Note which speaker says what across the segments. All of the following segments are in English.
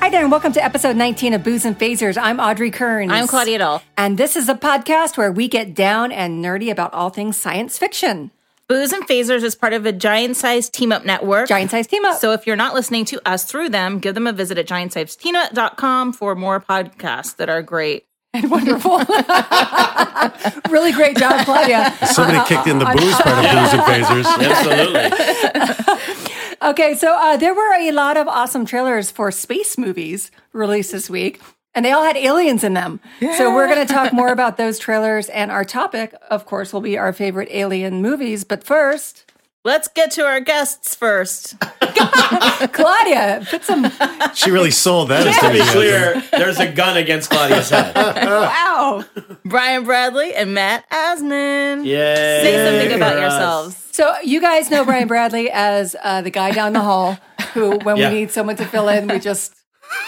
Speaker 1: Hi there, and welcome to episode 19 of Booze and Phasers. I'm Audrey Kearns.
Speaker 2: I'm Claudia Doll.
Speaker 1: And this is a podcast where we get down and nerdy about all things science fiction.
Speaker 2: Booze and Phasers is part of a giant sized team up network.
Speaker 1: Giant Size Team Up.
Speaker 2: So if you're not listening to us through them, give them a visit at giantsizeteamup.com for more podcasts that are great.
Speaker 1: and wonderful. really great job, Claudia.
Speaker 3: Somebody kicked in the booze part of booze and phasers.
Speaker 4: Absolutely.
Speaker 1: Okay, so uh, there were a lot of awesome trailers for space movies released this week, and they all had aliens in them. So we're going to talk more about those trailers, and our topic, of course, will be our favorite alien movies. But first,
Speaker 2: Let's get to our guests first.
Speaker 1: Claudia, put some
Speaker 3: She really sold that.
Speaker 4: Just to be
Speaker 3: as the-
Speaker 4: clear, there's a gun against Claudia's head.
Speaker 1: wow.
Speaker 2: Brian Bradley and Matt Asman.
Speaker 4: Yay.
Speaker 2: Say something about
Speaker 4: for us.
Speaker 2: yourselves.
Speaker 1: So you guys know Brian Bradley as uh, the guy down the hall who, when
Speaker 4: Yeah.
Speaker 1: we need someone to fill in, we just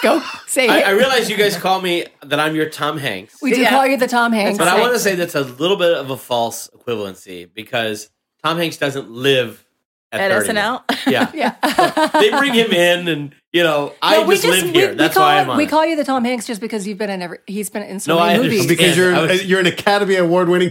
Speaker 1: go say
Speaker 4: I,
Speaker 1: it.
Speaker 4: I realize you guys call me that I'm your Tom Hanks,
Speaker 1: we do
Speaker 2: Yeah.
Speaker 1: call you the Tom Hanks.
Speaker 4: but I want to say that's a little bit of a false equivalency because Tom Hanks doesn't live at,
Speaker 2: At
Speaker 4: 30.
Speaker 2: SNL?
Speaker 4: Yeah,
Speaker 1: yeah.
Speaker 4: they bring him in, and you know, I
Speaker 1: No, we
Speaker 4: just live
Speaker 1: we-
Speaker 4: here.
Speaker 1: we
Speaker 4: that's
Speaker 1: call,
Speaker 4: why I'm on.
Speaker 1: We
Speaker 4: it.
Speaker 1: call you the Tom Hanks just because you've been in every. He's been in so
Speaker 4: No,
Speaker 1: many
Speaker 4: I
Speaker 1: movies.
Speaker 4: understand.
Speaker 3: Because you're
Speaker 4: I was-
Speaker 3: you're an Academy Award winning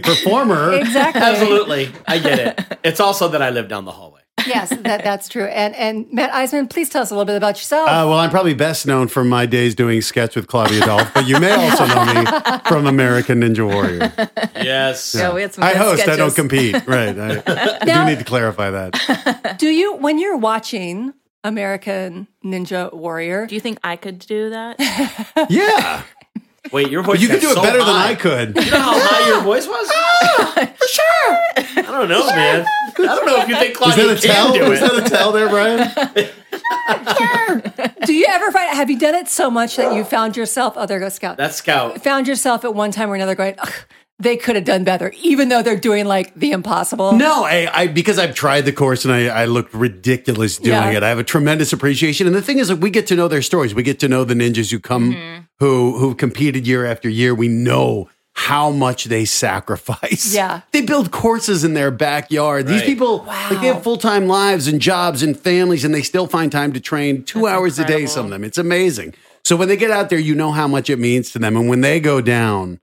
Speaker 3: performer.
Speaker 1: Exactly.
Speaker 4: Absolutely, I get it. It's also that I live down the hallway.
Speaker 1: Yes, that, that's true. And and Matt Eisman, please tell us a little bit about yourself.
Speaker 3: Uh, well, I'm probably best known from my days doing sketch with Claudia Dolph, but you may also know me from American Ninja Warrior.
Speaker 4: Yes,
Speaker 2: Yeah, Oh, we had some
Speaker 3: I
Speaker 2: good
Speaker 3: host, I don't
Speaker 2: sketches.
Speaker 3: compete. Right. I, I
Speaker 1: Now-
Speaker 3: do need to clarify that.
Speaker 1: do you when you're watching American Ninja Warrior?
Speaker 2: Do you think I could do that?
Speaker 3: Yeah.
Speaker 4: wait, your voice.
Speaker 3: You could
Speaker 4: got
Speaker 3: do it
Speaker 4: so
Speaker 3: better
Speaker 4: high.
Speaker 3: than I could.
Speaker 4: You know how high your voice was?
Speaker 2: For sure.
Speaker 4: I don't know, man. I don't know if you think
Speaker 3: Is
Speaker 4: Claudia
Speaker 3: that a
Speaker 4: can
Speaker 3: tell?
Speaker 4: do
Speaker 3: Is
Speaker 4: it.
Speaker 3: that a tell there, Brian?
Speaker 1: Do you ever find? Have you done it so much that you found yourself? Oh, there goes Scout.
Speaker 4: That's Scout.
Speaker 1: found yourself at one time or another going. "Ugh, they could have done better, even though they're doing like the impossible.
Speaker 3: No, I, I because I've tried the course and I, I looked ridiculous doing
Speaker 1: Yeah.
Speaker 3: it. I have a tremendous appreciation, and the thing is, like, we get to know their stories. We get to know the ninjas who come,
Speaker 1: Mm-hmm.
Speaker 3: who who competed year after year. We know how much they sacrifice.
Speaker 1: Yeah.
Speaker 3: they build courses in their backyard. These
Speaker 4: Right.
Speaker 3: people, like, they have full time lives and jobs and families, and they still find time to train two hours a day.
Speaker 2: incredible.
Speaker 3: Some of them, it's amazing. So when they get out there, you know how much it means to them, and when they go down.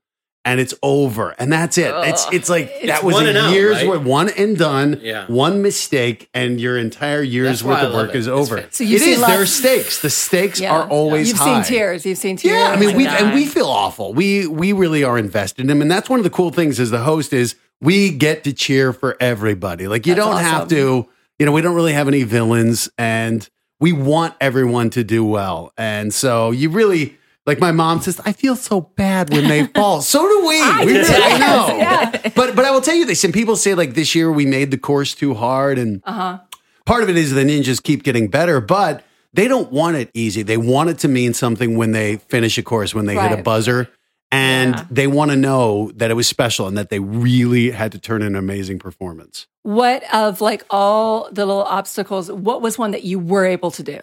Speaker 3: And it's over, and that's it. It's it's like that was
Speaker 4: one and
Speaker 3: a
Speaker 4: out,
Speaker 3: year's
Speaker 4: right?
Speaker 3: worth one and done,
Speaker 4: Yeah.
Speaker 3: one mistake, and your entire year's
Speaker 4: That's why
Speaker 3: worth
Speaker 4: I
Speaker 3: of
Speaker 4: love
Speaker 3: work
Speaker 4: it.
Speaker 3: is
Speaker 4: It's
Speaker 3: over.
Speaker 4: fantastic.
Speaker 1: So you've
Speaker 3: It
Speaker 1: seen
Speaker 3: is.
Speaker 1: lots-
Speaker 3: There are stakes. The stakes
Speaker 1: Yeah.
Speaker 3: are always
Speaker 1: You've
Speaker 3: high.
Speaker 1: seen tears. You've seen tears.
Speaker 3: Yeah, I mean,
Speaker 2: my
Speaker 3: we
Speaker 2: God.
Speaker 3: and we feel awful. We we really are invested in them, and that's one of the cool things as the host is we get to cheer for everybody. Like you
Speaker 1: That's
Speaker 3: don't
Speaker 1: awesome.
Speaker 3: have to. You know, we don't really have any villains, and we want everyone to do well. And so you really. Like my mom says, I feel so bad when they fall. So do we. we
Speaker 1: do
Speaker 3: really
Speaker 1: too.
Speaker 3: I know.
Speaker 1: Yeah.
Speaker 3: But but I will tell you this, and people say like this year we made the course too hard, and part of it is the ninjas keep getting better, but they don't want it easy. They want it to mean something when they finish a course, when they hit
Speaker 1: Right.
Speaker 3: a buzzer, and they want to know that it was special and that they really had to turn in an amazing performance.
Speaker 1: what of like all the little obstacles? What was one that you were able to do?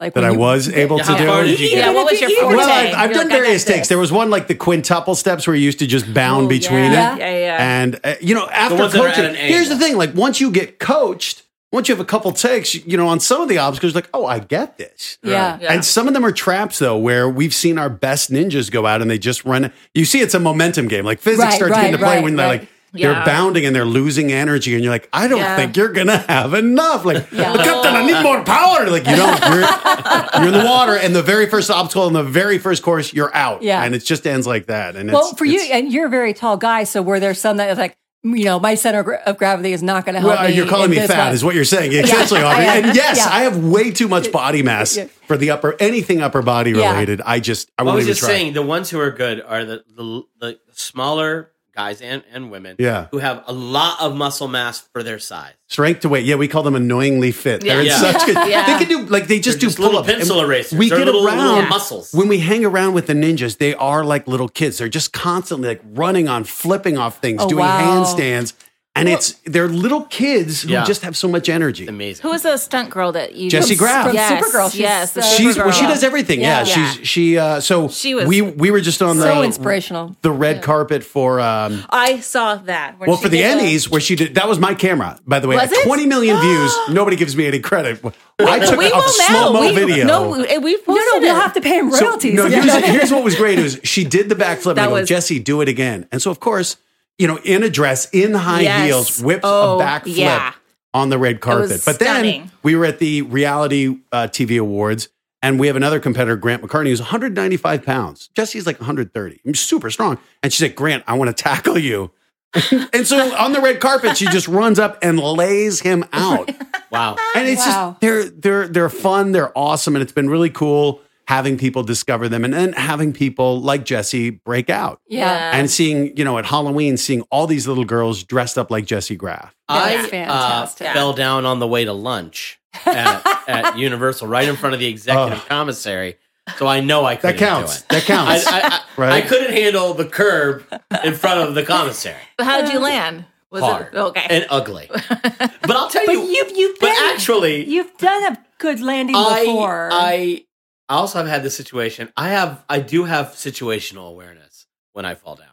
Speaker 1: Like
Speaker 3: That
Speaker 1: when
Speaker 3: I
Speaker 1: you-
Speaker 3: was able
Speaker 4: How
Speaker 3: to do.
Speaker 4: far did you
Speaker 2: Yeah,
Speaker 4: get?
Speaker 2: what was your
Speaker 1: Even
Speaker 2: forte?
Speaker 1: if
Speaker 3: Well,
Speaker 1: Pretend.
Speaker 3: I've, I've
Speaker 2: You're
Speaker 3: done
Speaker 2: like, I got
Speaker 3: various
Speaker 2: this.
Speaker 3: takes. There was one like the quintuple steps where you used to just bound
Speaker 2: Oh,
Speaker 3: between
Speaker 2: yeah.
Speaker 3: it.
Speaker 2: Yeah, yeah.
Speaker 3: And uh, you know, after
Speaker 4: ones that are at
Speaker 3: coaching,
Speaker 4: an
Speaker 3: here's the
Speaker 4: angle.
Speaker 3: thing: like once you get coached, once you have a couple takes, you know, on some of the obstacles, like, oh, I get this.
Speaker 1: Yeah.
Speaker 2: Yeah.
Speaker 3: And some of them are traps though, where we've seen our best ninjas go out and they just run. You see, it's a momentum game. Like physics
Speaker 1: Right,
Speaker 3: starts
Speaker 1: right,
Speaker 3: getting to play
Speaker 1: right,
Speaker 3: when
Speaker 1: right.
Speaker 3: they're like they're
Speaker 2: Yeah.
Speaker 3: bounding and they're losing energy, and you're like, I don't
Speaker 2: Yeah.
Speaker 3: think you're gonna have enough. Like,
Speaker 1: Yeah.
Speaker 3: "But Captain, I need more power. Like you don't. You're, you're in the water, and the very first obstacle in the very first course, you're out.
Speaker 1: Yeah.
Speaker 3: and it just ends like that. And
Speaker 1: Well,
Speaker 3: it's,
Speaker 1: for you, uh,
Speaker 3: it's-
Speaker 1: and you're a very tall guy, so were there some that was like, you know, my center gra- of gravity is not going to help
Speaker 3: Well,
Speaker 1: me
Speaker 3: you're calling
Speaker 1: in
Speaker 3: me
Speaker 1: this
Speaker 3: fat,
Speaker 1: one.
Speaker 3: is what you're saying, essentially, Audrey.
Speaker 1: I am.
Speaker 3: And yes,
Speaker 1: Yeah.
Speaker 3: I have way too much body mass for the upper anything upper body
Speaker 1: Yeah.
Speaker 3: related. I just I
Speaker 4: I
Speaker 3: won't
Speaker 4: was
Speaker 3: even
Speaker 4: just
Speaker 3: try.
Speaker 4: saying the ones who are good are the the, the smaller guys and, and women
Speaker 3: Yeah.
Speaker 4: who have a lot of muscle mass for their size.
Speaker 3: Strength to weight. Yeah, we call them annoyingly fit. They're in
Speaker 4: Yeah.
Speaker 3: such good.
Speaker 2: Yeah.
Speaker 3: They can do like they just
Speaker 4: They're
Speaker 3: do
Speaker 4: just little
Speaker 3: pull-ups. And
Speaker 4: pencil erasers.
Speaker 3: We
Speaker 4: They're
Speaker 3: get
Speaker 4: little-
Speaker 3: around
Speaker 4: little muscles.
Speaker 3: when we hang around with the ninjas. They are like little kids. They're just constantly like running on, flipping off things,
Speaker 1: Oh,
Speaker 3: doing
Speaker 1: wow.
Speaker 3: handstands. And it's they're little kids who
Speaker 4: Yeah.
Speaker 3: just have so much energy.
Speaker 4: Amazing.
Speaker 2: Who is the stunt girl that you
Speaker 3: Jessie Graff.
Speaker 1: From
Speaker 2: Yes,
Speaker 1: Supergirl. She's
Speaker 2: yes,
Speaker 1: the-
Speaker 2: the
Speaker 3: She's well, she
Speaker 2: Supergirl.
Speaker 3: does everything. Yeah,
Speaker 2: Yeah.
Speaker 3: she's she. Uh, so
Speaker 2: She was
Speaker 3: we we were just on
Speaker 1: so
Speaker 3: the
Speaker 1: inspirational.
Speaker 3: the red carpet for um,
Speaker 2: I saw that. where
Speaker 3: well
Speaker 2: she
Speaker 3: for the
Speaker 2: did
Speaker 3: Emmys where she did that was my camera by the way
Speaker 2: Was
Speaker 3: At
Speaker 2: it?
Speaker 3: 20 million views nobody gives me any credit I took
Speaker 2: we
Speaker 3: a,
Speaker 2: will
Speaker 3: slow
Speaker 2: now.
Speaker 3: mo
Speaker 2: We,
Speaker 3: video
Speaker 2: No, we, we posted
Speaker 1: No, no,
Speaker 2: it.
Speaker 1: we'll have to pay him
Speaker 3: So,
Speaker 1: royalties.
Speaker 3: no,
Speaker 1: Yeah.
Speaker 3: here's, here's what was great is she did the backflip and I
Speaker 2: That
Speaker 3: go,
Speaker 2: was-
Speaker 3: Jesse, do it again. And so of course, you know, in a dress, in high
Speaker 2: Yes.
Speaker 3: heels, whips
Speaker 2: Oh,
Speaker 3: a backflip
Speaker 2: yeah.
Speaker 3: on the red
Speaker 2: was
Speaker 3: carpet. But then
Speaker 2: stunning.
Speaker 3: we were at the reality uh, TV awards and we have another competitor, Grant McCartney, who's 195 pounds. Jesse's like 130. I'm super strong. And she's like, Grant, I want to tackle you. and so on the red carpet, she just runs up and lays him out.
Speaker 4: Wow.
Speaker 3: And it's
Speaker 1: Wow.
Speaker 3: just they're they're they're fun, they're awesome, and it's been really cool having people discover them and then having people like Jesse break out.
Speaker 1: yeah.
Speaker 3: And seeing, you know, at Halloween, seeing all these little girls dressed up like Jesse Graff.
Speaker 1: That's
Speaker 4: I uh,
Speaker 1: fantastic.
Speaker 4: fell down on the way to lunch at, at Universal, right in front of the executive commissary. So I know I
Speaker 3: Oh. That
Speaker 4: couldn't
Speaker 3: counts.
Speaker 4: do it.
Speaker 3: That counts.
Speaker 4: I, I, I, I
Speaker 3: Right.
Speaker 4: couldn't handle the curb in front of the commissary.
Speaker 2: But how did you land? Was
Speaker 4: Hard
Speaker 2: it okay?
Speaker 4: and ugly. But I'll tell
Speaker 1: But
Speaker 4: you,
Speaker 1: you've you've
Speaker 4: but
Speaker 1: been
Speaker 4: actually,
Speaker 1: you've done a good landing before.
Speaker 4: I I also have had this situation. I have I do have situational awareness when I fall down.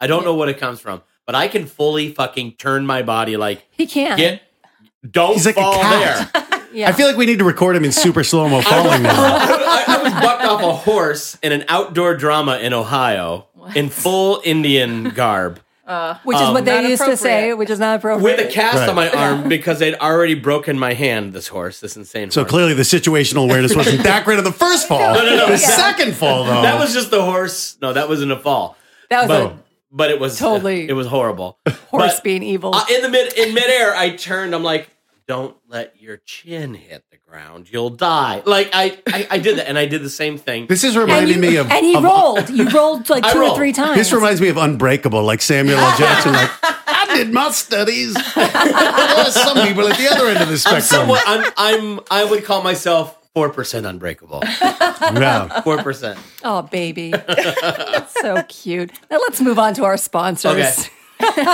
Speaker 4: I don't know what it comes from, but I can fully fucking turn my body like
Speaker 1: he can.
Speaker 4: get don't
Speaker 3: He's like a
Speaker 4: fall
Speaker 3: cat.
Speaker 4: there.
Speaker 1: yeah.
Speaker 3: I feel like we need to record him in super slow mo falling now.
Speaker 4: I, I was bucked off a horse in an outdoor drama in Ohio in full Indian garb
Speaker 1: which is what
Speaker 2: Not
Speaker 1: they used to say,
Speaker 2: appropriate.
Speaker 1: which is not appropriate.
Speaker 4: with a cast
Speaker 3: Right.
Speaker 4: on my arm because they'd already broken my hand. This horse, this insane.
Speaker 3: So
Speaker 4: horse.
Speaker 3: clearly the situational awareness wasn't that great on the first fall.
Speaker 4: no, no.
Speaker 3: The
Speaker 4: Yeah.
Speaker 3: second fall though.
Speaker 4: that was just the horse. No, that wasn't a fall.
Speaker 1: that was
Speaker 4: But, but it was
Speaker 1: Totally.
Speaker 4: It was horrible.
Speaker 1: a horse
Speaker 4: But-
Speaker 1: being evil.
Speaker 4: Uh, in the mid in midair, I turned. I'm like, don't let your chin hit the ground. You'll die. Like I, I, I did that, and I did the same thing.
Speaker 3: this is
Speaker 1: and
Speaker 3: reminding
Speaker 1: you,
Speaker 3: me of,
Speaker 1: and you
Speaker 3: of-
Speaker 1: rolled. You rolled like
Speaker 4: I
Speaker 1: two or
Speaker 4: rolled.
Speaker 1: three times.
Speaker 3: This reminds me of Unbreakable, like Samuel L. Jackson. Like, I did my studies. there are some people at the other end of the spectrum.
Speaker 4: I'm somewhat. I'm. I'm. I would call myself four percent unbreakable.
Speaker 3: Yeah.
Speaker 4: Four percent.
Speaker 1: oh, baby, that's so cute. Now let's move on to our sponsors.
Speaker 4: Okay.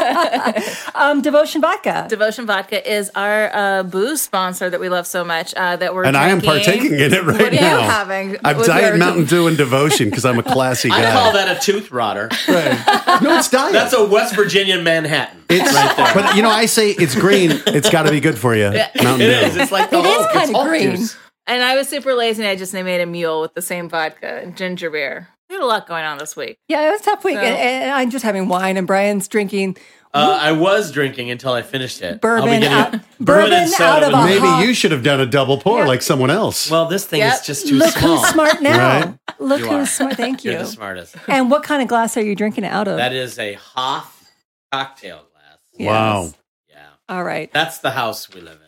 Speaker 1: um, Devotion Vodka.
Speaker 2: Devotion Vodka is our uh, booze sponsor that we love so much. Uh, that we're
Speaker 3: And I am partaking
Speaker 2: drinking.
Speaker 3: in it
Speaker 2: What
Speaker 3: right
Speaker 2: are you
Speaker 3: now.
Speaker 2: having
Speaker 3: I'm
Speaker 2: with
Speaker 3: Diet
Speaker 2: your-
Speaker 3: Mountain Dew and Devotion because I'm a classy
Speaker 4: I
Speaker 3: guy.
Speaker 4: call that a tooth rotter.
Speaker 3: Right. No, it's diet.
Speaker 4: That's a West Virginia Manhattan.
Speaker 3: it's, But you know, I say it's green. It's got to be good for you. Mountain
Speaker 4: It
Speaker 3: Dew.
Speaker 4: is. It's like the
Speaker 1: It is
Speaker 4: whole.
Speaker 1: kinda green.
Speaker 2: And I was super lazy, and I just made a mule with the same vodka and ginger beer. We had a lot going on this week.
Speaker 1: Yeah, it was a tough week,
Speaker 2: So-
Speaker 1: and, and I'm just having wine, and Brian's drinking
Speaker 4: Uh, I was drinking until I finished it. I'll be
Speaker 1: Bourbon
Speaker 4: getting
Speaker 1: out-
Speaker 4: bourbon,
Speaker 1: bourbon
Speaker 4: and soda
Speaker 1: out of
Speaker 4: with
Speaker 1: a-
Speaker 4: me.
Speaker 3: Maybe
Speaker 1: Uh-huh.
Speaker 3: you should have done a double pour like someone else.
Speaker 4: Well, this thing
Speaker 2: Yep.
Speaker 4: is just too
Speaker 1: Look
Speaker 4: small.
Speaker 1: who's smart now.
Speaker 3: Right?
Speaker 1: Look
Speaker 4: You are.
Speaker 1: who's smart. Thank you.
Speaker 4: You're the smartest.
Speaker 1: And what kind of glass are you drinking it out of?
Speaker 4: That is a Hoff cocktail glass.
Speaker 1: Yes.
Speaker 3: Wow.
Speaker 4: Yeah.
Speaker 1: All right.
Speaker 4: That's the house we live in.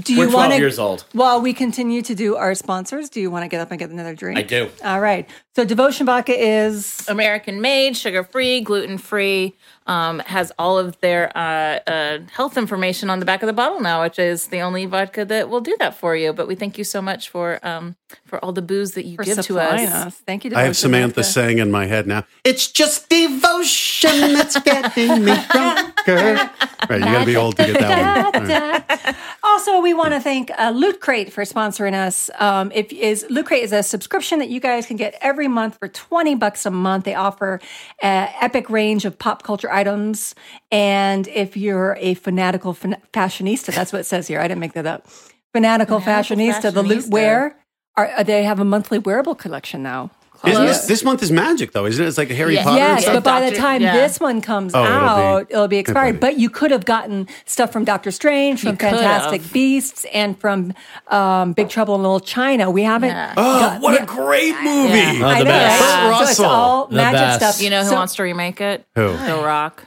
Speaker 1: Do
Speaker 4: We're
Speaker 1: you
Speaker 4: 12
Speaker 1: want to?
Speaker 4: years old.
Speaker 1: While we continue to do our sponsors, do you want to get up and get another drink?
Speaker 4: I do.
Speaker 1: All right. So devotion vodka is
Speaker 2: American made, sugar free, gluten free. Um, has all of their uh, uh, health information on the back of the bottle now, which is the only vodka that will do that for you. But we thank you so much for um, for all the booze that you
Speaker 1: for
Speaker 2: give to
Speaker 1: supplying
Speaker 2: us.
Speaker 1: Thank you.
Speaker 3: I have
Speaker 1: Devotion
Speaker 3: Samantha
Speaker 1: Vodka.
Speaker 3: saying in my head now, it's just devotion that's getting me drunker. Right, you gotta be old to get that one. All right.
Speaker 1: Also, we want to thank uh, Loot Crate for sponsoring us. Um, if is Loot Crate is a subscription that you guys can get every month for twenty bucks a month. They offer an epic range of pop culture items, and if you're a fanatical fan- fashionista, that's what it says here. I didn't make that up. Fanatical, fashionista, the Loot
Speaker 2: fashionista.
Speaker 1: Wear. Are, they have a monthly wearable collection now.
Speaker 3: Isn't this, this month is magic though, isn't it? It's like Harry
Speaker 2: Yeah.
Speaker 3: Potter. and
Speaker 1: Yes,
Speaker 3: stuff.
Speaker 1: but by the
Speaker 2: Doctor-
Speaker 1: time
Speaker 2: yeah.
Speaker 1: this one comes
Speaker 3: Oh, it'll be-
Speaker 1: out, it'll be, expired.
Speaker 3: Right.
Speaker 1: But you could have gotten stuff from Doctor Strange, from
Speaker 2: could
Speaker 1: Fantastic
Speaker 2: have.
Speaker 1: Beasts, and from um, Big Trouble in Little China. We haven't.
Speaker 2: Yeah.
Speaker 3: Oh,
Speaker 1: got-
Speaker 3: what
Speaker 1: yeah,
Speaker 3: a great movie!
Speaker 2: Yeah.
Speaker 4: Oh,
Speaker 1: I
Speaker 4: the
Speaker 1: know,
Speaker 4: best.
Speaker 1: right?
Speaker 3: Kurt
Speaker 1: So it's
Speaker 3: Russell.
Speaker 1: all
Speaker 4: The
Speaker 1: magic
Speaker 4: best.
Speaker 1: stuff.
Speaker 2: You know who
Speaker 1: So-
Speaker 2: wants to remake it?
Speaker 3: Who?
Speaker 2: The Rock.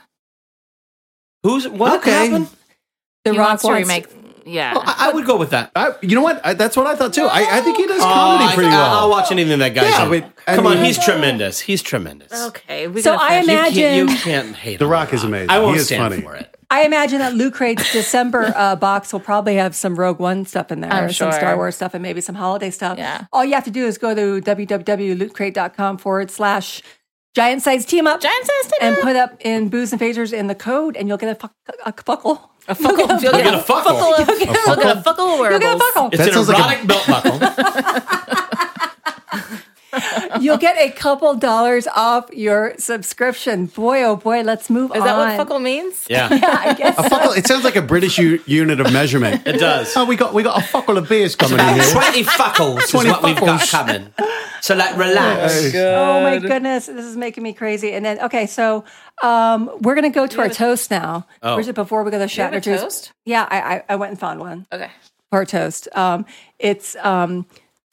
Speaker 4: Who's what
Speaker 3: Okay.
Speaker 4: happened?
Speaker 1: The
Speaker 2: he
Speaker 1: Rock
Speaker 2: wants to
Speaker 1: wants-
Speaker 2: remake. Yeah.
Speaker 4: I, I would go with that.
Speaker 3: I, you know what? I, that's what I thought too. I, I think he does
Speaker 4: Oh,
Speaker 3: Uh, comedy
Speaker 4: I-
Speaker 3: pretty well.
Speaker 4: I'll watch anything that guy's
Speaker 3: Yeah,
Speaker 4: in.
Speaker 3: but, I
Speaker 4: Come
Speaker 3: mean-
Speaker 4: on, he's tremendous. He's tremendous.
Speaker 2: okay. We
Speaker 1: So
Speaker 2: gotta
Speaker 1: I
Speaker 2: finish-
Speaker 4: You can't, you
Speaker 1: Imagine-
Speaker 4: can't hate
Speaker 3: The
Speaker 4: on
Speaker 3: Rock is amazing.
Speaker 4: I won't
Speaker 3: He is
Speaker 4: stand
Speaker 3: funny.
Speaker 4: for it.
Speaker 1: I imagine that Loot Crate's December uh, box will probably have some Rogue One stuff in there,
Speaker 2: I'm
Speaker 1: or some
Speaker 2: sure.
Speaker 1: Star Wars stuff, and maybe some holiday stuff.
Speaker 2: Yeah.
Speaker 1: All you have to do is go to www.lootcrate.com forward slash giant size team up
Speaker 2: Giant size team
Speaker 1: and
Speaker 2: up.
Speaker 1: put up in booze and phasers in the code, and you'll get a, fuck, a fuckle.
Speaker 2: A fuckle. You'll
Speaker 4: get a fuckle.
Speaker 2: of- You'll get a fuckle of
Speaker 1: You'll get a
Speaker 2: wearables.
Speaker 1: fuckle.
Speaker 4: It's
Speaker 3: That
Speaker 4: an
Speaker 3: sounds like a-
Speaker 4: erotic belt buckle.
Speaker 1: You'll get a couple dollars off your subscription. Boy, oh boy, let's move on.
Speaker 2: Is that what fuckle means?
Speaker 4: Yeah,
Speaker 1: Yeah, I guess.
Speaker 3: A fuckle, it sounds like a British u- unit of measurement.
Speaker 4: Oh, it does.
Speaker 3: Oh, we got we got a fuckle of beers coming in here.
Speaker 4: Twenty fuckles
Speaker 3: 20
Speaker 4: is what we've got
Speaker 3: fuckles. Uh,
Speaker 4: coming. So like, relax.
Speaker 1: Oh my goodness, this is making me crazy. And then okay, so um, we're gonna go to our toast now.
Speaker 4: Oh.
Speaker 1: Where's it before we go to
Speaker 2: have
Speaker 1: Shatner
Speaker 2: a
Speaker 1: juice?
Speaker 2: toast?
Speaker 1: Yeah, I, I I went and found one
Speaker 2: Okay.
Speaker 1: for our toast. Um, it's um,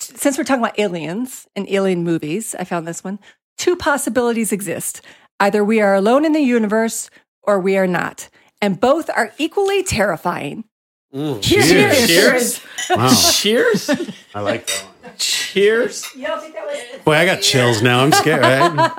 Speaker 1: s- since we're talking about aliens and alien movies, I found this one. Two possibilities exist: either we are alone in the universe, or we are not, and both are equally terrifying.
Speaker 4: Ooh.
Speaker 1: Cheers.
Speaker 3: Cheers.
Speaker 4: Cheers.
Speaker 3: Wow,
Speaker 4: Cheers.
Speaker 3: I like that one.
Speaker 4: Cheers.
Speaker 3: Boy, I got chills now. I'm scared, right?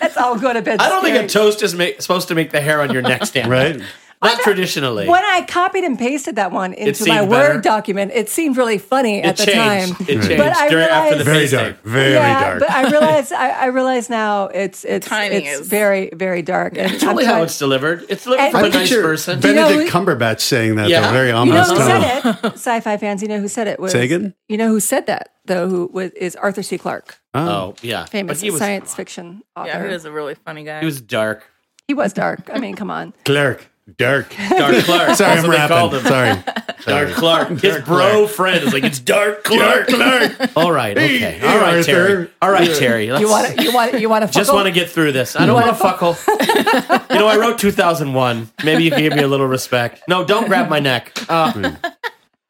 Speaker 1: Let's all go to bed.
Speaker 4: I don't think a
Speaker 1: scared.
Speaker 4: toast is make, supposed to make the hair on your neck stand.
Speaker 3: Right?
Speaker 4: Not traditionally.
Speaker 1: when I copied and pasted that one into my
Speaker 4: seemed better.
Speaker 1: Word document, it seemed really funny
Speaker 4: it
Speaker 1: at the
Speaker 4: changed.
Speaker 1: time.
Speaker 4: It changed
Speaker 1: But I
Speaker 4: during, after the
Speaker 3: Very
Speaker 4: face tape.
Speaker 3: dark. Very
Speaker 1: yeah,
Speaker 3: dark.
Speaker 1: but I realize I, I realize now it's it's
Speaker 2: timing
Speaker 1: it's
Speaker 2: is-
Speaker 1: very very dark. And
Speaker 4: It's only
Speaker 1: I'm
Speaker 4: how
Speaker 1: trying-
Speaker 4: it's delivered. It's delivered
Speaker 1: And-
Speaker 4: from
Speaker 1: I
Speaker 4: a nice
Speaker 3: Picture
Speaker 4: person.
Speaker 1: know
Speaker 3: Benedict
Speaker 1: who-
Speaker 3: Cumberbatch saying that
Speaker 4: Yeah.
Speaker 3: though, very
Speaker 1: you know
Speaker 3: ominous
Speaker 1: who
Speaker 3: tone.
Speaker 1: said it? Sci-fi fans, you know who said it was
Speaker 3: Say again?
Speaker 1: You know who said that though? Who was is Arthur C. Clarke,
Speaker 4: Oh, yeah.
Speaker 1: famous
Speaker 4: but he was,
Speaker 1: science fiction author?
Speaker 2: Yeah, he was a really funny guy.
Speaker 4: He was dark.
Speaker 1: He was dark. I mean, come on.
Speaker 3: Clerk, Dirk.
Speaker 4: Dark Clark.
Speaker 3: Sorry,
Speaker 4: That's
Speaker 3: I'm
Speaker 4: what they called
Speaker 3: rapping.
Speaker 4: him.
Speaker 3: Sorry.
Speaker 4: Dark Clark. His
Speaker 3: Dark
Speaker 4: bro
Speaker 3: Clark.
Speaker 4: friend is like, it's Dark Clark.
Speaker 3: Clerk.
Speaker 4: All right. Okay. All right,
Speaker 3: Arthur.
Speaker 4: Terry. All right, Terry. Let's
Speaker 1: You want to you want you want to
Speaker 4: just want to get through this. I don't want to fuckle. you know, I wrote 2001. Maybe you can give me a little respect. No, don't grab my neck. Uh,
Speaker 3: Hmm.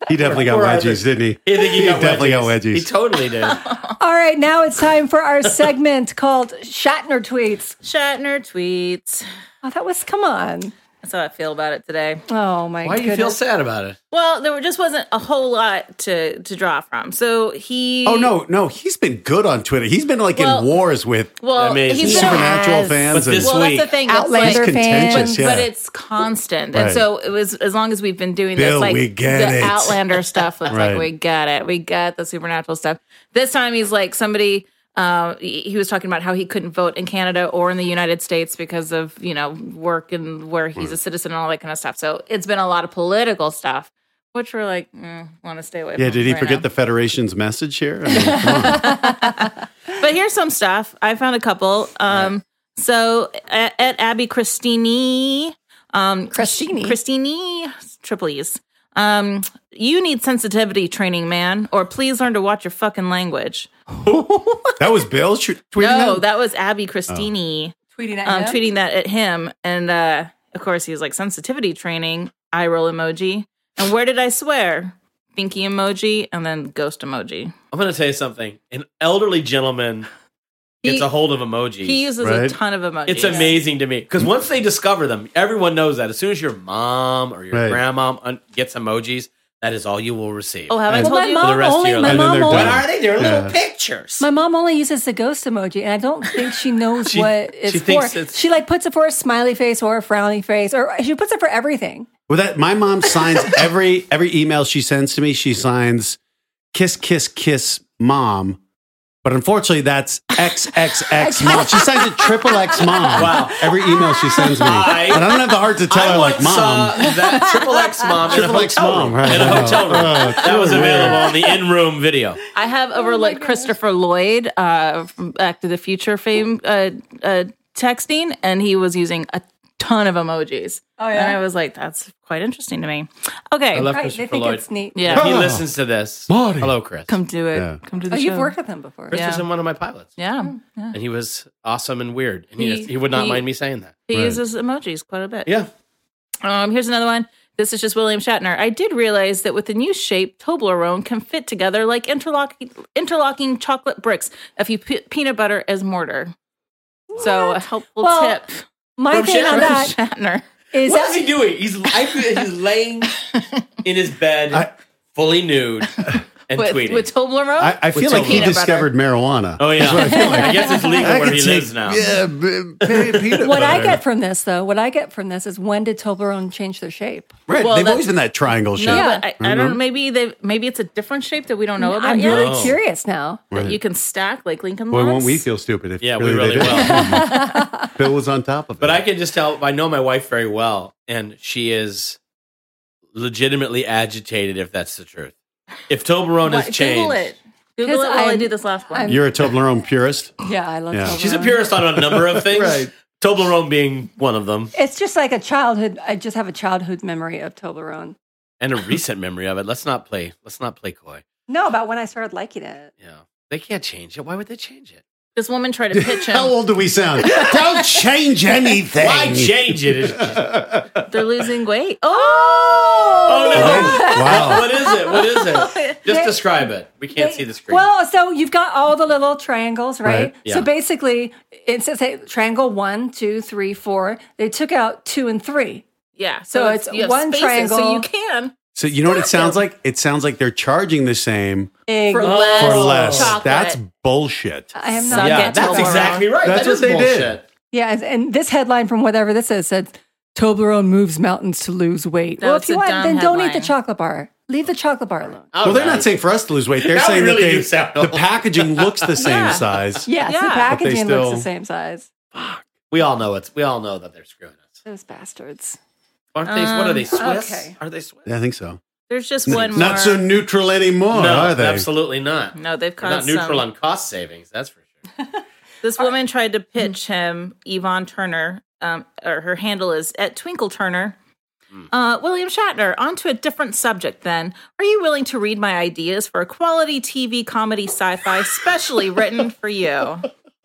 Speaker 3: He definitely got
Speaker 4: Poor Arthur.
Speaker 3: wedgies, didn't he?
Speaker 4: you think he, got
Speaker 3: definitely got
Speaker 4: wedgies.
Speaker 3: wedgies.
Speaker 4: He totally did.
Speaker 1: All right, now it's time for our segment called Shatner tweets.
Speaker 2: Shatner tweets.
Speaker 1: Oh, that was come on.
Speaker 2: That's how I feel about it today.
Speaker 1: Oh my
Speaker 4: Why do
Speaker 1: goodness.
Speaker 4: you feel sad about it?
Speaker 2: Well, there just wasn't a whole lot to to draw from. So he.
Speaker 3: Oh no, no, he's been good on Twitter. He's been like
Speaker 2: Well-
Speaker 3: in wars with
Speaker 2: Well,
Speaker 4: Amazing.
Speaker 2: he's been on-
Speaker 3: supernatural
Speaker 1: Yes.
Speaker 3: fans.
Speaker 4: But
Speaker 3: and-
Speaker 4: this
Speaker 2: Well, that's the
Speaker 4: Sweet.
Speaker 2: thing. It's
Speaker 1: Outlander
Speaker 2: like,
Speaker 3: He's contentious,
Speaker 1: fans.
Speaker 3: yeah.
Speaker 2: But it's constant, and
Speaker 3: Right.
Speaker 2: so it was as long as we've been doing
Speaker 3: Bill,
Speaker 2: this, like
Speaker 3: we get
Speaker 2: the
Speaker 3: it.
Speaker 2: Outlander stuff. It's
Speaker 3: Right.
Speaker 2: like we got it, we got the supernatural stuff. This time, he's like somebody. Uh, he he was talking about how he couldn't vote in Canada or in the United States because of you know work and where he's a citizen and all that kind of stuff. So it's been a lot of political stuff, which we're like, mm, want to stay away.
Speaker 3: yeah,
Speaker 2: from
Speaker 3: did he
Speaker 2: right
Speaker 3: forget
Speaker 2: now.
Speaker 3: the Federation's message here? I mean, come on.
Speaker 2: But here's some stuff. I found a couple. Um, so at, at Abby Christini, um,
Speaker 1: Christini?
Speaker 2: Christini, triple E's. Um, you need sensitivity training, man, or please learn to watch your fucking language.
Speaker 3: that was Bill tr- tweeting
Speaker 2: No,
Speaker 3: that?
Speaker 2: that was Abby Christini
Speaker 1: tweeting at
Speaker 2: um,
Speaker 1: him?
Speaker 2: tweeting that at him, and uh, of course he was like sensitivity training, eye roll emoji, and where did I swear? Binky emoji, and then ghost emoji.
Speaker 4: I'm going to tell you something. An elderly gentleman
Speaker 2: He-
Speaker 4: gets a hold of emojis.
Speaker 2: He uses a
Speaker 3: Right.
Speaker 2: ton of emojis.
Speaker 4: It's amazing to me because once they discover them, everyone knows that. As soon as your mom or your
Speaker 3: Right.
Speaker 4: grandma un- gets emojis, that is all you will receive.
Speaker 2: Oh, have I
Speaker 3: Well,
Speaker 2: told
Speaker 1: Well, my
Speaker 2: you?
Speaker 4: the
Speaker 1: mom
Speaker 4: rest of
Speaker 1: only
Speaker 4: your
Speaker 1: my
Speaker 4: life.
Speaker 3: And then
Speaker 1: mom
Speaker 3: they're
Speaker 1: only,
Speaker 4: what are they? They're
Speaker 3: Yeah.
Speaker 4: little pictures.
Speaker 1: my mom only uses the ghost emoji, and I don't think she knows
Speaker 4: She-
Speaker 1: what it's
Speaker 4: she
Speaker 1: for.
Speaker 4: thinks it's-
Speaker 1: she like puts it for a smiley face or a frowny face, or she puts it for everything.
Speaker 3: Well, that my mom signs every every email she sends to me. She signs "kiss, kiss, kiss, mom," but unfortunately, that's XXX mom. She signs it triple X mom.
Speaker 4: Wow.
Speaker 3: Every email she sends me,
Speaker 4: I-
Speaker 3: and I don't have the heart to tell
Speaker 4: I
Speaker 3: her like
Speaker 4: once uh,
Speaker 3: mom.
Speaker 4: saw that triple X mom in a
Speaker 3: Triple X
Speaker 4: hotel
Speaker 3: mom,
Speaker 4: room.
Speaker 3: right.
Speaker 4: In a hotel room.
Speaker 3: Oh, it's
Speaker 4: that was
Speaker 3: so
Speaker 4: available
Speaker 3: weird.
Speaker 4: on the in-room video.
Speaker 2: I have over
Speaker 1: Oh
Speaker 2: like Christopher Lloyd uh, from Back to the Future fame uh, uh, texting, and he was using a ton of emojis.
Speaker 1: Oh, yeah?
Speaker 2: and I was like, that's quite interesting to me. Okay,
Speaker 4: I love
Speaker 1: Right? They
Speaker 4: Christopher
Speaker 1: think
Speaker 4: Lloyd.
Speaker 1: it's neat.
Speaker 2: yeah,
Speaker 4: He
Speaker 3: Oh.
Speaker 4: listens to this.
Speaker 3: Marty.
Speaker 4: Hello, Chris.
Speaker 2: come do it.
Speaker 3: Yeah.
Speaker 2: Come to the
Speaker 1: Oh,
Speaker 2: show.
Speaker 1: you've worked with them before.
Speaker 4: Chris was
Speaker 2: yeah.
Speaker 4: in one of my pilots,
Speaker 2: yeah,
Speaker 1: Oh,
Speaker 2: yeah.
Speaker 4: and he was awesome and weird, and he,
Speaker 2: He-
Speaker 4: he would not
Speaker 2: he-
Speaker 4: mind me saying that.
Speaker 2: He
Speaker 3: Right.
Speaker 2: uses emojis quite a bit.
Speaker 4: Yeah,
Speaker 2: Um, here's another one. This is just William Shatner. I did realize that with the new shape, Toblerone can fit together like interlocking interlocking chocolate bricks if you put peanut butter as mortar. So a helpful
Speaker 1: Well,
Speaker 2: tip
Speaker 1: My
Speaker 4: From
Speaker 1: thing on
Speaker 4: Sharon.
Speaker 1: that
Speaker 2: Shatner.
Speaker 1: is
Speaker 4: Oh, What is he
Speaker 1: that
Speaker 4: doing? He's I feel he's laying in his bed,
Speaker 3: I-
Speaker 4: fully nude, and
Speaker 2: with,
Speaker 4: tweeting.
Speaker 2: with Toblerone.
Speaker 3: I, I
Speaker 4: With
Speaker 3: feel like he
Speaker 2: peanut butter.
Speaker 3: discovered marijuana.
Speaker 4: oh yeah, I guess it's legal
Speaker 3: I
Speaker 4: where
Speaker 3: could
Speaker 4: he
Speaker 3: take-
Speaker 4: lives now.
Speaker 3: Yeah, b- pe- peanut
Speaker 1: What I
Speaker 3: butter.
Speaker 1: get from this, though, what I get from this is when did Toblerone change their shape?
Speaker 3: Right,
Speaker 2: Well,
Speaker 3: they've
Speaker 2: that-
Speaker 3: always been that triangle shape.
Speaker 2: no,
Speaker 1: Yeah.
Speaker 2: but I, I
Speaker 3: Mm-hmm.
Speaker 2: don't. know. Maybe they. Maybe it's a different shape that we don't know about
Speaker 1: I'm
Speaker 2: yet.
Speaker 1: really curious now.
Speaker 2: That you can stack like Lincoln.
Speaker 3: Boy,
Speaker 2: Logs.
Speaker 3: won't we feel stupid if
Speaker 4: Yeah,
Speaker 3: really
Speaker 4: we
Speaker 3: they
Speaker 4: really
Speaker 3: did.
Speaker 4: will.
Speaker 3: Bill was on top of it.
Speaker 4: But I can just tell. I know my wife very well, and she is legitimately agitated if that's the truth. If Toblerone
Speaker 2: Why-
Speaker 4: has
Speaker 2: Google
Speaker 4: changed,
Speaker 2: it. Google
Speaker 1: 'Cause
Speaker 2: it while i
Speaker 1: I'm-
Speaker 2: do this last one.
Speaker 1: I'm-
Speaker 3: You're a Toblerone purist.
Speaker 1: Yeah, I love
Speaker 3: Yeah.
Speaker 1: Toblerone.
Speaker 4: she's a purist on a number of things.
Speaker 3: Right.
Speaker 4: Toblerone being one of them,
Speaker 1: It's just like a childhood. I just have a childhood memory of Toblerone.
Speaker 4: and a recent memory of it. Let's not play. Let's not play coy.
Speaker 1: No, about when I started liking it.
Speaker 4: Yeah, they can't change it. Why would they change it?
Speaker 2: This woman tried to pitch
Speaker 3: How
Speaker 2: him.
Speaker 3: old do we sound? don't change anything.
Speaker 4: Why change it?
Speaker 2: They're losing weight.
Speaker 4: Oh
Speaker 2: Oh.
Speaker 4: no!
Speaker 3: wow.
Speaker 4: What is it? What is it? Just
Speaker 1: They-
Speaker 4: describe it. We can't see the screen.
Speaker 1: Well, so you've got all the little triangles, right?
Speaker 3: Right.
Speaker 4: Yeah.
Speaker 1: So basically, it says hey, triangle one, two, three, four. They took out two and three.
Speaker 2: Yeah.
Speaker 1: So it's
Speaker 2: you have
Speaker 1: one
Speaker 2: So
Speaker 1: triangle.
Speaker 2: you can
Speaker 3: So you know what it sounds like? It sounds like they're charging the same
Speaker 2: for
Speaker 1: Egg-
Speaker 2: less.
Speaker 3: for less.
Speaker 2: Oh, Chocolate. Uh,
Speaker 3: That's bullshit.
Speaker 1: I am
Speaker 2: Suck
Speaker 1: not.
Speaker 4: yeah,
Speaker 2: get
Speaker 4: that's
Speaker 2: Toblerone.
Speaker 4: exactly right.
Speaker 3: That's
Speaker 4: That
Speaker 3: what
Speaker 4: is
Speaker 3: they did.
Speaker 4: bullshit.
Speaker 1: Yeah, and- and this headline from whatever this is said, Toblerone moves mountains to lose weight. well,
Speaker 2: That's
Speaker 1: if you
Speaker 2: a
Speaker 1: want,
Speaker 2: dumb
Speaker 1: then don't eat the
Speaker 2: headline. Uh,
Speaker 1: chocolate bar. Leave the chocolate bar alone.
Speaker 4: All
Speaker 3: well, they're
Speaker 4: right.
Speaker 3: not saying for us to lose weight. They're
Speaker 4: That
Speaker 3: saying
Speaker 4: really
Speaker 3: Oh, that
Speaker 4: do
Speaker 3: they,
Speaker 4: sound
Speaker 3: the packaging looks the same
Speaker 2: Yeah.
Speaker 3: size.
Speaker 1: Yes,
Speaker 2: Yeah.
Speaker 1: the
Speaker 2: But they
Speaker 1: packaging
Speaker 3: still-
Speaker 1: looks the same size.
Speaker 4: We all know it's. We all know that they're screwing us.
Speaker 1: Those bastards.
Speaker 4: Aren't they? what are they?
Speaker 1: Um,
Speaker 4: Swiss?
Speaker 1: okay.
Speaker 4: Are they Swiss?
Speaker 3: Yeah, I think so.
Speaker 2: There's just one more.
Speaker 3: Not so neutral anymore,
Speaker 4: no,
Speaker 3: are they?
Speaker 4: absolutely not.
Speaker 2: No, they've
Speaker 4: They're not
Speaker 2: caused
Speaker 4: neutral
Speaker 2: some.
Speaker 4: on cost savings. That's for sure.
Speaker 2: This woman tried to
Speaker 1: Mm-hmm.
Speaker 2: pitch him, Yvonne Turner, um, or her handle is at Twinkle Turner.
Speaker 4: Hmm.
Speaker 2: Uh, William Shatner, onto a different subject then. Are you willing to read my ideas for a quality TV comedy sci fi specially written for you?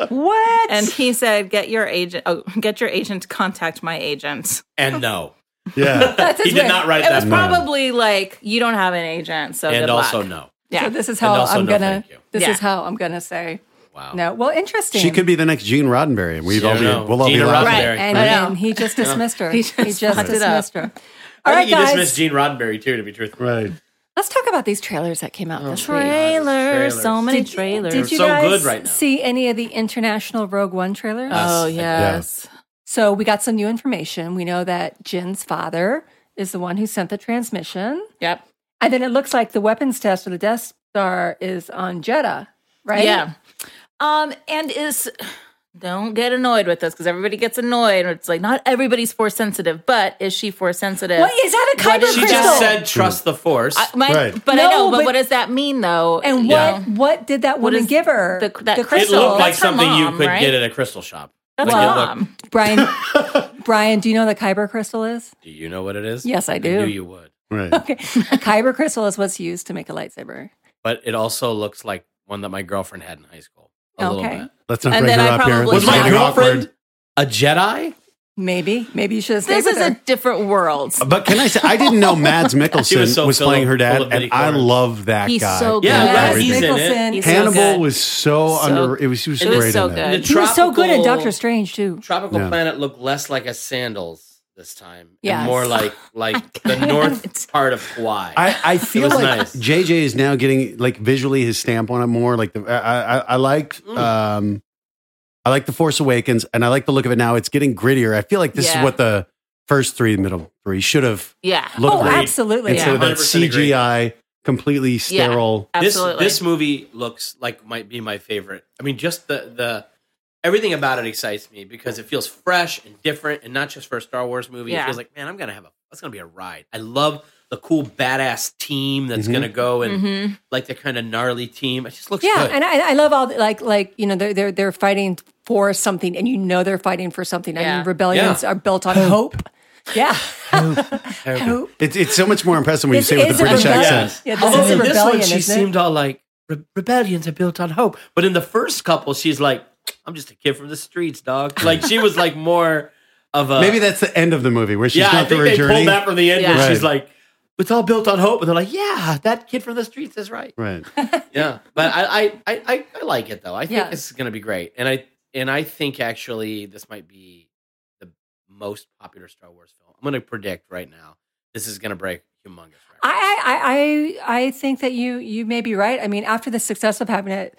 Speaker 1: What?
Speaker 2: And he said, get your agent, oh, get your agent to contact my agent.
Speaker 4: And no,
Speaker 3: Yeah.
Speaker 1: That's
Speaker 4: he
Speaker 1: his
Speaker 4: did
Speaker 1: way.
Speaker 4: not write
Speaker 2: It was
Speaker 4: that.
Speaker 3: No.
Speaker 2: probably like, you don't have an agent, so
Speaker 4: and
Speaker 2: good
Speaker 4: also
Speaker 2: luck.
Speaker 4: no.
Speaker 2: Yeah.
Speaker 1: So this is how
Speaker 4: And also
Speaker 1: I'm
Speaker 4: no,
Speaker 1: gonna.
Speaker 4: thank you.
Speaker 1: This
Speaker 2: Yeah.
Speaker 1: is how I'm gonna say
Speaker 4: Wow.
Speaker 1: no. Well, interesting.
Speaker 3: she could be the next Gene Roddenberry. and We'd
Speaker 4: Yeah,
Speaker 3: all be,
Speaker 4: no.
Speaker 3: we'll all
Speaker 4: Gina
Speaker 3: be laughing.
Speaker 4: Roddenberry.
Speaker 2: Right.
Speaker 1: and,
Speaker 2: I know.
Speaker 1: and he just dismissed her.
Speaker 2: He
Speaker 1: He
Speaker 2: just
Speaker 1: just,
Speaker 2: fucked it up.
Speaker 1: dismissed her.
Speaker 4: I
Speaker 1: All
Speaker 4: think
Speaker 1: right,
Speaker 4: you
Speaker 1: guys.
Speaker 4: dismissed Gene Roddenberry too, to be truthful.
Speaker 3: Right.
Speaker 1: Let's talk about these trailers that came out
Speaker 4: Oh,
Speaker 1: this week.
Speaker 2: Trailers, so
Speaker 4: Trailers.
Speaker 2: many
Speaker 1: Did-
Speaker 2: trailers.
Speaker 1: Did you
Speaker 4: so
Speaker 1: guys
Speaker 4: good right now. Uh.
Speaker 1: see any of the international Rogue One trailers?
Speaker 2: oh,
Speaker 4: Yes.
Speaker 2: yes.
Speaker 1: so we got some new information. We know that Jin's father is the one who sent the transmission,
Speaker 2: Yep.
Speaker 1: and then it looks like the weapons test for the Death Star is on Jeddah, right?
Speaker 2: Yeah. Um, and is don't get annoyed with this because everybody gets annoyed. It's like not everybody's force sensitive, but is she force sensitive?
Speaker 1: What is that a kyber
Speaker 2: is
Speaker 4: She
Speaker 1: crystal?
Speaker 4: just said trust the force.
Speaker 2: I- Uh, my-
Speaker 3: Right.
Speaker 2: But I
Speaker 1: No,
Speaker 2: know. But,
Speaker 1: but-
Speaker 2: what does that mean though?
Speaker 1: and
Speaker 2: You
Speaker 1: what
Speaker 2: know?
Speaker 1: what did that woman
Speaker 2: is
Speaker 1: give her?
Speaker 2: the- that
Speaker 4: it
Speaker 2: crystal?
Speaker 4: looked like
Speaker 2: That's her
Speaker 4: something
Speaker 2: mom,
Speaker 4: you could
Speaker 2: right?
Speaker 4: get at a crystal shop.
Speaker 2: That's
Speaker 4: Like, it
Speaker 2: my
Speaker 4: looked-
Speaker 2: mom.
Speaker 1: Brian, Brian, do you know what the Kyber crystal is?
Speaker 4: Do you know what it is?
Speaker 1: Yes, I do.
Speaker 4: knew you would.
Speaker 3: Right.
Speaker 1: Okay, a Kyber crystal is what's used to make a lightsaber.
Speaker 4: But it also looks like one that my girlfriend had in high school. A
Speaker 1: Okay.
Speaker 4: little bit.
Speaker 3: Let's not
Speaker 2: And
Speaker 3: bring
Speaker 2: then
Speaker 3: her
Speaker 2: I
Speaker 3: up here.
Speaker 2: probably
Speaker 3: Let's
Speaker 4: Was
Speaker 2: It's
Speaker 4: my
Speaker 3: make it awkward.
Speaker 4: girlfriend a Jedi?
Speaker 1: Maybe, maybe you should have stayed
Speaker 2: This
Speaker 1: with
Speaker 2: is a
Speaker 1: her.
Speaker 2: different world.
Speaker 3: But can I say, I didn't know Mads Mikkelsen
Speaker 4: She was
Speaker 3: was,
Speaker 4: so full
Speaker 3: playing
Speaker 4: of-
Speaker 3: her
Speaker 4: full
Speaker 3: dad,
Speaker 4: of
Speaker 3: and
Speaker 4: mini
Speaker 3: I
Speaker 4: corners.
Speaker 3: love that
Speaker 2: He's
Speaker 3: guy.
Speaker 2: so good.
Speaker 4: Yeah,
Speaker 1: Yes,
Speaker 4: he's in it.
Speaker 1: Nicholson.
Speaker 2: He's so
Speaker 3: Hannibal
Speaker 2: good.
Speaker 3: was so,
Speaker 2: So-
Speaker 3: under. It was he was
Speaker 2: it
Speaker 3: great.
Speaker 2: was so
Speaker 3: in it.
Speaker 2: good.
Speaker 1: He was so good at
Speaker 4: Tropical-
Speaker 1: Doctor Strange too.
Speaker 4: Tropical
Speaker 3: Yeah.
Speaker 4: planet looked less like a sandals this time.
Speaker 1: Yes.
Speaker 4: And more like like the north part of Hawaii.
Speaker 3: I, I feel
Speaker 4: was
Speaker 3: like
Speaker 4: nice.
Speaker 3: JJ is now getting like visually his stamp on it more. Like the I I, I liked
Speaker 2: Mm.
Speaker 3: um I like the Force Awakens and I like the look of it now. It's getting grittier. I feel like this
Speaker 2: Yeah.
Speaker 3: is what the first three, middle three should have
Speaker 2: Yeah.
Speaker 3: looked
Speaker 1: oh,
Speaker 3: like
Speaker 1: absolutely.
Speaker 3: instead
Speaker 2: yeah.
Speaker 3: of that
Speaker 4: 100% agree.
Speaker 3: CGI completely sterile.
Speaker 4: this
Speaker 2: Absolutely.
Speaker 4: this movie looks like might be my favorite. I mean, just the the everything about it excites me because it feels fresh and different, and not just for a Star Wars movie.
Speaker 2: Yeah.
Speaker 4: It feels like man, I'm gonna have a that's gonna be a ride. I love the cool badass team that's
Speaker 1: Mm-hmm.
Speaker 4: gonna go and
Speaker 2: Mm-hmm.
Speaker 4: like the kind of gnarly team. It just looks
Speaker 1: Yeah,
Speaker 4: good.
Speaker 1: and I, I love all the, like like you know they're they're they're fighting for something, and you know they're fighting for something. I
Speaker 2: Yeah.
Speaker 1: mean, rebellions
Speaker 4: Yeah.
Speaker 1: are built on hope. Yeah, hope.
Speaker 3: It's it's so much more impressive when you
Speaker 1: This
Speaker 3: say it with
Speaker 1: is
Speaker 3: a
Speaker 1: a
Speaker 3: British
Speaker 1: rebellion.
Speaker 3: accent.
Speaker 1: Yeah, this
Speaker 4: Although
Speaker 1: is a
Speaker 4: in Oh, this one,
Speaker 1: rebellion,
Speaker 4: she
Speaker 1: isn't it?
Speaker 4: seemed all like "Re- rebellions are built on hope, but in the first couple, she's like, "I'm just a kid from the streets, dog." Like she was like more of a
Speaker 3: Maybe that's the end of the movie where she's
Speaker 4: Uh, yeah, I
Speaker 3: not
Speaker 4: think
Speaker 3: through her
Speaker 4: they
Speaker 3: journey.
Speaker 4: pulled that from the end where
Speaker 2: Yeah.
Speaker 4: she's
Speaker 3: Right.
Speaker 4: like, "It's all built on hope," and they're like, "Yeah, that kid from the streets is right."
Speaker 3: Right.
Speaker 4: Yeah, but I I, I, I, I like it though. I think
Speaker 1: Yeah.
Speaker 4: this is going to be great, and I and I think actually this might be the most popular Star Wars film. I'm going to predict right now this is going to break humongous record.
Speaker 1: I, I, I, I think that you you may be right. I mean, after the success of having it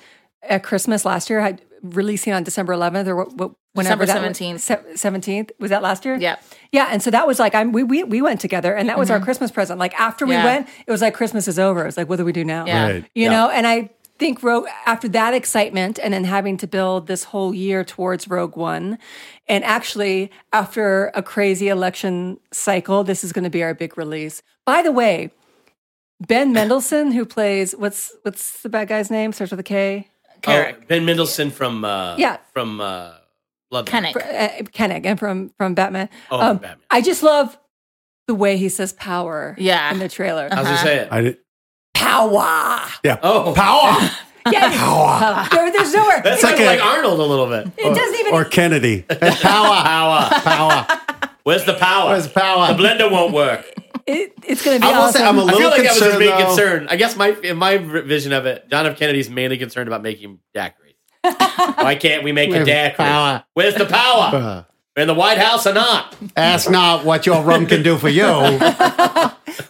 Speaker 1: at Christmas last year, I, releasing on December 11th or what, what, whenever
Speaker 2: December
Speaker 1: that
Speaker 2: 17th.
Speaker 1: was, Se- 17th was that last year?
Speaker 2: Yeah. Mm-hmm.
Speaker 1: yeah. And so that was like I'm we we, we went together, and that was our Christmas present. Like after
Speaker 2: Yeah.
Speaker 1: we went, it was like Christmas is over. It was like what do we do now?
Speaker 2: Yeah.
Speaker 3: Right.
Speaker 1: you know and i think rogue after that excitement and then having to build this whole year towards rogue one and actually after a crazy election cycle this is going to be our big release by the way ben mendelsohn who plays what's what's the bad guy's name starts with a k
Speaker 2: Carrick.
Speaker 4: Oh, ben Mendelsohn from uh,
Speaker 1: Yeah.
Speaker 4: from uh, Blood.
Speaker 2: Kennick.
Speaker 1: uh, Koenig and from from batman Um,
Speaker 4: Oh, from Batman.
Speaker 1: i just love the way he says power
Speaker 2: Yeah.
Speaker 1: in the trailer
Speaker 4: How's he say it?
Speaker 3: I did,
Speaker 1: power
Speaker 3: yeah.
Speaker 4: Oh.
Speaker 3: power.
Speaker 1: yeah power. There, there's nowhere
Speaker 4: That
Speaker 1: It's-
Speaker 4: sounds
Speaker 3: like
Speaker 4: like
Speaker 3: a-
Speaker 4: Arnold a little bit.
Speaker 1: it doesn't even
Speaker 3: or Kennedy.
Speaker 4: power, power,
Speaker 3: power.
Speaker 4: Where's the power?
Speaker 3: Where's power?
Speaker 4: The blender won't work.
Speaker 1: it, it's going to be
Speaker 3: I will
Speaker 1: awesome.
Speaker 3: say I'm a
Speaker 4: I
Speaker 3: little
Speaker 4: feel like that was
Speaker 3: concerned.
Speaker 4: his main
Speaker 3: though.
Speaker 4: concern. I guess my in my r- vision of it, John F. Kennedy's mainly concerned about making daiquiris. Why can't we make a
Speaker 3: Where's the
Speaker 4: daiquiri?
Speaker 3: power?
Speaker 4: Where's the power?
Speaker 3: Uh,
Speaker 4: In the White House or not?
Speaker 3: ask not what your rum can do for you.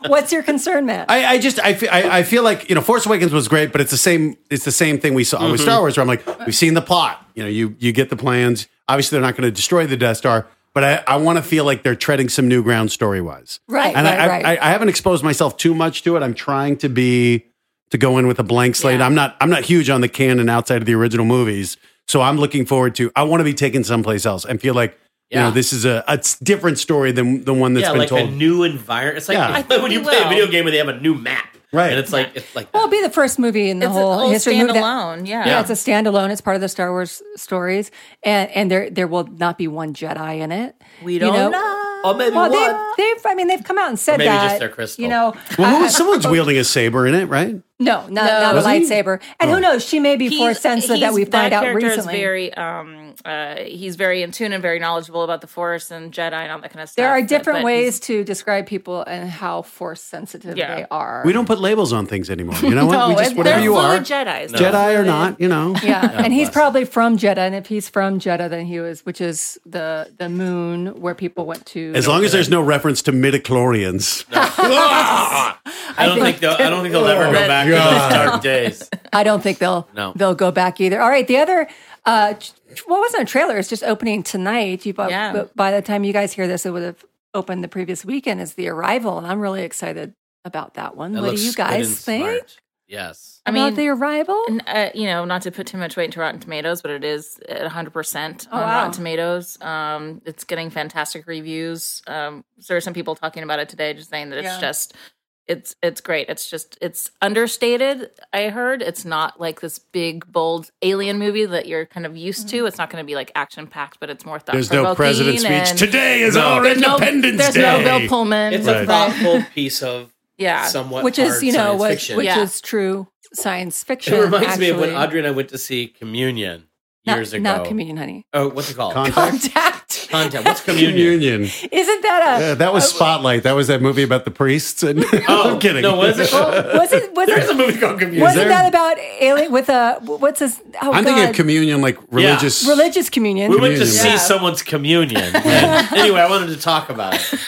Speaker 1: What's your concern, Matt?
Speaker 3: I, I just I feel, I, I feel like you know Force Awakens was great, but it's the same it's the same thing we saw with
Speaker 4: Mm-hmm.
Speaker 3: Star Wars. Where I'm like, we've seen the plot. You know, you you get the plans. Obviously, they're not going to destroy the Death Star, but I, I want to feel like they're treading some new ground story wise.
Speaker 1: Right,
Speaker 3: And I,
Speaker 1: right, right.
Speaker 3: I, I haven't exposed myself too much to it. I'm trying to be to go in with a blank slate. I'm not I'm not huge on the canon outside of the original movies, so I'm looking forward to. I want to be taken someplace else and feel like. You
Speaker 4: Yeah.
Speaker 3: know, this is a, a different story than the one that's
Speaker 4: yeah,
Speaker 3: been
Speaker 4: like
Speaker 3: told.
Speaker 4: a new environment. It's like
Speaker 3: Yeah. I
Speaker 2: think
Speaker 4: when you
Speaker 2: we
Speaker 4: play
Speaker 2: will.
Speaker 4: a video game where they have a new map,
Speaker 3: Right.
Speaker 4: And it's like it's like
Speaker 1: Well, it'll be the first movie in the
Speaker 2: It's a
Speaker 1: whole
Speaker 2: whole
Speaker 1: history movie that-
Speaker 2: standalone,
Speaker 1: yeah,
Speaker 2: yeah. Yeah.
Speaker 1: it's a standalone. It's part of the Star Wars stories, and and there there will not be one Jedi in it.
Speaker 2: We
Speaker 1: You
Speaker 2: don't know.
Speaker 4: or oh, maybe
Speaker 1: Well,
Speaker 4: what?
Speaker 1: they, they've I mean they've come out and said
Speaker 4: maybe
Speaker 1: that
Speaker 4: just their crystal.
Speaker 1: You know,
Speaker 3: well, who,
Speaker 1: I- I-
Speaker 3: someone's wielding a saber in it, right?
Speaker 1: no, not, not a
Speaker 3: Wasn't he?
Speaker 1: lightsaber, and who knows? She may be force sensitive that
Speaker 2: he's-
Speaker 1: we find
Speaker 2: that
Speaker 1: out
Speaker 2: character
Speaker 1: recently.
Speaker 2: Is very, um, uh, he's very in tune and very knowledgeable about the Force and Jedi and all that kind of stuff.
Speaker 1: there are
Speaker 2: but-
Speaker 1: different
Speaker 2: but he's-
Speaker 1: ways to describe people and how force sensitive
Speaker 2: Yeah.
Speaker 1: they are.
Speaker 3: We don't put labels on things anymore. You know what?
Speaker 2: No,
Speaker 3: we just
Speaker 2: it-
Speaker 3: whatever
Speaker 2: they're
Speaker 3: you
Speaker 2: fully
Speaker 3: are,
Speaker 2: Jedi's.
Speaker 4: No.
Speaker 3: Jedi or not, you know.
Speaker 1: Yeah, and he's
Speaker 4: bless him.
Speaker 1: probably from Jeddah, and if he's from Jeddah, then he was, which is the the moon where people went to.
Speaker 3: As long as there's no reference to midichlorians.
Speaker 4: Ah! I don't think they'll, I don't think they'll ever go
Speaker 3: Oh,
Speaker 4: back to
Speaker 3: God.
Speaker 4: those dark days.
Speaker 1: I don't think they'll
Speaker 4: No.
Speaker 1: they'll go back either. All right, the other uh tr- what wasn't a trailer, it's just opening tonight. You bought,
Speaker 2: Yeah.
Speaker 1: but by the time you guys hear this, it would have opened the previous weekend is the arrival, and I'm really excited about that one.
Speaker 4: That
Speaker 1: what do
Speaker 4: looks
Speaker 1: you
Speaker 4: good
Speaker 1: guys
Speaker 4: and
Speaker 1: think
Speaker 4: smart. Yes.
Speaker 2: I
Speaker 1: about
Speaker 2: mean,
Speaker 1: the arrival?
Speaker 2: n- uh, you know, not to put too much weight into Rotten Tomatoes, but it is at 100%
Speaker 1: Oh,
Speaker 2: on
Speaker 1: wow.
Speaker 2: Rotten Tomatoes. Um, it's getting fantastic reviews. Um, there are some people talking about it today, just saying that it's
Speaker 1: Yeah.
Speaker 2: just, it's it's great. It's just it's understated. I heard it's not like this big bold alien movie that you're kind of used to. It's not going to be like action packed, but it's more thought
Speaker 3: Mm. There's no president speech. Today is our Independence
Speaker 2: there's
Speaker 3: Day.
Speaker 2: no Bill Pullman.
Speaker 4: It's
Speaker 3: Right.
Speaker 4: a thoughtful piece of
Speaker 2: yeah.
Speaker 4: somewhat
Speaker 1: Which is,
Speaker 4: hard
Speaker 1: you know,
Speaker 4: science
Speaker 1: what
Speaker 4: fiction.
Speaker 1: which
Speaker 2: Yeah.
Speaker 1: is true science fiction.
Speaker 4: It reminds me of when
Speaker 1: actually.
Speaker 4: Audrey and I went to see Communion
Speaker 1: Not-
Speaker 4: years ago.
Speaker 1: Not communion, honey.
Speaker 4: Oh, what's it called?
Speaker 1: Contact.
Speaker 4: Contact. What's communion?
Speaker 3: Union.
Speaker 1: Isn't that a
Speaker 3: Yeah, that was Spotlight. That was that movie about the priests. And
Speaker 4: Oh,
Speaker 3: I'm kidding.
Speaker 4: No, what is it called?
Speaker 1: was it was
Speaker 4: There's
Speaker 1: it
Speaker 4: a movie called Communion.
Speaker 1: wasn't that
Speaker 3: there-
Speaker 1: about alien with a what's his oh
Speaker 3: I'm
Speaker 1: God.
Speaker 3: thinking of communion, like religious.
Speaker 1: religious communion
Speaker 4: we went to
Speaker 3: Communion.
Speaker 4: see
Speaker 1: Yeah.
Speaker 4: someone's communion. And anyway, I wanted to talk about it.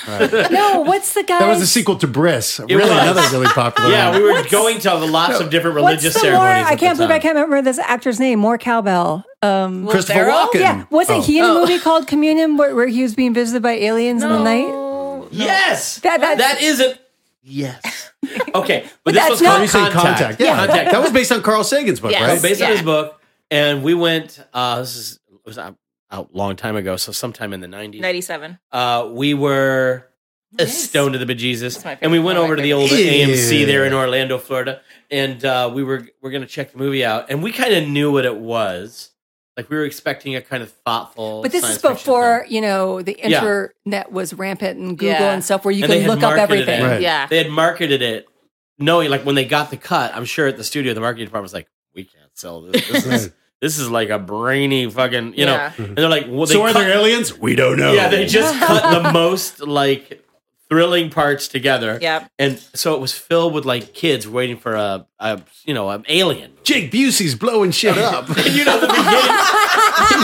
Speaker 1: no what's the guy
Speaker 3: That was the sequel to Briss. Really,
Speaker 4: was.
Speaker 3: another really popular.
Speaker 4: Yeah,
Speaker 3: one.
Speaker 4: we were going to lots of different
Speaker 1: what's
Speaker 4: religious
Speaker 1: the more
Speaker 4: ceremonies.
Speaker 1: I
Speaker 4: at
Speaker 1: can't
Speaker 4: the
Speaker 1: believe I
Speaker 4: time.
Speaker 1: can't remember this actor's name more cowbell um
Speaker 3: Christopher
Speaker 2: Ferrell?
Speaker 3: Walken.
Speaker 1: yeah wasn't
Speaker 3: Oh.
Speaker 1: he in a movie called communion where, where he was being visited by aliens in the night
Speaker 2: No.
Speaker 4: Yes,
Speaker 1: That- that-
Speaker 4: that isn't. Yes. Okay, but, this
Speaker 1: that's
Speaker 4: was
Speaker 1: not-
Speaker 3: Oh,
Speaker 4: called
Speaker 3: you said contact. Yeah,
Speaker 4: Contact.
Speaker 3: that was based on Carl Sagan's book,
Speaker 2: Yes.
Speaker 3: right?
Speaker 4: So based on
Speaker 2: Yeah.
Speaker 4: his book, and we went. Uh, this is it was out, out a long time ago, so sometime in the nineties.
Speaker 2: 97.
Speaker 4: Uh, we were
Speaker 2: Nice.
Speaker 4: stoned to the bejesus,
Speaker 2: my favorite-
Speaker 4: and we went
Speaker 2: one of
Speaker 4: over
Speaker 2: my
Speaker 4: to the old
Speaker 3: favorites.
Speaker 4: AMC there in
Speaker 3: Yeah.
Speaker 4: Orlando, Florida, and uh, we were we're gonna check the movie out, and we kind of knew what it was. Like we were expecting a kind of thoughtful.
Speaker 1: but this is
Speaker 4: science fiction
Speaker 1: before
Speaker 4: thing.
Speaker 1: you know the
Speaker 4: Yeah.
Speaker 1: internet was rampant and Google
Speaker 2: Yeah.
Speaker 1: and stuff where you
Speaker 4: And they
Speaker 1: can
Speaker 4: had
Speaker 1: look up
Speaker 4: marketed
Speaker 1: everything
Speaker 4: it.
Speaker 3: Right.
Speaker 2: Yeah.
Speaker 4: they had marketed it, knowing like when they got the cut. I'm sure at the studio, the marketing department was like, "We can't sell this. This is this is like a brainy fucking you
Speaker 2: Yeah.
Speaker 4: know." And they're like, "Well, they
Speaker 3: So are
Speaker 4: cut-
Speaker 3: there aliens? We don't know.
Speaker 4: Yeah, they just cut the most like thrilling parts together.
Speaker 2: Yep.
Speaker 4: And so it was filled with like kids waiting for a, a you know, an alien.
Speaker 3: Jake Busey's blowing shit up.
Speaker 4: And you know the beginning.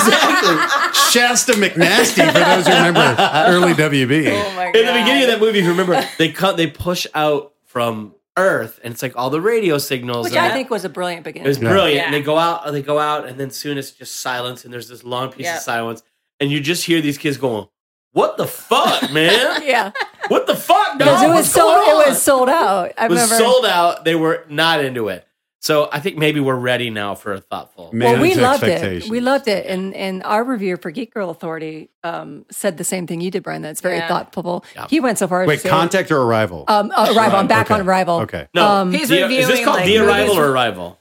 Speaker 3: exactly. Shasta McNasty, for those who remember early WB.
Speaker 2: Oh my
Speaker 4: In the beginning of that movie, if you remember, they cut they push out from Earth, and it's like all the radio signals.
Speaker 1: Which
Speaker 4: and
Speaker 1: I
Speaker 4: that-
Speaker 1: think was a brilliant
Speaker 4: It was
Speaker 1: beginning.
Speaker 4: brilliant.
Speaker 2: Yeah.
Speaker 4: And they go out, they go out, and then soon it's just silence, and there's this long piece
Speaker 2: Yeah.
Speaker 4: of silence, and you just hear these kids going, "What the fuck, man?
Speaker 1: Yeah,
Speaker 4: what the fuck, dog?
Speaker 1: because it was
Speaker 4: What's
Speaker 1: sold.
Speaker 4: going
Speaker 1: It
Speaker 4: on?"
Speaker 1: was sold out. I
Speaker 4: It was
Speaker 1: remember.
Speaker 4: sold out. They were not into it. So I think maybe we're ready now for a thoughtful.
Speaker 1: well, we
Speaker 3: Manage
Speaker 1: loved it.
Speaker 3: expectations.
Speaker 1: We loved it, and and our reviewer for Geek Girl Authority um, said the same thing you did, Brian. That's very
Speaker 2: Yeah.
Speaker 1: thoughtful. He went so far. as
Speaker 3: Wait,
Speaker 1: to say,
Speaker 3: contact or arrival?
Speaker 1: Um, uh, arrival. I'm back
Speaker 3: Okay.
Speaker 1: on arrival.
Speaker 3: Okay.
Speaker 4: No,
Speaker 1: Um,
Speaker 2: He's
Speaker 4: The- is this
Speaker 2: reviewing,
Speaker 4: called
Speaker 2: like,
Speaker 4: The Arrival
Speaker 2: movies.
Speaker 4: or Arrival?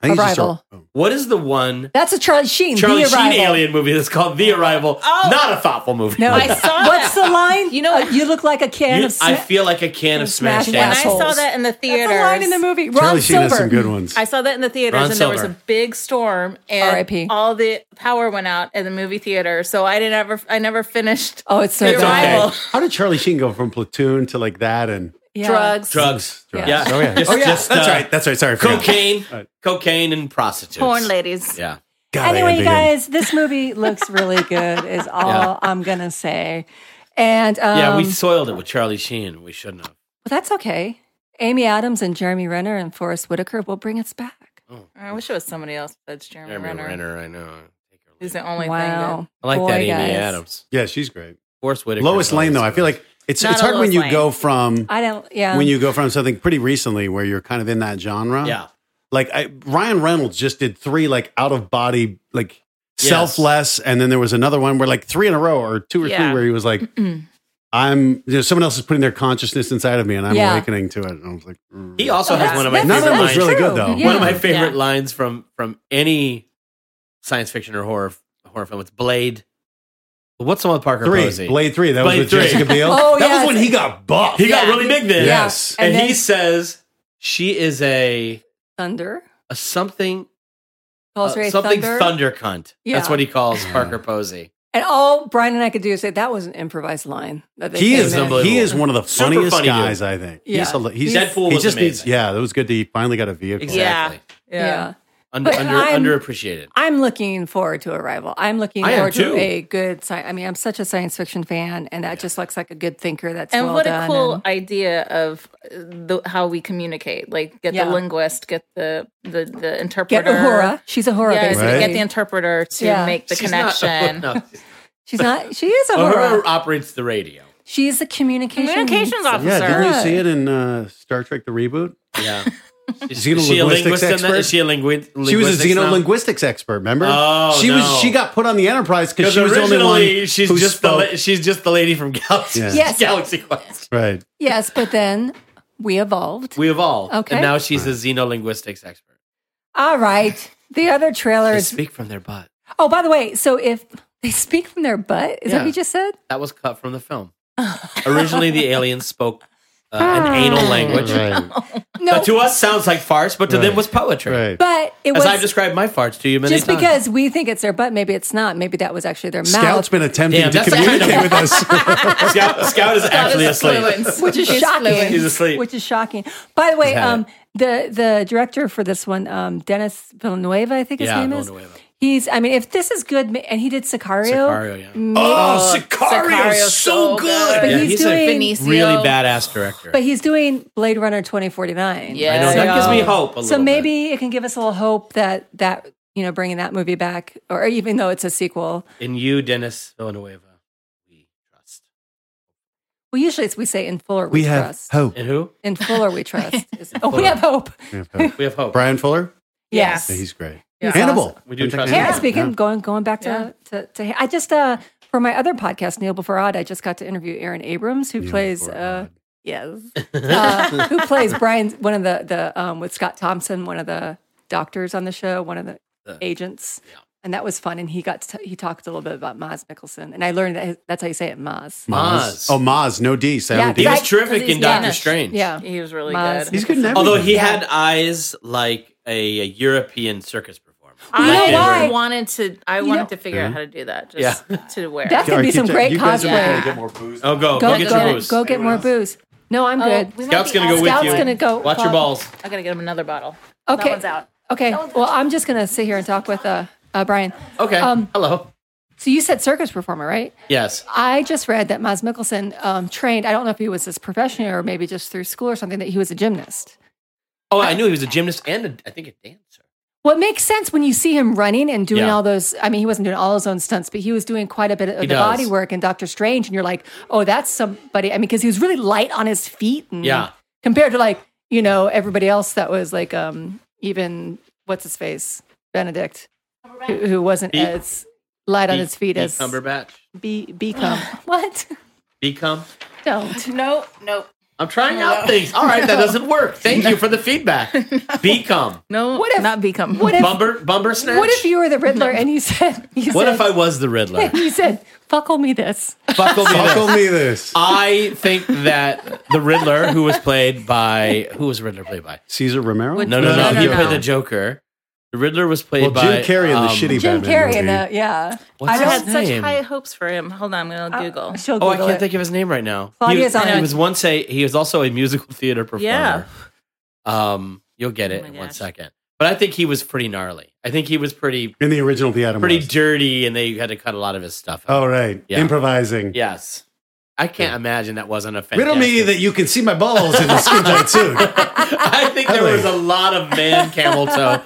Speaker 3: I think it's just
Speaker 1: Arrival.
Speaker 3: a- oh.
Speaker 4: What is the one
Speaker 1: That's a Charlie Sheen.
Speaker 4: Charlie
Speaker 1: the
Speaker 4: Sheen
Speaker 1: arrival.
Speaker 4: alien movie that's called The Arrival?
Speaker 2: Oh.
Speaker 4: Not a thoughtful movie.
Speaker 1: No,
Speaker 2: I saw
Speaker 1: What's
Speaker 2: that.
Speaker 1: the line? You
Speaker 2: know-
Speaker 1: you look like a can
Speaker 4: You-
Speaker 1: of.
Speaker 4: I
Speaker 1: sna-
Speaker 4: feel like a can of
Speaker 1: Smash
Speaker 2: when
Speaker 4: smashed
Speaker 2: I
Speaker 4: assholes.
Speaker 2: saw
Speaker 1: assholes.
Speaker 2: that in the
Speaker 1: That's
Speaker 2: theaters.
Speaker 1: the line in the movie. Ron
Speaker 3: Charlie Sheen
Speaker 1: Silver.
Speaker 3: has some good ones.
Speaker 2: I saw that in the theaters,
Speaker 4: Ron
Speaker 2: and there was a
Speaker 4: Silver.
Speaker 2: big storm, and
Speaker 1: R.I.P..
Speaker 2: all the power went out in the movie theater. So I didn't ever, I never finished
Speaker 1: Oh, it's so
Speaker 2: The
Speaker 1: good.
Speaker 4: okay.
Speaker 2: Arrival.
Speaker 3: How did Charlie Sheen go from platoon to like that and
Speaker 1: Yeah.
Speaker 2: drugs,
Speaker 4: Drugs.
Speaker 3: Yeah.
Speaker 4: Yeah.
Speaker 3: Oh yeah.
Speaker 4: Just-
Speaker 3: oh yeah.
Speaker 4: just,
Speaker 3: that's
Speaker 4: uh,
Speaker 3: right. That's right. Sorry. I forgot.
Speaker 4: Cocaine, cocaine, and prostitutes.
Speaker 2: porn ladies.
Speaker 4: Yeah.
Speaker 3: God, I
Speaker 1: Anyway,
Speaker 3: envy
Speaker 1: you
Speaker 3: him.
Speaker 1: guys, this movie looks really good. Is all
Speaker 4: Yeah.
Speaker 1: I'm gonna say. And um,
Speaker 4: Yeah, we soiled it with Charlie Sheen. We shouldn't have.
Speaker 1: Well, that's okay. Amy Adams and Jeremy Renner and Forrest Whitaker will bring us back.
Speaker 2: I wish it was somebody else besides Jeremy,
Speaker 4: Oh. Jeremy
Speaker 2: Renner.
Speaker 4: Renner. I know.
Speaker 2: He's the only thing.
Speaker 1: wow.
Speaker 4: I like
Speaker 1: Boy,
Speaker 4: that Amy
Speaker 1: guys.
Speaker 4: Adams.
Speaker 3: Yeah, she's great.
Speaker 4: Forrest Whitaker.
Speaker 3: Lois Lane, though, I feel like it's
Speaker 2: Not
Speaker 3: it's
Speaker 2: a
Speaker 3: hard when
Speaker 2: Lois
Speaker 3: you
Speaker 2: Lane.
Speaker 3: go from
Speaker 1: I don't. Yeah.
Speaker 3: when you go from something pretty recently where you're kind of in that genre.
Speaker 4: Yeah.
Speaker 3: Like I, Ryan Reynolds just did three like out of body like
Speaker 4: Yes.
Speaker 3: selfless, and then there was another one where like three in a row or two or
Speaker 2: Yeah.
Speaker 3: three where he was like. I'm you know, someone else is putting their consciousness inside of me and I'm
Speaker 1: Yeah.
Speaker 3: awakening to it. And I was like, mm.
Speaker 4: He also has
Speaker 1: That's-
Speaker 4: one of my
Speaker 1: that's-
Speaker 3: None of
Speaker 4: favorite
Speaker 3: them
Speaker 1: that's
Speaker 4: lines.
Speaker 3: was really
Speaker 1: true.
Speaker 3: good, though.
Speaker 1: Yeah.
Speaker 4: One of my favorite
Speaker 2: Yeah.
Speaker 4: lines from from any science fiction or horror horror film. It's Blade. What's the one with Parker
Speaker 3: three,
Speaker 4: Posey?
Speaker 3: Blade three. That
Speaker 4: Blade
Speaker 3: was with
Speaker 4: three.
Speaker 3: Jessica Biel.
Speaker 1: Oh,
Speaker 3: that
Speaker 1: yes.
Speaker 3: was when he got buff.
Speaker 4: He got
Speaker 2: Yeah.
Speaker 4: really big then.
Speaker 1: Yeah.
Speaker 3: Yes.
Speaker 4: And,
Speaker 1: then
Speaker 4: he says she is a,
Speaker 1: thunder.
Speaker 4: a something
Speaker 1: Calls
Speaker 4: uh,
Speaker 1: her a
Speaker 4: something
Speaker 1: thunder.
Speaker 4: thunder. cunt.
Speaker 1: Yeah.
Speaker 4: That's what he calls Parker Posey.
Speaker 1: And all Brian and I could do is say that was an improvised line. That they
Speaker 3: He
Speaker 1: came
Speaker 3: is
Speaker 1: in.
Speaker 4: unbelievable.
Speaker 3: he is one of the
Speaker 4: Super
Speaker 3: funniest
Speaker 4: funny dude.
Speaker 3: guys, I think.
Speaker 1: Yeah.
Speaker 3: He's, a- he's
Speaker 4: Deadpool
Speaker 3: he
Speaker 4: was
Speaker 3: just needs
Speaker 4: amazing.
Speaker 3: yeah, that was good that he finally got a vehicle.
Speaker 4: Exactly.
Speaker 2: Yeah. Yeah.
Speaker 1: yeah.
Speaker 4: Under,
Speaker 1: But
Speaker 4: under
Speaker 1: I'm-
Speaker 4: underappreciated.
Speaker 1: I'm looking forward to Arrival. I'm looking
Speaker 4: I am
Speaker 1: forward to
Speaker 4: too.
Speaker 1: a good sci I mean, I'm such a science fiction fan, and that just looks like a good thinker. That's
Speaker 2: And
Speaker 1: well
Speaker 2: what a
Speaker 1: done
Speaker 2: cool
Speaker 1: and-
Speaker 2: idea of uh, the, how we communicate. Like, get
Speaker 1: Yeah.
Speaker 2: the linguist, get the the, the interpreter.
Speaker 1: get a horror. She's a horror.
Speaker 2: Yeah,
Speaker 1: basically.
Speaker 3: Right.
Speaker 2: get the interpreter to
Speaker 1: Yeah.
Speaker 2: make the
Speaker 4: She's not-
Speaker 2: connection.
Speaker 4: no.
Speaker 1: She's not. She is a horror.
Speaker 4: Uhura operates the radio.
Speaker 1: She's a communication.
Speaker 2: Communications officer.
Speaker 3: Yeah, didn't you
Speaker 1: Sure.
Speaker 3: see it in uh, Star Trek the reboot?
Speaker 4: Yeah. Is,
Speaker 3: she a linguistics
Speaker 4: in that?
Speaker 3: expert?
Speaker 4: Is she a lingui-
Speaker 3: She was a
Speaker 4: linguistics now?
Speaker 3: xenolinguistics expert, remember?
Speaker 4: Oh,
Speaker 3: she
Speaker 4: no.
Speaker 3: was she got put on the Enterprise because
Speaker 4: Because
Speaker 3: she was the only
Speaker 4: originally
Speaker 3: one
Speaker 4: she's
Speaker 3: who
Speaker 4: just
Speaker 3: spoke.
Speaker 4: the la- she's just the lady from Galaxy
Speaker 3: Yeah.
Speaker 1: Yes.
Speaker 4: Galaxy Quest.
Speaker 3: right.
Speaker 1: Yes, but then we evolved.
Speaker 4: We evolved,
Speaker 1: Okay.
Speaker 4: and now she's a xenolinguistics expert.
Speaker 1: All right. The other
Speaker 4: They
Speaker 1: trailers.
Speaker 4: speak from their butt.
Speaker 1: Oh, by the way, so if they speak from their butt, is that
Speaker 4: Yeah.
Speaker 1: what you just said?
Speaker 4: That was cut from the film. Originally, the aliens spoke uh,
Speaker 1: Ah.
Speaker 4: an anal language
Speaker 3: Right.
Speaker 1: No,
Speaker 4: that to us sounds like farce, but to them
Speaker 3: Right.
Speaker 4: was poetry.
Speaker 3: Right.
Speaker 1: but it
Speaker 4: As
Speaker 1: was
Speaker 4: I've described my farts to you many
Speaker 1: just
Speaker 4: times.
Speaker 1: because we think it's their butt. Maybe it's not. Maybe that was actually their
Speaker 3: Scout's
Speaker 1: mouth.
Speaker 3: been attempting
Speaker 4: Damn,
Speaker 3: to
Speaker 4: that's
Speaker 3: communicate
Speaker 4: kind of-
Speaker 3: with us.
Speaker 4: Scout, Scout is actually asleep.
Speaker 1: which is shocking.
Speaker 4: He's asleep.
Speaker 1: Which is shocking. By the way,
Speaker 4: had
Speaker 1: um, the the director for this one, um, Dennis Villanueva, I think his
Speaker 4: Yeah,
Speaker 1: name is.
Speaker 4: Villanueva.
Speaker 1: He's. I mean, if this is good, ma- and he did Sicario.
Speaker 4: Sicario, yeah.
Speaker 3: oh, Sicario,
Speaker 2: Sicario's so
Speaker 3: so good.
Speaker 1: But
Speaker 4: Yeah,
Speaker 1: he's,
Speaker 4: he's a
Speaker 1: doing.
Speaker 2: Benicio.
Speaker 4: Really badass director.
Speaker 1: but he's doing Blade Runner twenty forty nine.
Speaker 2: Yeah.
Speaker 4: I know
Speaker 2: So-
Speaker 4: that gives me hope. A
Speaker 1: So
Speaker 4: little bit.
Speaker 1: maybe it can give us a little hope that that you know bringing that movie back, or even though it's a sequel.
Speaker 4: in you, Dennis Villanueva, we trust.
Speaker 1: Well, usually it's we say in Fuller we,
Speaker 3: We have
Speaker 1: trust.
Speaker 3: hope.
Speaker 4: And who?
Speaker 1: In Fuller we trust. Is- oh, we have hope.
Speaker 3: We have hope.
Speaker 4: We have hope.
Speaker 3: Brian Fuller,
Speaker 1: Yes.
Speaker 3: yeah, he's great.
Speaker 1: He's
Speaker 3: Hannibal,
Speaker 4: We do trust
Speaker 1: Yeah,
Speaker 4: Yeah.
Speaker 1: speaking going going back to,
Speaker 2: Yeah.
Speaker 1: to to I just uh for my other podcast Neil Before Odd I just got to interview Aaron Abrams who
Speaker 3: Neil
Speaker 1: plays
Speaker 3: Before
Speaker 1: uh
Speaker 3: Odd.
Speaker 1: yes uh, who plays Brian one of the the um with Scott Thompson one of the doctors on the show one of the agents and that was fun and he got to, he talked a little bit about Maz Mickelson and I learned that his- that's how you say it Maz
Speaker 4: Maz.
Speaker 3: Oh, Maz, no D,
Speaker 1: Yeah,
Speaker 3: silent
Speaker 4: He
Speaker 3: D.
Speaker 4: was
Speaker 1: Right,
Speaker 4: terrific
Speaker 2: 'cause he's
Speaker 4: in Doctor
Speaker 2: Danish.
Speaker 4: Strange.
Speaker 1: yeah
Speaker 2: He was really
Speaker 1: Miles.
Speaker 2: good.
Speaker 3: He's good in everything.
Speaker 4: Although he
Speaker 1: Yeah.
Speaker 4: had eyes like a, a European circus performer.
Speaker 1: You know
Speaker 2: I
Speaker 1: why?
Speaker 2: wanted to. I
Speaker 1: You
Speaker 2: wanted
Speaker 1: know-
Speaker 2: to figure out how to do that. Just
Speaker 4: Yeah.
Speaker 2: to wear.
Speaker 1: That's gonna be some great
Speaker 5: you guys are
Speaker 1: cosplay.
Speaker 5: gonna get more booze.
Speaker 4: Oh, go. Go,
Speaker 1: Go,
Speaker 4: get
Speaker 1: go,
Speaker 4: your booze.
Speaker 1: go get more booze. No, I'm
Speaker 2: Oh,
Speaker 1: good.
Speaker 2: we might
Speaker 4: Scout's
Speaker 2: be
Speaker 4: going to go
Speaker 2: out.
Speaker 4: with
Speaker 1: Scout's
Speaker 4: you.
Speaker 1: gonna go
Speaker 4: Watch your
Speaker 1: follow-
Speaker 4: balls.
Speaker 2: I gotta get him another bottle.
Speaker 1: Okay.
Speaker 2: that one's out.
Speaker 1: Okay.
Speaker 2: That one's
Speaker 1: Well, I'm just gonna sit here and talk with uh, uh Brian.
Speaker 4: Okay.
Speaker 1: Um,
Speaker 4: Hello.
Speaker 1: So you said circus performer, right?
Speaker 4: Yes.
Speaker 1: I just read that Maz Mikkelsen um, trained. I don't know if he was his professional or maybe just through school or something. That he was a gymnast.
Speaker 4: Oh,
Speaker 1: uh,
Speaker 4: I knew he was a gymnast and a, I think a dancer.
Speaker 1: Well, it makes sense when you see him running and doing
Speaker 4: Yeah.
Speaker 1: all those. I mean, he wasn't doing all his own stunts, but he was doing quite a bit of
Speaker 4: He
Speaker 1: the
Speaker 4: does.
Speaker 1: body work and Doctor Strange. And you're like, oh, that's somebody. I mean, because he was really light on his feet. And
Speaker 4: Yeah.
Speaker 1: Compared to like, you know, everybody else that was like, um, even what's his face? Benedict, who, who wasn't
Speaker 4: Be-
Speaker 1: as light on
Speaker 4: Be-
Speaker 1: his feet
Speaker 4: Be
Speaker 1: as
Speaker 4: Cumberbatch.
Speaker 1: be become. what?
Speaker 4: Become.
Speaker 1: Don't.
Speaker 2: No, no,
Speaker 4: I'm trying out things. All right, that doesn't work. Thank you for the feedback. Become.
Speaker 2: no.
Speaker 1: What if-
Speaker 2: not become?
Speaker 1: What if?
Speaker 4: Bumber, bumper snatch.
Speaker 1: What if you were the Riddler and you said? You
Speaker 4: What
Speaker 1: said,
Speaker 4: if I was the Riddler?
Speaker 1: You said, "Buckle me this."
Speaker 4: Buckle me this.
Speaker 3: Buckle me this.
Speaker 4: I think that the Riddler, who was played by who was Riddler played by?
Speaker 3: Caesar Romero?
Speaker 4: No, no, no.
Speaker 2: No, no,
Speaker 4: he
Speaker 2: no.
Speaker 4: played the Joker. The Riddler was
Speaker 3: Well,
Speaker 4: played by
Speaker 3: Jim Carrey in the
Speaker 4: um,
Speaker 3: shitty
Speaker 1: Jim
Speaker 3: Batman
Speaker 1: Carrey, in
Speaker 3: movie.
Speaker 1: the, yeah.
Speaker 4: What's
Speaker 1: I
Speaker 2: I
Speaker 1: don't-
Speaker 2: had
Speaker 4: his
Speaker 2: such
Speaker 4: name?
Speaker 2: high hopes for him. Hold on, I'm
Speaker 1: Uh,
Speaker 2: gonna Google.
Speaker 1: She'll
Speaker 4: Oh, I
Speaker 1: Google
Speaker 4: can't
Speaker 1: it.
Speaker 4: think of his name right now. he
Speaker 1: Claudia's
Speaker 4: was,
Speaker 1: on
Speaker 4: he
Speaker 1: it.
Speaker 4: was once a he was also a musical theater performer.
Speaker 2: Yeah. Oh
Speaker 4: Um, you'll get it
Speaker 2: my
Speaker 4: in one
Speaker 2: gosh.
Speaker 4: second. But I think he was pretty gnarly. I think he was pretty
Speaker 3: In the original Theater.
Speaker 4: pretty dirty, and they had to cut a lot of his stuff. out.
Speaker 3: Oh, right.
Speaker 4: Yeah.
Speaker 3: Improvising.
Speaker 4: Yes, I can't imagine that wasn't a
Speaker 3: Riddle me that you can see my balls in the skin tight suit.
Speaker 4: I think there was a lot of man camel toe,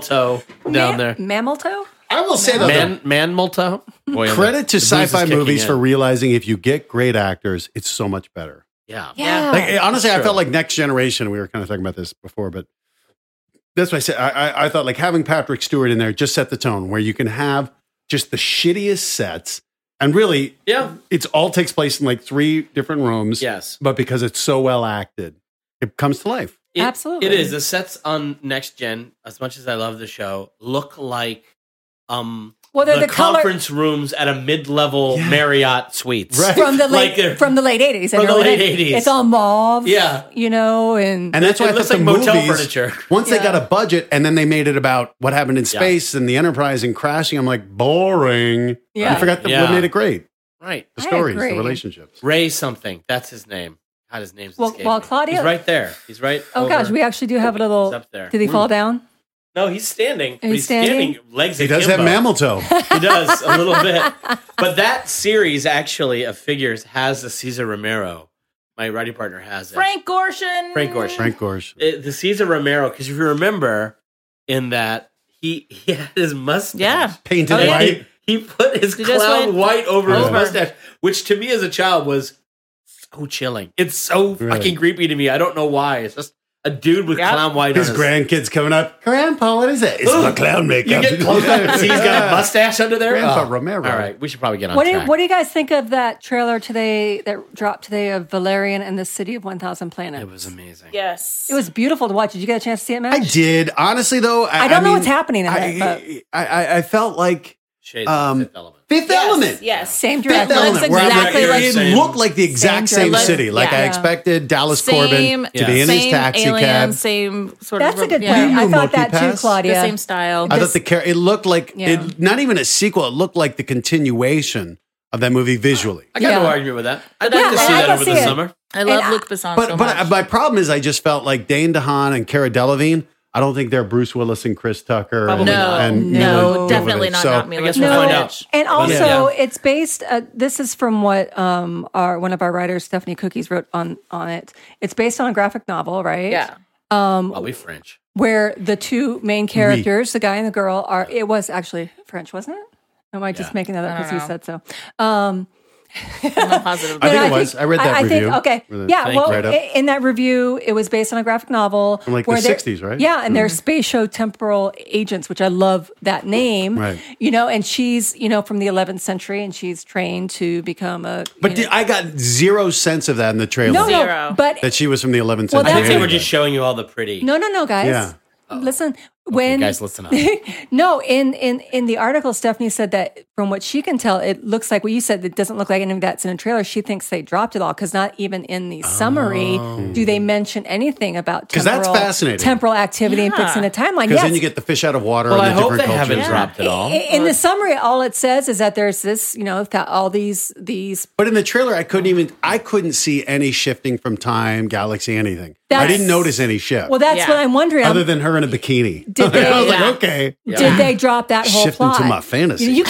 Speaker 4: toe down there.
Speaker 1: Mammal toe?
Speaker 3: I will say though, the
Speaker 4: Man, man toe. Boy, I'm-
Speaker 3: credit to
Speaker 4: the booze is
Speaker 3: sci-fi
Speaker 4: kicking
Speaker 3: movies
Speaker 4: in.
Speaker 3: for realizing if you get great actors, it's so much better.
Speaker 4: yeah.
Speaker 2: Yeah.
Speaker 3: Like, honestly, I
Speaker 4: Sure.
Speaker 3: felt like Next Generation. We were kind of talking about this before, but that's what I said. I, I, I thought like having Patrick Stewart in there just set the tone where you can have just the shittiest sets, and really,
Speaker 4: Yeah.
Speaker 3: it's all takes place in like three different rooms.
Speaker 4: Yes.
Speaker 3: but because it's so well acted, it comes to life.
Speaker 4: It-
Speaker 1: Absolutely.
Speaker 4: It is. The sets on Next Gen, as much as I love the show, look like um
Speaker 1: Well, they're
Speaker 4: the,
Speaker 1: the, color
Speaker 4: conference rooms at a mid-level Marriott Suites.
Speaker 3: Right.
Speaker 1: from the
Speaker 4: like
Speaker 1: late
Speaker 4: they're-
Speaker 1: from the late eighties.
Speaker 4: from the late 80s.
Speaker 1: It's all mauve.
Speaker 4: Yeah.
Speaker 1: you know, and,
Speaker 3: And that's why
Speaker 4: It
Speaker 3: I thought
Speaker 4: looks
Speaker 3: the
Speaker 4: like motel
Speaker 3: movies,
Speaker 4: furniture.
Speaker 3: once they
Speaker 1: Yeah.
Speaker 3: got a budget and then they made it about what happened in space and the Enterprise and crashing, I'm like, boring.
Speaker 1: Yeah.
Speaker 3: I forgot that
Speaker 4: Yeah.
Speaker 3: what made it great.
Speaker 4: Right.
Speaker 3: The
Speaker 1: I
Speaker 3: stories,
Speaker 1: agree.
Speaker 3: the relationships.
Speaker 4: Ray something. That's his name. God, his name's
Speaker 1: Well-
Speaker 4: escaping
Speaker 1: well,
Speaker 4: me.
Speaker 1: Claudia-
Speaker 4: He's right there. He's right.
Speaker 1: oh gosh,
Speaker 4: over-
Speaker 1: we actually do have a little.
Speaker 4: He's up there. Mm.
Speaker 1: Did he fall down?
Speaker 4: No, he's standing. but
Speaker 1: He's
Speaker 4: he's standing. Legs.
Speaker 3: He does have
Speaker 4: akimbo.
Speaker 3: mammal toe.
Speaker 4: He does a little bit. But that series actually of figures has the Caesar Romero. My writing partner has it.
Speaker 2: Frank Gorshin.
Speaker 4: Frank Gorshin.
Speaker 3: Frank Gorsh.
Speaker 4: It- the Caesar Romero, because if you remember, in that he he had his mustache.
Speaker 2: Yeah.
Speaker 3: Painted
Speaker 4: And
Speaker 3: white.
Speaker 4: He, he put his
Speaker 2: He just
Speaker 4: clown
Speaker 2: went
Speaker 4: white over his
Speaker 3: over.
Speaker 4: mustache, which to me as a child was so chilling. It's so
Speaker 3: Really?
Speaker 4: fucking creepy to me. I don't know why. It's just a dude with
Speaker 2: Yeah.
Speaker 4: clown white.
Speaker 3: His
Speaker 4: on
Speaker 3: grandkids comoming up. Grandpa, what is that? It's
Speaker 4: Ooh.
Speaker 3: my clown makeup.
Speaker 4: You get close enough to see he's got a mustache under there. Oh.
Speaker 3: Grandpa Romero.
Speaker 4: All right, we should probably get on
Speaker 1: What do,
Speaker 4: track.
Speaker 1: you, what do you guys think of that trailer today that dropped today of Valerian and the City of One Thousand Planets?
Speaker 4: it was amazing.
Speaker 2: Yes.
Speaker 1: It was beautiful to watch. Did you get a chance to see it, Matt?
Speaker 3: I did. Honestly, though, I,
Speaker 1: I don't know
Speaker 3: mean,
Speaker 1: what's happening in it, but
Speaker 3: I, I, I, I felt like
Speaker 4: Shades
Speaker 3: Um,
Speaker 4: of Fifth Element.
Speaker 3: Fifth Element.
Speaker 2: Yes.
Speaker 1: same
Speaker 3: Fifth
Speaker 1: direction.
Speaker 3: Element. where I'm
Speaker 2: exactly
Speaker 3: like,
Speaker 2: like-
Speaker 3: it
Speaker 4: Same-
Speaker 3: looked like the exact
Speaker 1: same
Speaker 3: same,
Speaker 1: direction.
Speaker 3: city. Like I
Speaker 1: Yeah.
Speaker 3: expected Dallas
Speaker 2: Same.
Speaker 3: Corbin to be in
Speaker 2: same
Speaker 3: his taxi
Speaker 2: alien,
Speaker 3: cab.
Speaker 2: Same sort
Speaker 1: That's a
Speaker 2: of.
Speaker 1: good
Speaker 2: yeah.
Speaker 1: point.
Speaker 3: Preview
Speaker 1: I thought that too,
Speaker 3: multipass.
Speaker 1: Claudia.
Speaker 2: The same style.
Speaker 3: I thought the car- it looked like
Speaker 1: Yeah.
Speaker 3: it, not even a sequel. It looked like the continuation of that movie visually.
Speaker 4: I got
Speaker 1: Yeah.
Speaker 4: no argument with that. I'd
Speaker 1: Yeah,
Speaker 4: like to see
Speaker 1: I
Speaker 4: that
Speaker 1: can
Speaker 4: over
Speaker 1: see
Speaker 4: the
Speaker 1: it.
Speaker 4: summer.
Speaker 2: I love
Speaker 1: and
Speaker 2: Luke Besson
Speaker 3: But
Speaker 2: so
Speaker 3: but
Speaker 2: much.
Speaker 3: my problem is, I just felt like Dane DeHaan and Cara Delevingne. I don't think they're Bruce Willis and Chris Tucker.
Speaker 2: no,
Speaker 4: Probably
Speaker 3: and,
Speaker 1: not.
Speaker 3: and
Speaker 2: no,
Speaker 3: Mila Jovovich.
Speaker 2: definitely not.
Speaker 3: So,
Speaker 2: not Mila
Speaker 4: I guess we'll
Speaker 2: Jovovich.
Speaker 4: find out.
Speaker 1: And also,
Speaker 4: Yeah.
Speaker 1: it's based. Uh, this is from what um, our one of our writers, Stephanie Cookies, wrote on on it. It's based on a graphic novel, right?
Speaker 2: Yeah.
Speaker 4: I'll be French.
Speaker 1: Where the two main characters, the guy and the girl, are. It was actually French, wasn't it? Am I just making that up because you said so? Um,
Speaker 2: I'm not positive.
Speaker 3: I
Speaker 2: about
Speaker 3: think
Speaker 2: that.
Speaker 3: it was. I read that
Speaker 1: I,
Speaker 3: review.
Speaker 1: think
Speaker 3: Where
Speaker 1: okay,
Speaker 3: they-
Speaker 1: yeah. Well,
Speaker 3: write up.
Speaker 1: i- in that review, it was based on a graphic novel
Speaker 3: From, like, the
Speaker 1: where they're-
Speaker 3: 60s, right?
Speaker 1: Yeah, and they're spatiotemporal agents, which I love that name.
Speaker 3: Right.
Speaker 1: You know, and she's you know from the 11th century, and she's trained to become a.
Speaker 3: But
Speaker 1: you
Speaker 3: did, I got zero sense of that in the trailer.
Speaker 1: know- no, no,
Speaker 2: Zero.
Speaker 1: but
Speaker 3: That she was from the 11th
Speaker 1: Well,
Speaker 3: century.
Speaker 1: that's-
Speaker 4: I think they were
Speaker 3: anyway.
Speaker 4: just showing you all the pretty.
Speaker 1: no, no, no, guys.
Speaker 3: Yeah.
Speaker 1: Listen, when
Speaker 4: guys, listen up.
Speaker 1: no, in in in the article, Stephanie said that from what she can tell, it looks like what you said. It doesn't look like any of that's in a trailer. She thinks they dropped it all because not even in the summary do they mention anything about
Speaker 3: 'Cause that's
Speaker 1: temporal-
Speaker 3: fascinating.
Speaker 1: temporal activity and
Speaker 2: Yeah.
Speaker 1: fixing the timeline.
Speaker 3: Because
Speaker 1: Yes,
Speaker 3: then you get the fish out of water
Speaker 4: Well,
Speaker 3: and
Speaker 4: I
Speaker 3: the
Speaker 4: hope
Speaker 3: different
Speaker 4: they haven't
Speaker 3: cultures.
Speaker 4: dropped it all.
Speaker 1: I- in the summary, all it says is that there's this, you know, that all these these
Speaker 3: But in the trailer, I couldn't even I couldn't see any shifting from time, galaxy, anything. I
Speaker 1: That's-
Speaker 3: didn't notice any shift.
Speaker 1: Well, that's
Speaker 2: Yeah.
Speaker 1: what I'm wondering.
Speaker 3: other than her in a bikini.
Speaker 1: Did they-
Speaker 3: I was
Speaker 2: Yeah.
Speaker 3: like, okay.
Speaker 1: Did they drop that whole
Speaker 3: Shift
Speaker 1: plot?
Speaker 3: into my fantasy.
Speaker 1: You, you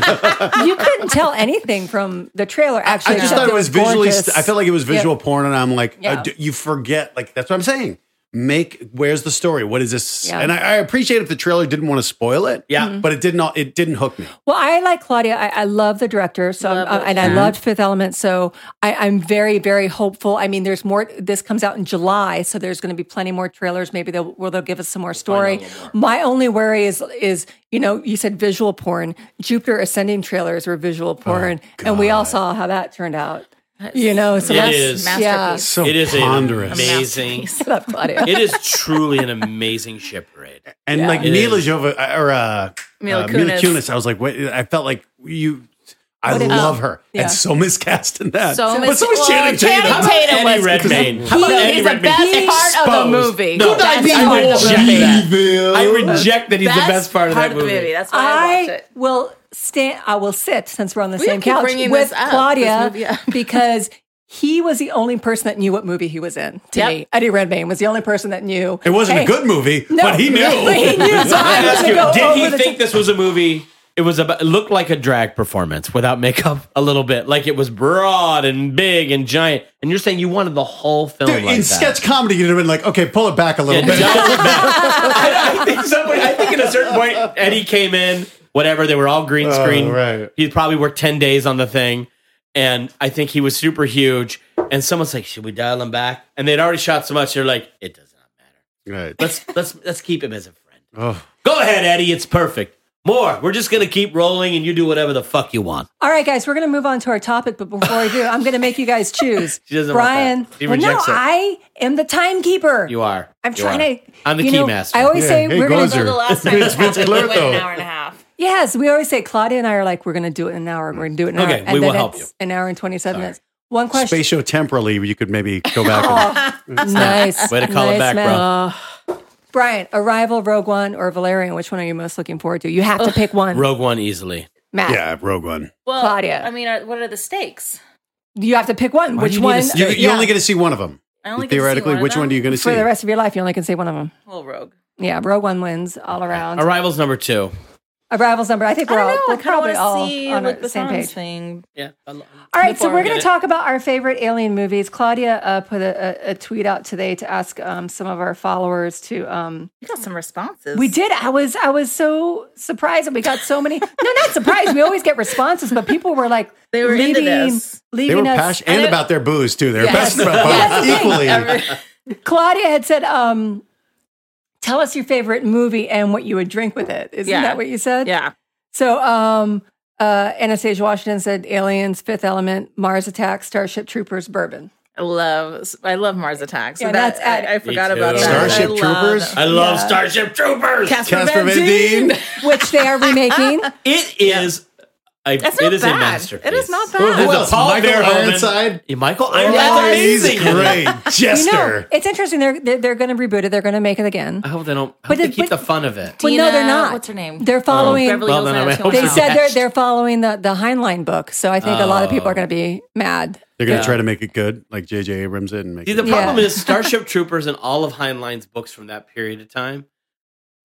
Speaker 1: couldn't, you couldn't tell anything from the trailer. Actually,
Speaker 3: I just
Speaker 1: except
Speaker 3: thought it was visually.
Speaker 1: gorgeous.
Speaker 3: I felt like it was visual porn, and I'm like,
Speaker 1: Yeah.
Speaker 3: uh, d- you forget. Like that's what I'm saying. Make where's the story? What is this?
Speaker 1: Yeah.
Speaker 3: And I, I appreciate if the trailer didn't want to spoil it.
Speaker 4: Yeah. Mhm.
Speaker 3: but it did not. It didn't hook me.
Speaker 1: Well, I like Claudia. I, I love the director. So, I'm- uh, and I loved Fifth Element. So, I, I'm very, very hopeful. I mean, there's more. This comes out in July, so there's going to be plenty more trailers. Maybe they'll, where they'll give us some more story. My only worry is, is you know, you said visual porn. Jupiter Ascending trailers were
Speaker 4: Oh,
Speaker 1: visual porn, and we all saw how that turned out. You know, so
Speaker 4: It
Speaker 1: that's
Speaker 4: is.
Speaker 1: yeah.
Speaker 2: Masterpiece.
Speaker 3: So
Speaker 4: it is an
Speaker 3: ponderous.
Speaker 4: amazing.
Speaker 1: Shut up, Claudia.
Speaker 4: it is truly an amazing ship raid.
Speaker 3: And like
Speaker 4: It
Speaker 3: Mila
Speaker 4: is.
Speaker 3: Jova uh, or uh,
Speaker 2: Mila
Speaker 3: uh, Mila
Speaker 2: Kunis.
Speaker 3: Kunis, I was like, wait, I felt like you. I love her.
Speaker 1: yeah.
Speaker 3: And so miscast in that.
Speaker 2: So
Speaker 3: but so was
Speaker 2: mis-
Speaker 3: Channing
Speaker 2: well,
Speaker 3: Tatum.
Speaker 2: Channing
Speaker 4: How about
Speaker 2: Tatum
Speaker 4: Eddie
Speaker 2: was-
Speaker 4: Redmayne? How
Speaker 2: He
Speaker 4: about Eddie
Speaker 2: is the
Speaker 4: Redmayne?
Speaker 2: best
Speaker 4: He's
Speaker 2: part of the
Speaker 4: exposed.
Speaker 2: movie.
Speaker 4: No,
Speaker 2: That's
Speaker 4: I
Speaker 2: the whole
Speaker 4: reject
Speaker 2: movie.
Speaker 4: that. I reject that he's the best part of that
Speaker 2: the
Speaker 4: movie.
Speaker 2: That's why I, watched
Speaker 1: I
Speaker 2: it.
Speaker 1: will stand. I will sit since we're on the
Speaker 2: We
Speaker 1: same
Speaker 2: keep
Speaker 1: couch
Speaker 2: bringing
Speaker 1: with
Speaker 2: this up, this
Speaker 1: Claudia
Speaker 2: movie up.
Speaker 1: because he was the only person that knew what movie he was in. To
Speaker 2: Yep.
Speaker 1: me, Eddie Redmayne was the only person that knew.
Speaker 3: It wasn't
Speaker 1: hey,
Speaker 3: a good movie,
Speaker 1: no,
Speaker 3: but he knew.
Speaker 1: but he knew. So
Speaker 4: Let
Speaker 1: I'm
Speaker 4: me ask
Speaker 1: gonna
Speaker 4: you,
Speaker 1: go
Speaker 4: did
Speaker 1: over
Speaker 4: he
Speaker 1: the
Speaker 4: think this was a movie? It was about, it looked like a drag performance without makeup a little bit. Like it was broad and big and giant. And you're saying you wanted the whole film
Speaker 3: Dude,
Speaker 4: like
Speaker 3: in
Speaker 4: that.
Speaker 3: sketch comedy, you'd have been like, okay, pull it back a little
Speaker 4: Yeah,
Speaker 3: bit.
Speaker 4: dial it back. I, I think somebody, I think at a certain point, Eddie came in, whatever, they were all green
Speaker 3: Oh,
Speaker 4: screen.
Speaker 3: right.
Speaker 4: He probably worked 10 days on the thing. And I think he was super huge. And someone's like, should we dial him back? And they'd already shot so much, they're like, it does not matter.
Speaker 3: Right.
Speaker 4: Let's let's let's keep him as a friend.
Speaker 3: Oh.
Speaker 4: Go ahead, Eddie. It's perfect. More. We're just gonna keep rolling, and you do whatever the fuck you want.
Speaker 1: All right, guys, we're going to move on to our topic, but before I do, I'm going to make you guys choose.
Speaker 4: She doesn't want
Speaker 1: Brian,
Speaker 4: that. She
Speaker 1: well, no,
Speaker 4: rejects it.
Speaker 1: I am the timekeeper.
Speaker 4: You are.
Speaker 1: I'm
Speaker 4: You
Speaker 1: trying
Speaker 4: are.
Speaker 1: to.
Speaker 4: I'm the
Speaker 1: you
Speaker 4: key
Speaker 1: know,
Speaker 4: master.
Speaker 1: I always
Speaker 3: Yeah,
Speaker 1: say
Speaker 3: hey,
Speaker 1: we're going
Speaker 3: Gozer.
Speaker 1: to.
Speaker 2: So the last time
Speaker 3: It's Vince
Speaker 2: we watched it, we
Speaker 3: Clertho.
Speaker 2: waited an hour and a half.
Speaker 1: Yes, we always say Claudia and I are like, we're going to do it in an hour. We're going to do it in an
Speaker 4: Okay,
Speaker 1: hour.
Speaker 4: we
Speaker 1: and
Speaker 4: will
Speaker 1: then
Speaker 4: help
Speaker 1: it's
Speaker 4: you.
Speaker 1: An hour and 27 minutes. One question.
Speaker 3: Spatiotemporally, you could maybe go
Speaker 2: Oh,
Speaker 3: back.
Speaker 1: nice.
Speaker 4: Way to call it
Speaker 1: nice
Speaker 4: back, bro.
Speaker 1: Brian, Arrival, Rogue One, or Valerian? Which one are you most looking forward to? You have to pick one.
Speaker 4: Rogue One easily.
Speaker 1: Matt,
Speaker 3: and, yeah, Rogue One.
Speaker 2: Well,
Speaker 1: Claudia.
Speaker 2: I mean, are, what are the stakes?
Speaker 1: you have to pick one. Which
Speaker 4: do you need
Speaker 1: one?
Speaker 4: to-
Speaker 3: You,
Speaker 1: uh,
Speaker 3: you
Speaker 1: yeah.
Speaker 3: only get to see one of them.
Speaker 2: I only get to see
Speaker 3: Theoretically,
Speaker 2: one of
Speaker 3: which
Speaker 2: them.
Speaker 3: one are you going to see?
Speaker 1: for the rest of your life, you only can say one of them.
Speaker 2: Well, Rogue.
Speaker 1: Yeah, Rogue One wins all around.
Speaker 4: Arrival's number two.
Speaker 1: Arrival's number. I think
Speaker 2: I
Speaker 1: we're
Speaker 2: don't
Speaker 1: all
Speaker 2: know.
Speaker 1: we're
Speaker 2: I kind of
Speaker 1: probably all
Speaker 2: want to see
Speaker 1: on
Speaker 2: what
Speaker 1: the
Speaker 2: the
Speaker 1: same
Speaker 2: Thrones
Speaker 1: page.
Speaker 2: thing.
Speaker 4: Yeah.
Speaker 1: All right, so
Speaker 2: Before
Speaker 1: we're
Speaker 2: we
Speaker 1: going
Speaker 2: get
Speaker 1: to
Speaker 2: it.
Speaker 1: talk about our favorite alien movies. Claudia uh, put a, a, a tweet out today to ask um, some of our followers to. Um,
Speaker 2: We got some responses.
Speaker 1: we did. I was I was so surprised that we got so many. no, not surprised. We always get responses, but people were like
Speaker 2: They were into
Speaker 1: leaving,
Speaker 2: this.
Speaker 3: They were
Speaker 1: leaving us.
Speaker 3: passionate and about their booze too. They were
Speaker 2: Yes.
Speaker 3: passionate about both equally.
Speaker 1: Claudia had said, um, "Tell us your favorite movie and what you would drink with it." Isn't
Speaker 2: Yeah.
Speaker 1: that what you said?
Speaker 2: Yeah.
Speaker 1: So, um, uh, Anastasia Washington said, "Aliens, Fifth Element, Mars Attack, Starship Troopers, Bourbon."
Speaker 2: I love I love Mars Attack. So
Speaker 1: Yeah,
Speaker 2: that,
Speaker 1: that's at-
Speaker 2: I, I forgot
Speaker 4: too.
Speaker 2: about that.
Speaker 3: Starship
Speaker 2: I love-
Speaker 3: Troopers?
Speaker 4: I love
Speaker 1: Yeah.
Speaker 4: Starship Troopers.
Speaker 2: Casper,
Speaker 3: Casper
Speaker 2: Van
Speaker 3: Van
Speaker 2: Dien.
Speaker 3: Dien.
Speaker 1: which they are remaking.
Speaker 4: It is. A,
Speaker 2: That's not
Speaker 4: it is
Speaker 2: bad.
Speaker 4: a masterpiece.
Speaker 2: It is not bad.
Speaker 3: Who
Speaker 4: There's a
Speaker 3: else?
Speaker 4: Paul
Speaker 3: Michael
Speaker 4: Verhoeven.
Speaker 3: Ironside.
Speaker 4: Yeah, Michael
Speaker 2: Yes.
Speaker 4: Ironside's
Speaker 3: He's
Speaker 4: amazing. in that.
Speaker 3: great
Speaker 1: you
Speaker 3: jester.
Speaker 1: know, it's interesting. They're they're, they're going to reboot it. They're going to make it again.
Speaker 4: I hope they don't. I hope
Speaker 1: But
Speaker 4: they
Speaker 1: it-
Speaker 4: keep
Speaker 1: but-
Speaker 4: the fun of it.
Speaker 1: Well, no, they're
Speaker 2: Dina-
Speaker 1: not.
Speaker 2: Uh, What's her name?
Speaker 1: They're following.
Speaker 2: Beverly
Speaker 4: Well,
Speaker 2: Hills
Speaker 4: then I
Speaker 2: Hotel.
Speaker 4: hope
Speaker 1: they
Speaker 4: Oh,
Speaker 1: said they're
Speaker 4: gosh.
Speaker 1: they're following the the Heinlein book, so I think a lot of people
Speaker 4: Oh.
Speaker 1: are going to be mad.
Speaker 3: They're going to try to make it good, like J.J. Abrams did, and make
Speaker 4: See,
Speaker 3: it
Speaker 4: the problem
Speaker 1: Yeah.
Speaker 4: is Starship Troopers and all of Heinlein's books from that period of time,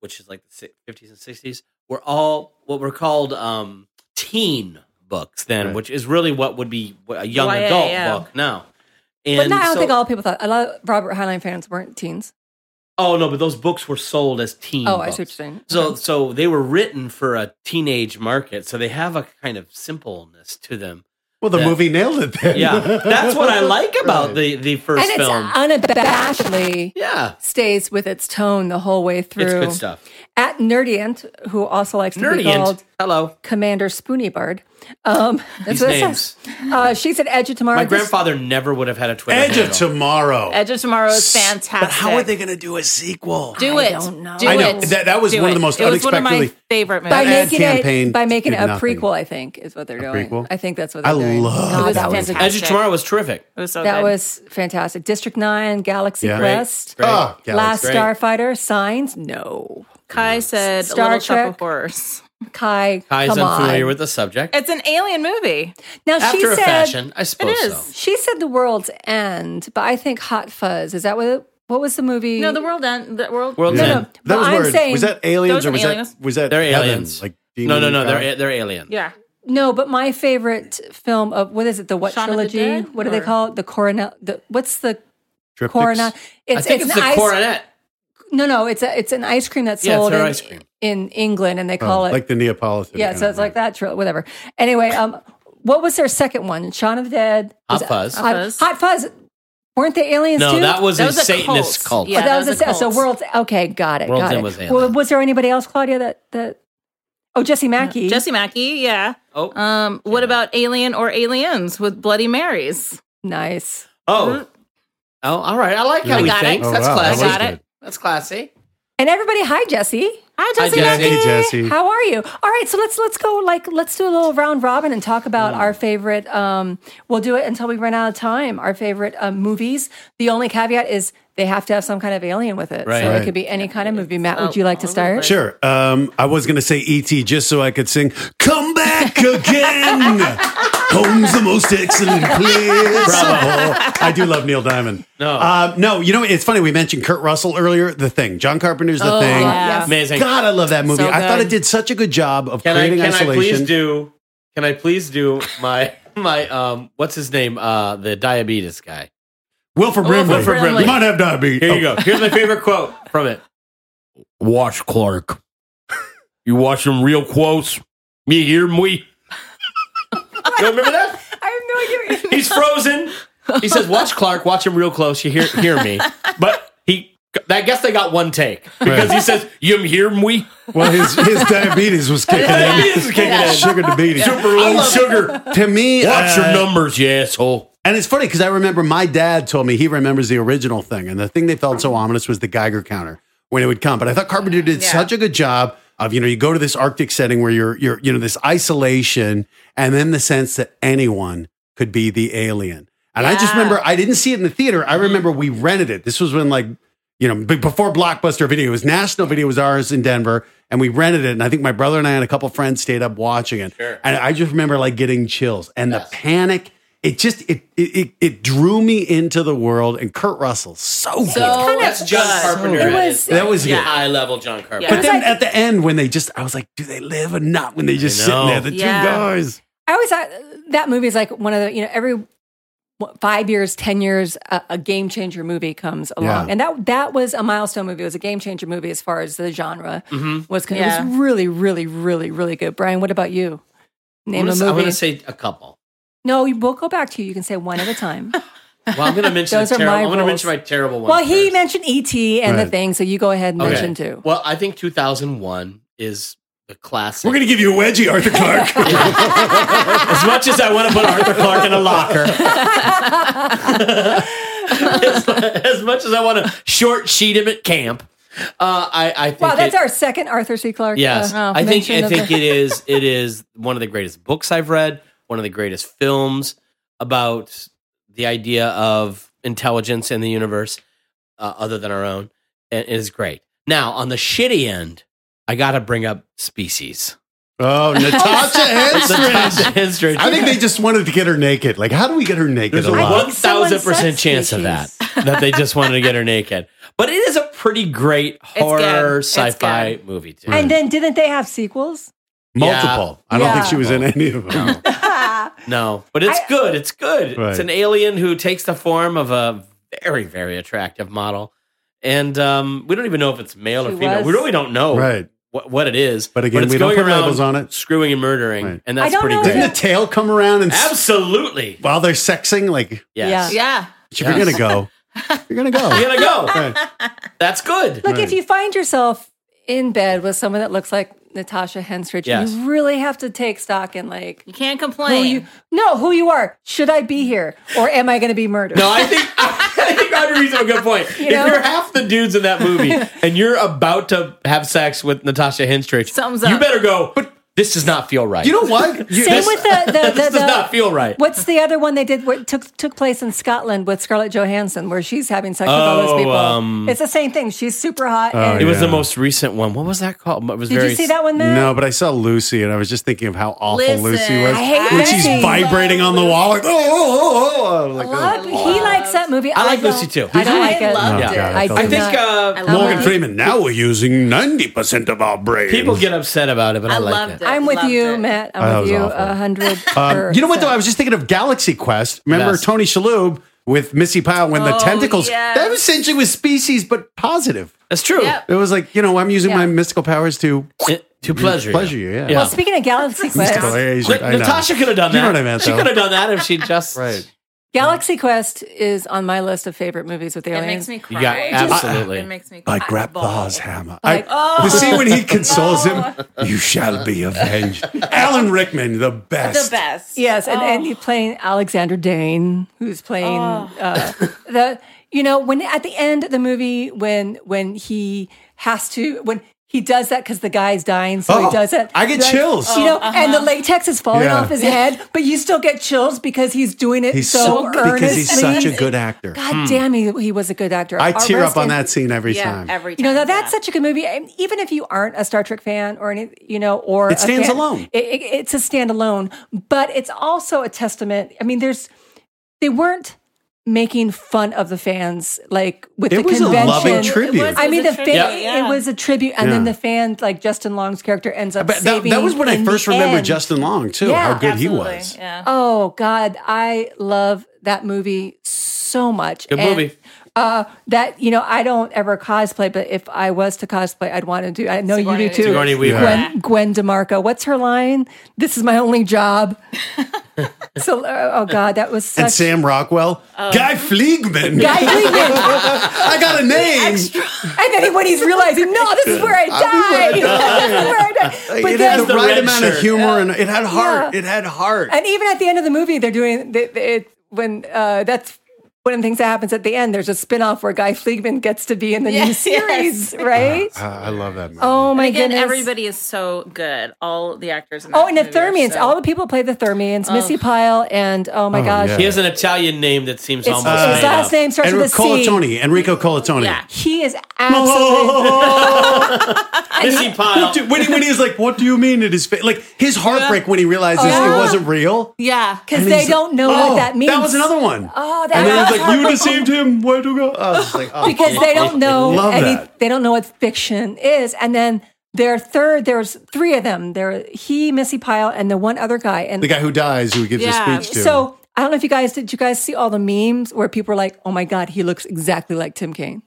Speaker 4: which is like the si- 50s and 60s, were all what were called um, teen books then,
Speaker 3: Right.
Speaker 4: which is really what would be what a young
Speaker 2: YA,
Speaker 4: adult
Speaker 2: yeah.
Speaker 4: book now. And
Speaker 1: But no, I don't
Speaker 4: so-
Speaker 1: think all people thought. A lot of Robert Heinlein fans weren't teens.
Speaker 4: Oh no, but those books were sold as teen.
Speaker 1: Oh, I
Speaker 4: books.
Speaker 1: see what you're saying.
Speaker 4: So, so they were written for a teenage market. So they have a kind of simpleness to them.
Speaker 3: Well, the movie nailed it then.
Speaker 4: Yeah, that's what I like about the the first
Speaker 1: and it's uh,
Speaker 4: film.
Speaker 1: unabashedly
Speaker 4: yeah,
Speaker 1: stays with its tone the whole way through.
Speaker 4: it's good stuff.
Speaker 1: At Nerdient, who also likes to be
Speaker 4: Nerdient.
Speaker 1: called
Speaker 4: Hello.
Speaker 1: Commander Spoonybird. Um, that's
Speaker 4: These
Speaker 1: what it says. Uh, she said Edge of Tomorrow.
Speaker 4: My
Speaker 1: This-
Speaker 4: grandfather never would have had a Twitter.
Speaker 3: Edge of
Speaker 4: handle.
Speaker 3: Tomorrow.
Speaker 2: Edge of Tomorrow is fantastic.
Speaker 3: But how are they going to do a sequel?
Speaker 2: do
Speaker 1: I
Speaker 2: it?
Speaker 1: don't know.
Speaker 2: Do
Speaker 1: I
Speaker 3: know.
Speaker 2: it.
Speaker 3: That- that was
Speaker 2: Do
Speaker 3: one of
Speaker 2: it.
Speaker 3: the most
Speaker 2: It was one of my
Speaker 3: unexpectedly-
Speaker 2: favorite
Speaker 1: by
Speaker 3: Ad
Speaker 1: making
Speaker 2: movies.
Speaker 3: campaign
Speaker 1: it by making
Speaker 3: did
Speaker 1: a
Speaker 3: nothing.
Speaker 1: prequel, I think is what they're doing.
Speaker 3: prequel?
Speaker 1: I think that's what
Speaker 3: I
Speaker 1: they're doing.
Speaker 3: love
Speaker 2: God,
Speaker 3: that
Speaker 2: that
Speaker 3: movie.
Speaker 2: was
Speaker 4: Edge of
Speaker 2: fantastic.
Speaker 4: Tomorrow was terrific.
Speaker 2: It was so
Speaker 1: That
Speaker 2: good.
Speaker 1: was fantastic. District Nine, Galaxy
Speaker 3: Yeah. Great,
Speaker 1: Quest,
Speaker 4: great.
Speaker 3: Ah, yeah,
Speaker 1: Last
Speaker 4: great.
Speaker 1: Starfighter, Signs. No,
Speaker 2: Kai said
Speaker 1: Star
Speaker 2: Little Shop
Speaker 1: Trek.
Speaker 2: of Horrors.
Speaker 1: Kai.
Speaker 4: Kai's
Speaker 1: come on.
Speaker 4: unfamiliar with the subject.
Speaker 2: It's an alien movie.
Speaker 1: Now she
Speaker 4: After a
Speaker 1: said
Speaker 4: fashion, I suppose
Speaker 2: is.
Speaker 4: so.
Speaker 1: she said the world's end, but I think Hot Fuzz is that what it- what was the movie?
Speaker 2: No, the world end. The world.
Speaker 4: World
Speaker 1: No,
Speaker 4: End.
Speaker 1: no.
Speaker 3: That was
Speaker 1: Well, I'm
Speaker 3: weird.
Speaker 1: saying-
Speaker 3: was that aliens
Speaker 2: Those
Speaker 3: or was
Speaker 2: aliens.
Speaker 3: that was that
Speaker 4: They're
Speaker 3: heaven,
Speaker 4: aliens.
Speaker 3: Like
Speaker 4: No, no,
Speaker 3: demon
Speaker 4: no.
Speaker 3: god?
Speaker 4: They're they're alien.
Speaker 2: Yeah.
Speaker 1: No, but my favorite film of what is it? The what
Speaker 2: Shaun of the
Speaker 1: trilogy?
Speaker 2: Dead,
Speaker 1: what do they
Speaker 2: or-
Speaker 1: call it? The coronel. The, what's the
Speaker 3: Triptychs?
Speaker 1: corona?
Speaker 4: I think it's,
Speaker 1: an
Speaker 4: the
Speaker 1: ice-
Speaker 4: coronet.
Speaker 1: No, no, it's a it's an ice cream that's
Speaker 4: Yeah, it's
Speaker 1: sold
Speaker 4: their
Speaker 1: in,
Speaker 4: ice cream.
Speaker 1: in England, and they
Speaker 3: Oh,
Speaker 1: call it
Speaker 3: like the Neapolitan.
Speaker 1: yeah. So it's like that, tri- whatever. Anyway, um, what was their second one? Shaun of the Dead.
Speaker 4: Hot
Speaker 1: Was-
Speaker 4: Fuzz.
Speaker 1: Hot,
Speaker 2: Fuzz.
Speaker 1: Hot Fuzz. Weren't they aliens
Speaker 4: No,
Speaker 1: too?
Speaker 4: that was
Speaker 2: That
Speaker 4: a
Speaker 2: was a
Speaker 4: Satanist
Speaker 2: cult.
Speaker 4: cult.
Speaker 2: Yeah.
Speaker 1: oh, that was,
Speaker 2: that was
Speaker 1: a,
Speaker 2: a
Speaker 1: se- so
Speaker 2: cult.
Speaker 1: world's okay. Got it.
Speaker 4: World's
Speaker 1: got
Speaker 4: End
Speaker 1: it.
Speaker 4: was alien.
Speaker 1: well, was there anybody else, Claudia? That that oh Jesse Mackey.
Speaker 2: Jesse Mackey. Yeah.
Speaker 4: Oh.
Speaker 2: Um. What about Alien or Aliens with Bloody Marys?
Speaker 1: nice.
Speaker 4: Oh. Oh, all right. I like how
Speaker 3: I
Speaker 4: we
Speaker 2: got
Speaker 4: think.
Speaker 2: it.
Speaker 4: That's
Speaker 3: Oh, wow. That
Speaker 4: classy.
Speaker 2: I got it.
Speaker 4: That's classy.
Speaker 1: And everybody, hi Jesse.
Speaker 2: Hi,
Speaker 4: Hi,
Speaker 2: Jesse
Speaker 4: Jesse.
Speaker 2: Mackey.
Speaker 3: Hey Jesse.
Speaker 1: How are you? All right, so let's let's go like let's do a little round robin and talk about our favorite. Um, we'll do it until we run out of time. Our favorite um, movies. The only caveat is they have to have some kind of alien with it,
Speaker 4: Right.
Speaker 1: so
Speaker 3: Right.
Speaker 1: it could be any kind of movie. Matt, would you like to
Speaker 2: Oh,
Speaker 1: start?
Speaker 3: Sure. Um, I was going to say E.T. just so I could sing, Come Back Again. Home's the most excellent place. Bravo. I do love Neil Diamond.
Speaker 4: No.
Speaker 3: Uh, no, you know, it's funny. We mentioned Kurt Russell earlier, The Thing. John Carpenter's The Thing.
Speaker 2: yeah.
Speaker 4: Oh, Amazing.
Speaker 3: God, I love that movie. I thought
Speaker 2: good.
Speaker 3: it did such a good job of
Speaker 4: Can I
Speaker 3: creating
Speaker 4: can I
Speaker 3: isolation.
Speaker 4: please do can I please do my my um what's his name? Uh the diabetes guy.
Speaker 3: Wilford Brimley.
Speaker 2: Wilford Brimley.
Speaker 3: You might have diabetes.
Speaker 4: Here you go. Here's my favorite quote from it. Watch Clark. You watch them real close. Me hear me. you remember that?
Speaker 1: I have no idea.
Speaker 4: He's frozen. He says, "Watch Clark. Watch him real close. You hear hear me." But he, I guess they got one take because he says, "You hear me?"
Speaker 3: Oh, Well, his, his diabetes was kicking in.
Speaker 4: Diabetes is kicking in.
Speaker 3: Sugar diabetes.
Speaker 4: Super low sugar.
Speaker 3: To me,
Speaker 4: Watch
Speaker 3: uh,
Speaker 4: your numbers, you asshole.
Speaker 3: And it's funny because I remember my dad told me he remembers the original thing, and the thing they felt so ominous was the Geiger counter when it would come. But I thought Carpenter did
Speaker 2: Yeah.
Speaker 3: such a good job of you know you go to this Arctic setting where you're you're you know this isolation, and then the sense that anyone could be the alien. And I just
Speaker 2: Yeah. Mm-hmm.
Speaker 3: remember I didn't see it in the theater. I remember we rented it. This was when like you know b- before Blockbuster Video it was National Video was ours in Denver, and we rented it. And I think my brother and I and a couple friends stayed up watching it. And I just remember like getting chills and the panic. It just it, it it it drew me into the world. And Kurt Russell so, good.
Speaker 2: So
Speaker 4: That's John
Speaker 2: good.
Speaker 4: Carpenter.
Speaker 1: It
Speaker 4: at
Speaker 1: was-
Speaker 4: his
Speaker 3: That was good.
Speaker 4: high level John Carpenter.
Speaker 2: Yeah.
Speaker 3: But then at the end, when they just, I was like, do they live or not? When they just
Speaker 4: I
Speaker 3: sitting
Speaker 4: know.
Speaker 3: there, the
Speaker 2: Yeah.
Speaker 3: two guys.
Speaker 1: I always thought that movie is like one of the you know every what, five years, ten years, a, a game changer movie comes along,
Speaker 3: Yeah.
Speaker 1: and that that was a milestone movie. It was a game changer movie as far as the genre
Speaker 4: Mm-hmm.
Speaker 1: was. con- It
Speaker 2: Yeah.
Speaker 1: was really, really, really, really good. Brian, what about you?
Speaker 4: I'm
Speaker 1: Name
Speaker 4: gonna,
Speaker 1: a
Speaker 4: say- I'm
Speaker 1: movie.
Speaker 4: gonna say a couple.
Speaker 1: no, we- we'll go back to you. You can say one at a time.
Speaker 4: Well, I'm gonna mention.
Speaker 1: Those
Speaker 4: a
Speaker 1: are
Speaker 4: terrible,
Speaker 1: my
Speaker 4: I'm gonna
Speaker 1: rules.
Speaker 4: mention my terrible one.
Speaker 1: well, he
Speaker 4: first.
Speaker 1: mentioned E.T. and
Speaker 3: Right.
Speaker 1: the thing, so you go ahead and
Speaker 4: Okay.
Speaker 1: mention two.
Speaker 4: Well, I think 2001 is the classic.
Speaker 3: We're gonna give you a wedgie, Arthur Clark.
Speaker 4: as much as I want to put Arthur Clark in a locker. as, as much as I want to short sheet him at camp. Uh, I, I think
Speaker 1: Wow, that's
Speaker 4: it-
Speaker 1: our second Arthur C. Clarke.
Speaker 4: Yes,
Speaker 1: uh,
Speaker 4: I think
Speaker 1: mention
Speaker 4: I
Speaker 1: of the-
Speaker 4: think it is it is one of the greatest books I've read, one of the greatest films about the idea of intelligence in the universe, uh, other than our own, and it is great. Now, on the shitty end, I got to bring up Species.
Speaker 3: oh, Natasha Henstridge. I
Speaker 4: I
Speaker 3: think they just wanted to get her naked. Like, how do we get her naked
Speaker 4: There's a
Speaker 3: alive?
Speaker 4: one
Speaker 1: think someone
Speaker 4: thousand percent
Speaker 1: said
Speaker 4: chance of that.
Speaker 1: species.
Speaker 4: That they just wanted to get her naked. But it is a pretty great
Speaker 2: good.
Speaker 4: horror
Speaker 2: It's
Speaker 4: sci-fi
Speaker 2: good.
Speaker 4: movie too.
Speaker 1: And then didn't they have sequels?
Speaker 3: Multiple. I don't think she was in any of them.
Speaker 4: No, but it's
Speaker 1: I-
Speaker 4: good. It's good.
Speaker 3: Right.
Speaker 4: It's an alien who takes the form of a very, very attractive model. And um, we don't even know if it's male or
Speaker 1: She
Speaker 4: female.
Speaker 1: was-
Speaker 4: We really don't know.
Speaker 3: Right.
Speaker 4: what, what it is.
Speaker 3: But again,
Speaker 4: it's
Speaker 3: we don't
Speaker 4: going
Speaker 3: put
Speaker 4: around
Speaker 3: labels on it.
Speaker 4: Screwing and murdering,
Speaker 3: Right.
Speaker 4: and
Speaker 1: I
Speaker 4: that's
Speaker 1: don't
Speaker 4: pretty
Speaker 1: know
Speaker 4: good.
Speaker 3: Didn't the tail come around and s-
Speaker 4: Absolutely.
Speaker 3: while they're sexing? Like,
Speaker 4: Yes.
Speaker 2: Yeah.
Speaker 3: if you're gonna go, you're gonna go.
Speaker 4: You gotta go.
Speaker 3: Right.
Speaker 4: That's good.
Speaker 1: Look,
Speaker 3: Right.
Speaker 1: if you find yourself in bed with someone that looks like Natasha Hensridge,
Speaker 4: Yes.
Speaker 1: you really have to take stock in like
Speaker 2: You can't
Speaker 1: who
Speaker 2: complain.
Speaker 1: you no who you are. Should I be here or am I going to be murdered?
Speaker 4: No, I think I think Roger Reed's on a good point. if
Speaker 1: know?
Speaker 4: you're half the dudes in that movie and you're about to have sex with Natasha Hinstrich,
Speaker 2: Something's
Speaker 4: you
Speaker 2: up.
Speaker 4: better go. But this does not feel right.
Speaker 3: You know what? You-
Speaker 1: Same with the the, the,
Speaker 4: this
Speaker 1: the-
Speaker 4: does not feel right.
Speaker 1: What's the other one they did? What took took place in Scotland with Scarlett Johansson, where she's having sex with all
Speaker 4: Oh,
Speaker 1: those people.
Speaker 4: um,
Speaker 1: it's the same thing. She's super hot. and
Speaker 4: It was
Speaker 3: Yeah.
Speaker 4: the most recent one. What was that called? It was
Speaker 1: did
Speaker 4: very
Speaker 1: you see that one, Matt?
Speaker 3: No, but I saw Lucy, and I was just thinking of how awful
Speaker 2: Listen,
Speaker 3: Lucy was
Speaker 2: I hate
Speaker 3: when she's
Speaker 1: Lucy.
Speaker 3: vibrating on the wall. Like, oh, oh, oh, oh. I was like,
Speaker 1: Love-
Speaker 3: oh.
Speaker 1: he likes that movie.
Speaker 4: I like Lucy too.
Speaker 1: I don't
Speaker 2: I
Speaker 1: like it.
Speaker 2: loved
Speaker 3: Oh,
Speaker 2: it.
Speaker 3: God,
Speaker 1: I
Speaker 3: felt
Speaker 4: I
Speaker 1: do
Speaker 3: bad.
Speaker 4: think
Speaker 1: not-
Speaker 4: uh,
Speaker 2: love
Speaker 3: oh." Morgan
Speaker 2: it.
Speaker 3: Freeman. Now we're using ninety percent of our brain.
Speaker 4: people get upset about it, but I,
Speaker 2: I
Speaker 4: like
Speaker 2: loved
Speaker 4: it.
Speaker 2: it.
Speaker 1: I'm with
Speaker 2: Loved
Speaker 1: you,
Speaker 2: it.
Speaker 1: Matt.
Speaker 3: Oh, that
Speaker 1: I'm with
Speaker 3: was
Speaker 1: you
Speaker 3: awful.
Speaker 1: a hundred.
Speaker 3: Um, you know what though?
Speaker 1: percent.
Speaker 3: I was just thinking of Galaxy Quest. Remember
Speaker 4: Yes.
Speaker 3: Tony Shalhoub with Missy Pyle when the
Speaker 2: Oh,
Speaker 3: tentacles?
Speaker 2: yes.
Speaker 3: That essentially was species, but positive.
Speaker 4: That's true.
Speaker 2: Yep.
Speaker 3: It was like you know I'm using
Speaker 1: Yeah.
Speaker 3: my mystical powers to
Speaker 4: It- to pleasure, you.
Speaker 3: pleasure you. Yeah.
Speaker 4: Yeah.
Speaker 1: Well, speaking of Galaxy
Speaker 3: Mystical
Speaker 1: Quest,
Speaker 3: Asian,
Speaker 4: Na-
Speaker 3: I know.
Speaker 4: Natasha could have done that.
Speaker 3: You know what I meant,
Speaker 4: She
Speaker 3: though.
Speaker 4: could have done that if she just
Speaker 3: Right.
Speaker 1: Galaxy Quest is on my list of favorite movies with
Speaker 2: It
Speaker 1: aliens.
Speaker 2: makes me cry.
Speaker 4: Yeah, absolutely.
Speaker 2: It makes me cry.
Speaker 3: I grabbed
Speaker 2: Ball.
Speaker 3: Thaw's hammer.
Speaker 1: Like, oh.
Speaker 3: I, the scene when he consoles him, you shall be avenged. Alan Rickman, the best.
Speaker 2: The best.
Speaker 1: Yes, and,
Speaker 2: Oh.
Speaker 1: and he's playing Alexander Dane, who's playing uh, the you know when at the end of the movie when when he has to when he does that because the guy's dying, so
Speaker 3: Oh,
Speaker 1: he does it.
Speaker 3: I get
Speaker 1: Like,
Speaker 3: chills.
Speaker 1: you know,
Speaker 2: Oh,
Speaker 1: and
Speaker 2: uh-huh.
Speaker 1: the latex is falling
Speaker 3: Yeah.
Speaker 1: off his head, but you still get chills because he's doing it
Speaker 3: He's so,
Speaker 1: so, earnestly.
Speaker 3: because he's such a good actor.
Speaker 1: God damn, he, he was a good actor.
Speaker 3: I
Speaker 1: Our
Speaker 3: tear
Speaker 1: rest
Speaker 3: up on
Speaker 1: in-
Speaker 3: that scene every
Speaker 2: Yeah,
Speaker 3: time.
Speaker 2: every time.
Speaker 1: you know, now that's
Speaker 2: yeah.
Speaker 1: such a good movie. And even if you aren't a Star Trek fan or any, you know, or
Speaker 3: It
Speaker 1: a
Speaker 3: stands
Speaker 1: fan-
Speaker 3: alone.
Speaker 1: It, it- it's a standalone, but it's also a testament. I mean, there's they weren't making fun of the fans like with
Speaker 3: it
Speaker 1: the
Speaker 3: was a
Speaker 1: convention.
Speaker 3: loving
Speaker 2: It
Speaker 3: tribute.
Speaker 2: was-
Speaker 1: I mean, the
Speaker 2: a
Speaker 1: fan,
Speaker 2: tribute, yeah.
Speaker 1: it was a tribute, and then
Speaker 3: Yeah.
Speaker 1: the fan, like Justin Long's character, ends up.
Speaker 3: But that, that was when I
Speaker 1: saving in
Speaker 3: first
Speaker 1: the
Speaker 3: remembered
Speaker 1: end.
Speaker 3: Justin Long too.
Speaker 1: Yeah.
Speaker 3: how good he
Speaker 2: Absolutely,
Speaker 3: was.
Speaker 2: Yeah.
Speaker 1: Oh God, I love that movie so much.
Speaker 4: Good
Speaker 1: And,
Speaker 4: movie.
Speaker 1: Uh, that you know, I don't ever cosplay, but if I was to cosplay, I'd want to do. I know
Speaker 2: Sigourney
Speaker 1: you do too.
Speaker 4: Sigourney Weaver.
Speaker 1: Gwen, Gwen DeMarco. What's her line? This is my only job. so, uh, oh God, that was
Speaker 3: And
Speaker 1: such.
Speaker 3: Sam Rockwell, Guy Fliegman.
Speaker 1: Oh. Guy Fleetwood.
Speaker 3: I got a name.
Speaker 1: and then when he's realizing, no, this is where I
Speaker 3: I'll
Speaker 1: die.
Speaker 3: be where I
Speaker 1: This is where I die. But
Speaker 3: it
Speaker 1: then-
Speaker 3: had the,
Speaker 4: the
Speaker 3: right
Speaker 4: red
Speaker 3: amount of
Speaker 4: shirt.
Speaker 3: humor and it had heart. It had heart.
Speaker 1: And even at the end of the movie, they're doing they, they- it when uh, that's one of the things that happens at the end. There's a spin off where Guy Fleegman gets to be in the new
Speaker 2: Yes,
Speaker 1: series, right?
Speaker 3: Uh, I I love that movie.
Speaker 1: Oh my
Speaker 2: Again,
Speaker 1: goodness!
Speaker 2: everybody is so good. All the actors. In
Speaker 1: oh,
Speaker 2: that
Speaker 1: and the
Speaker 2: movie are
Speaker 1: Thermians.
Speaker 2: so-
Speaker 1: All the people play the Thermians. Missy Pyle and oh my gosh,
Speaker 3: yeah.
Speaker 4: He has an Italian name that seems
Speaker 1: It's-
Speaker 4: almost
Speaker 1: his
Speaker 4: made
Speaker 1: last
Speaker 4: up.
Speaker 1: name starts
Speaker 3: Enrico
Speaker 1: with a C.
Speaker 3: Colatoni. Enrico Colatoni.
Speaker 2: Yeah.
Speaker 1: He is absolutely.
Speaker 3: Oh.
Speaker 4: Missy Pyle.
Speaker 3: What do- when, he, when he's like, what do you mean it is fake? Like his heartbreak when he realizes it
Speaker 1: Yeah.
Speaker 3: wasn't real.
Speaker 2: Yeah.
Speaker 1: Because
Speaker 3: And
Speaker 1: they
Speaker 3: he's
Speaker 1: don't
Speaker 3: like,
Speaker 1: know
Speaker 3: "Oh,
Speaker 1: what that means.
Speaker 3: That was another one.
Speaker 1: Oh, that
Speaker 3: and then he's
Speaker 1: was
Speaker 3: like, you deceived him. Why do you go? I was just like, oh.
Speaker 1: because they don't know
Speaker 3: Love
Speaker 1: any,
Speaker 3: that.
Speaker 1: they don't know what fiction is and then their third there's three of them there he missy pyle and the one other guy and
Speaker 3: the guy who dies who he gives
Speaker 2: Yeah.
Speaker 3: a speech to.
Speaker 1: so i don't know if you guys did you guys see all the memes where people are like oh my god he looks exactly like tim kaine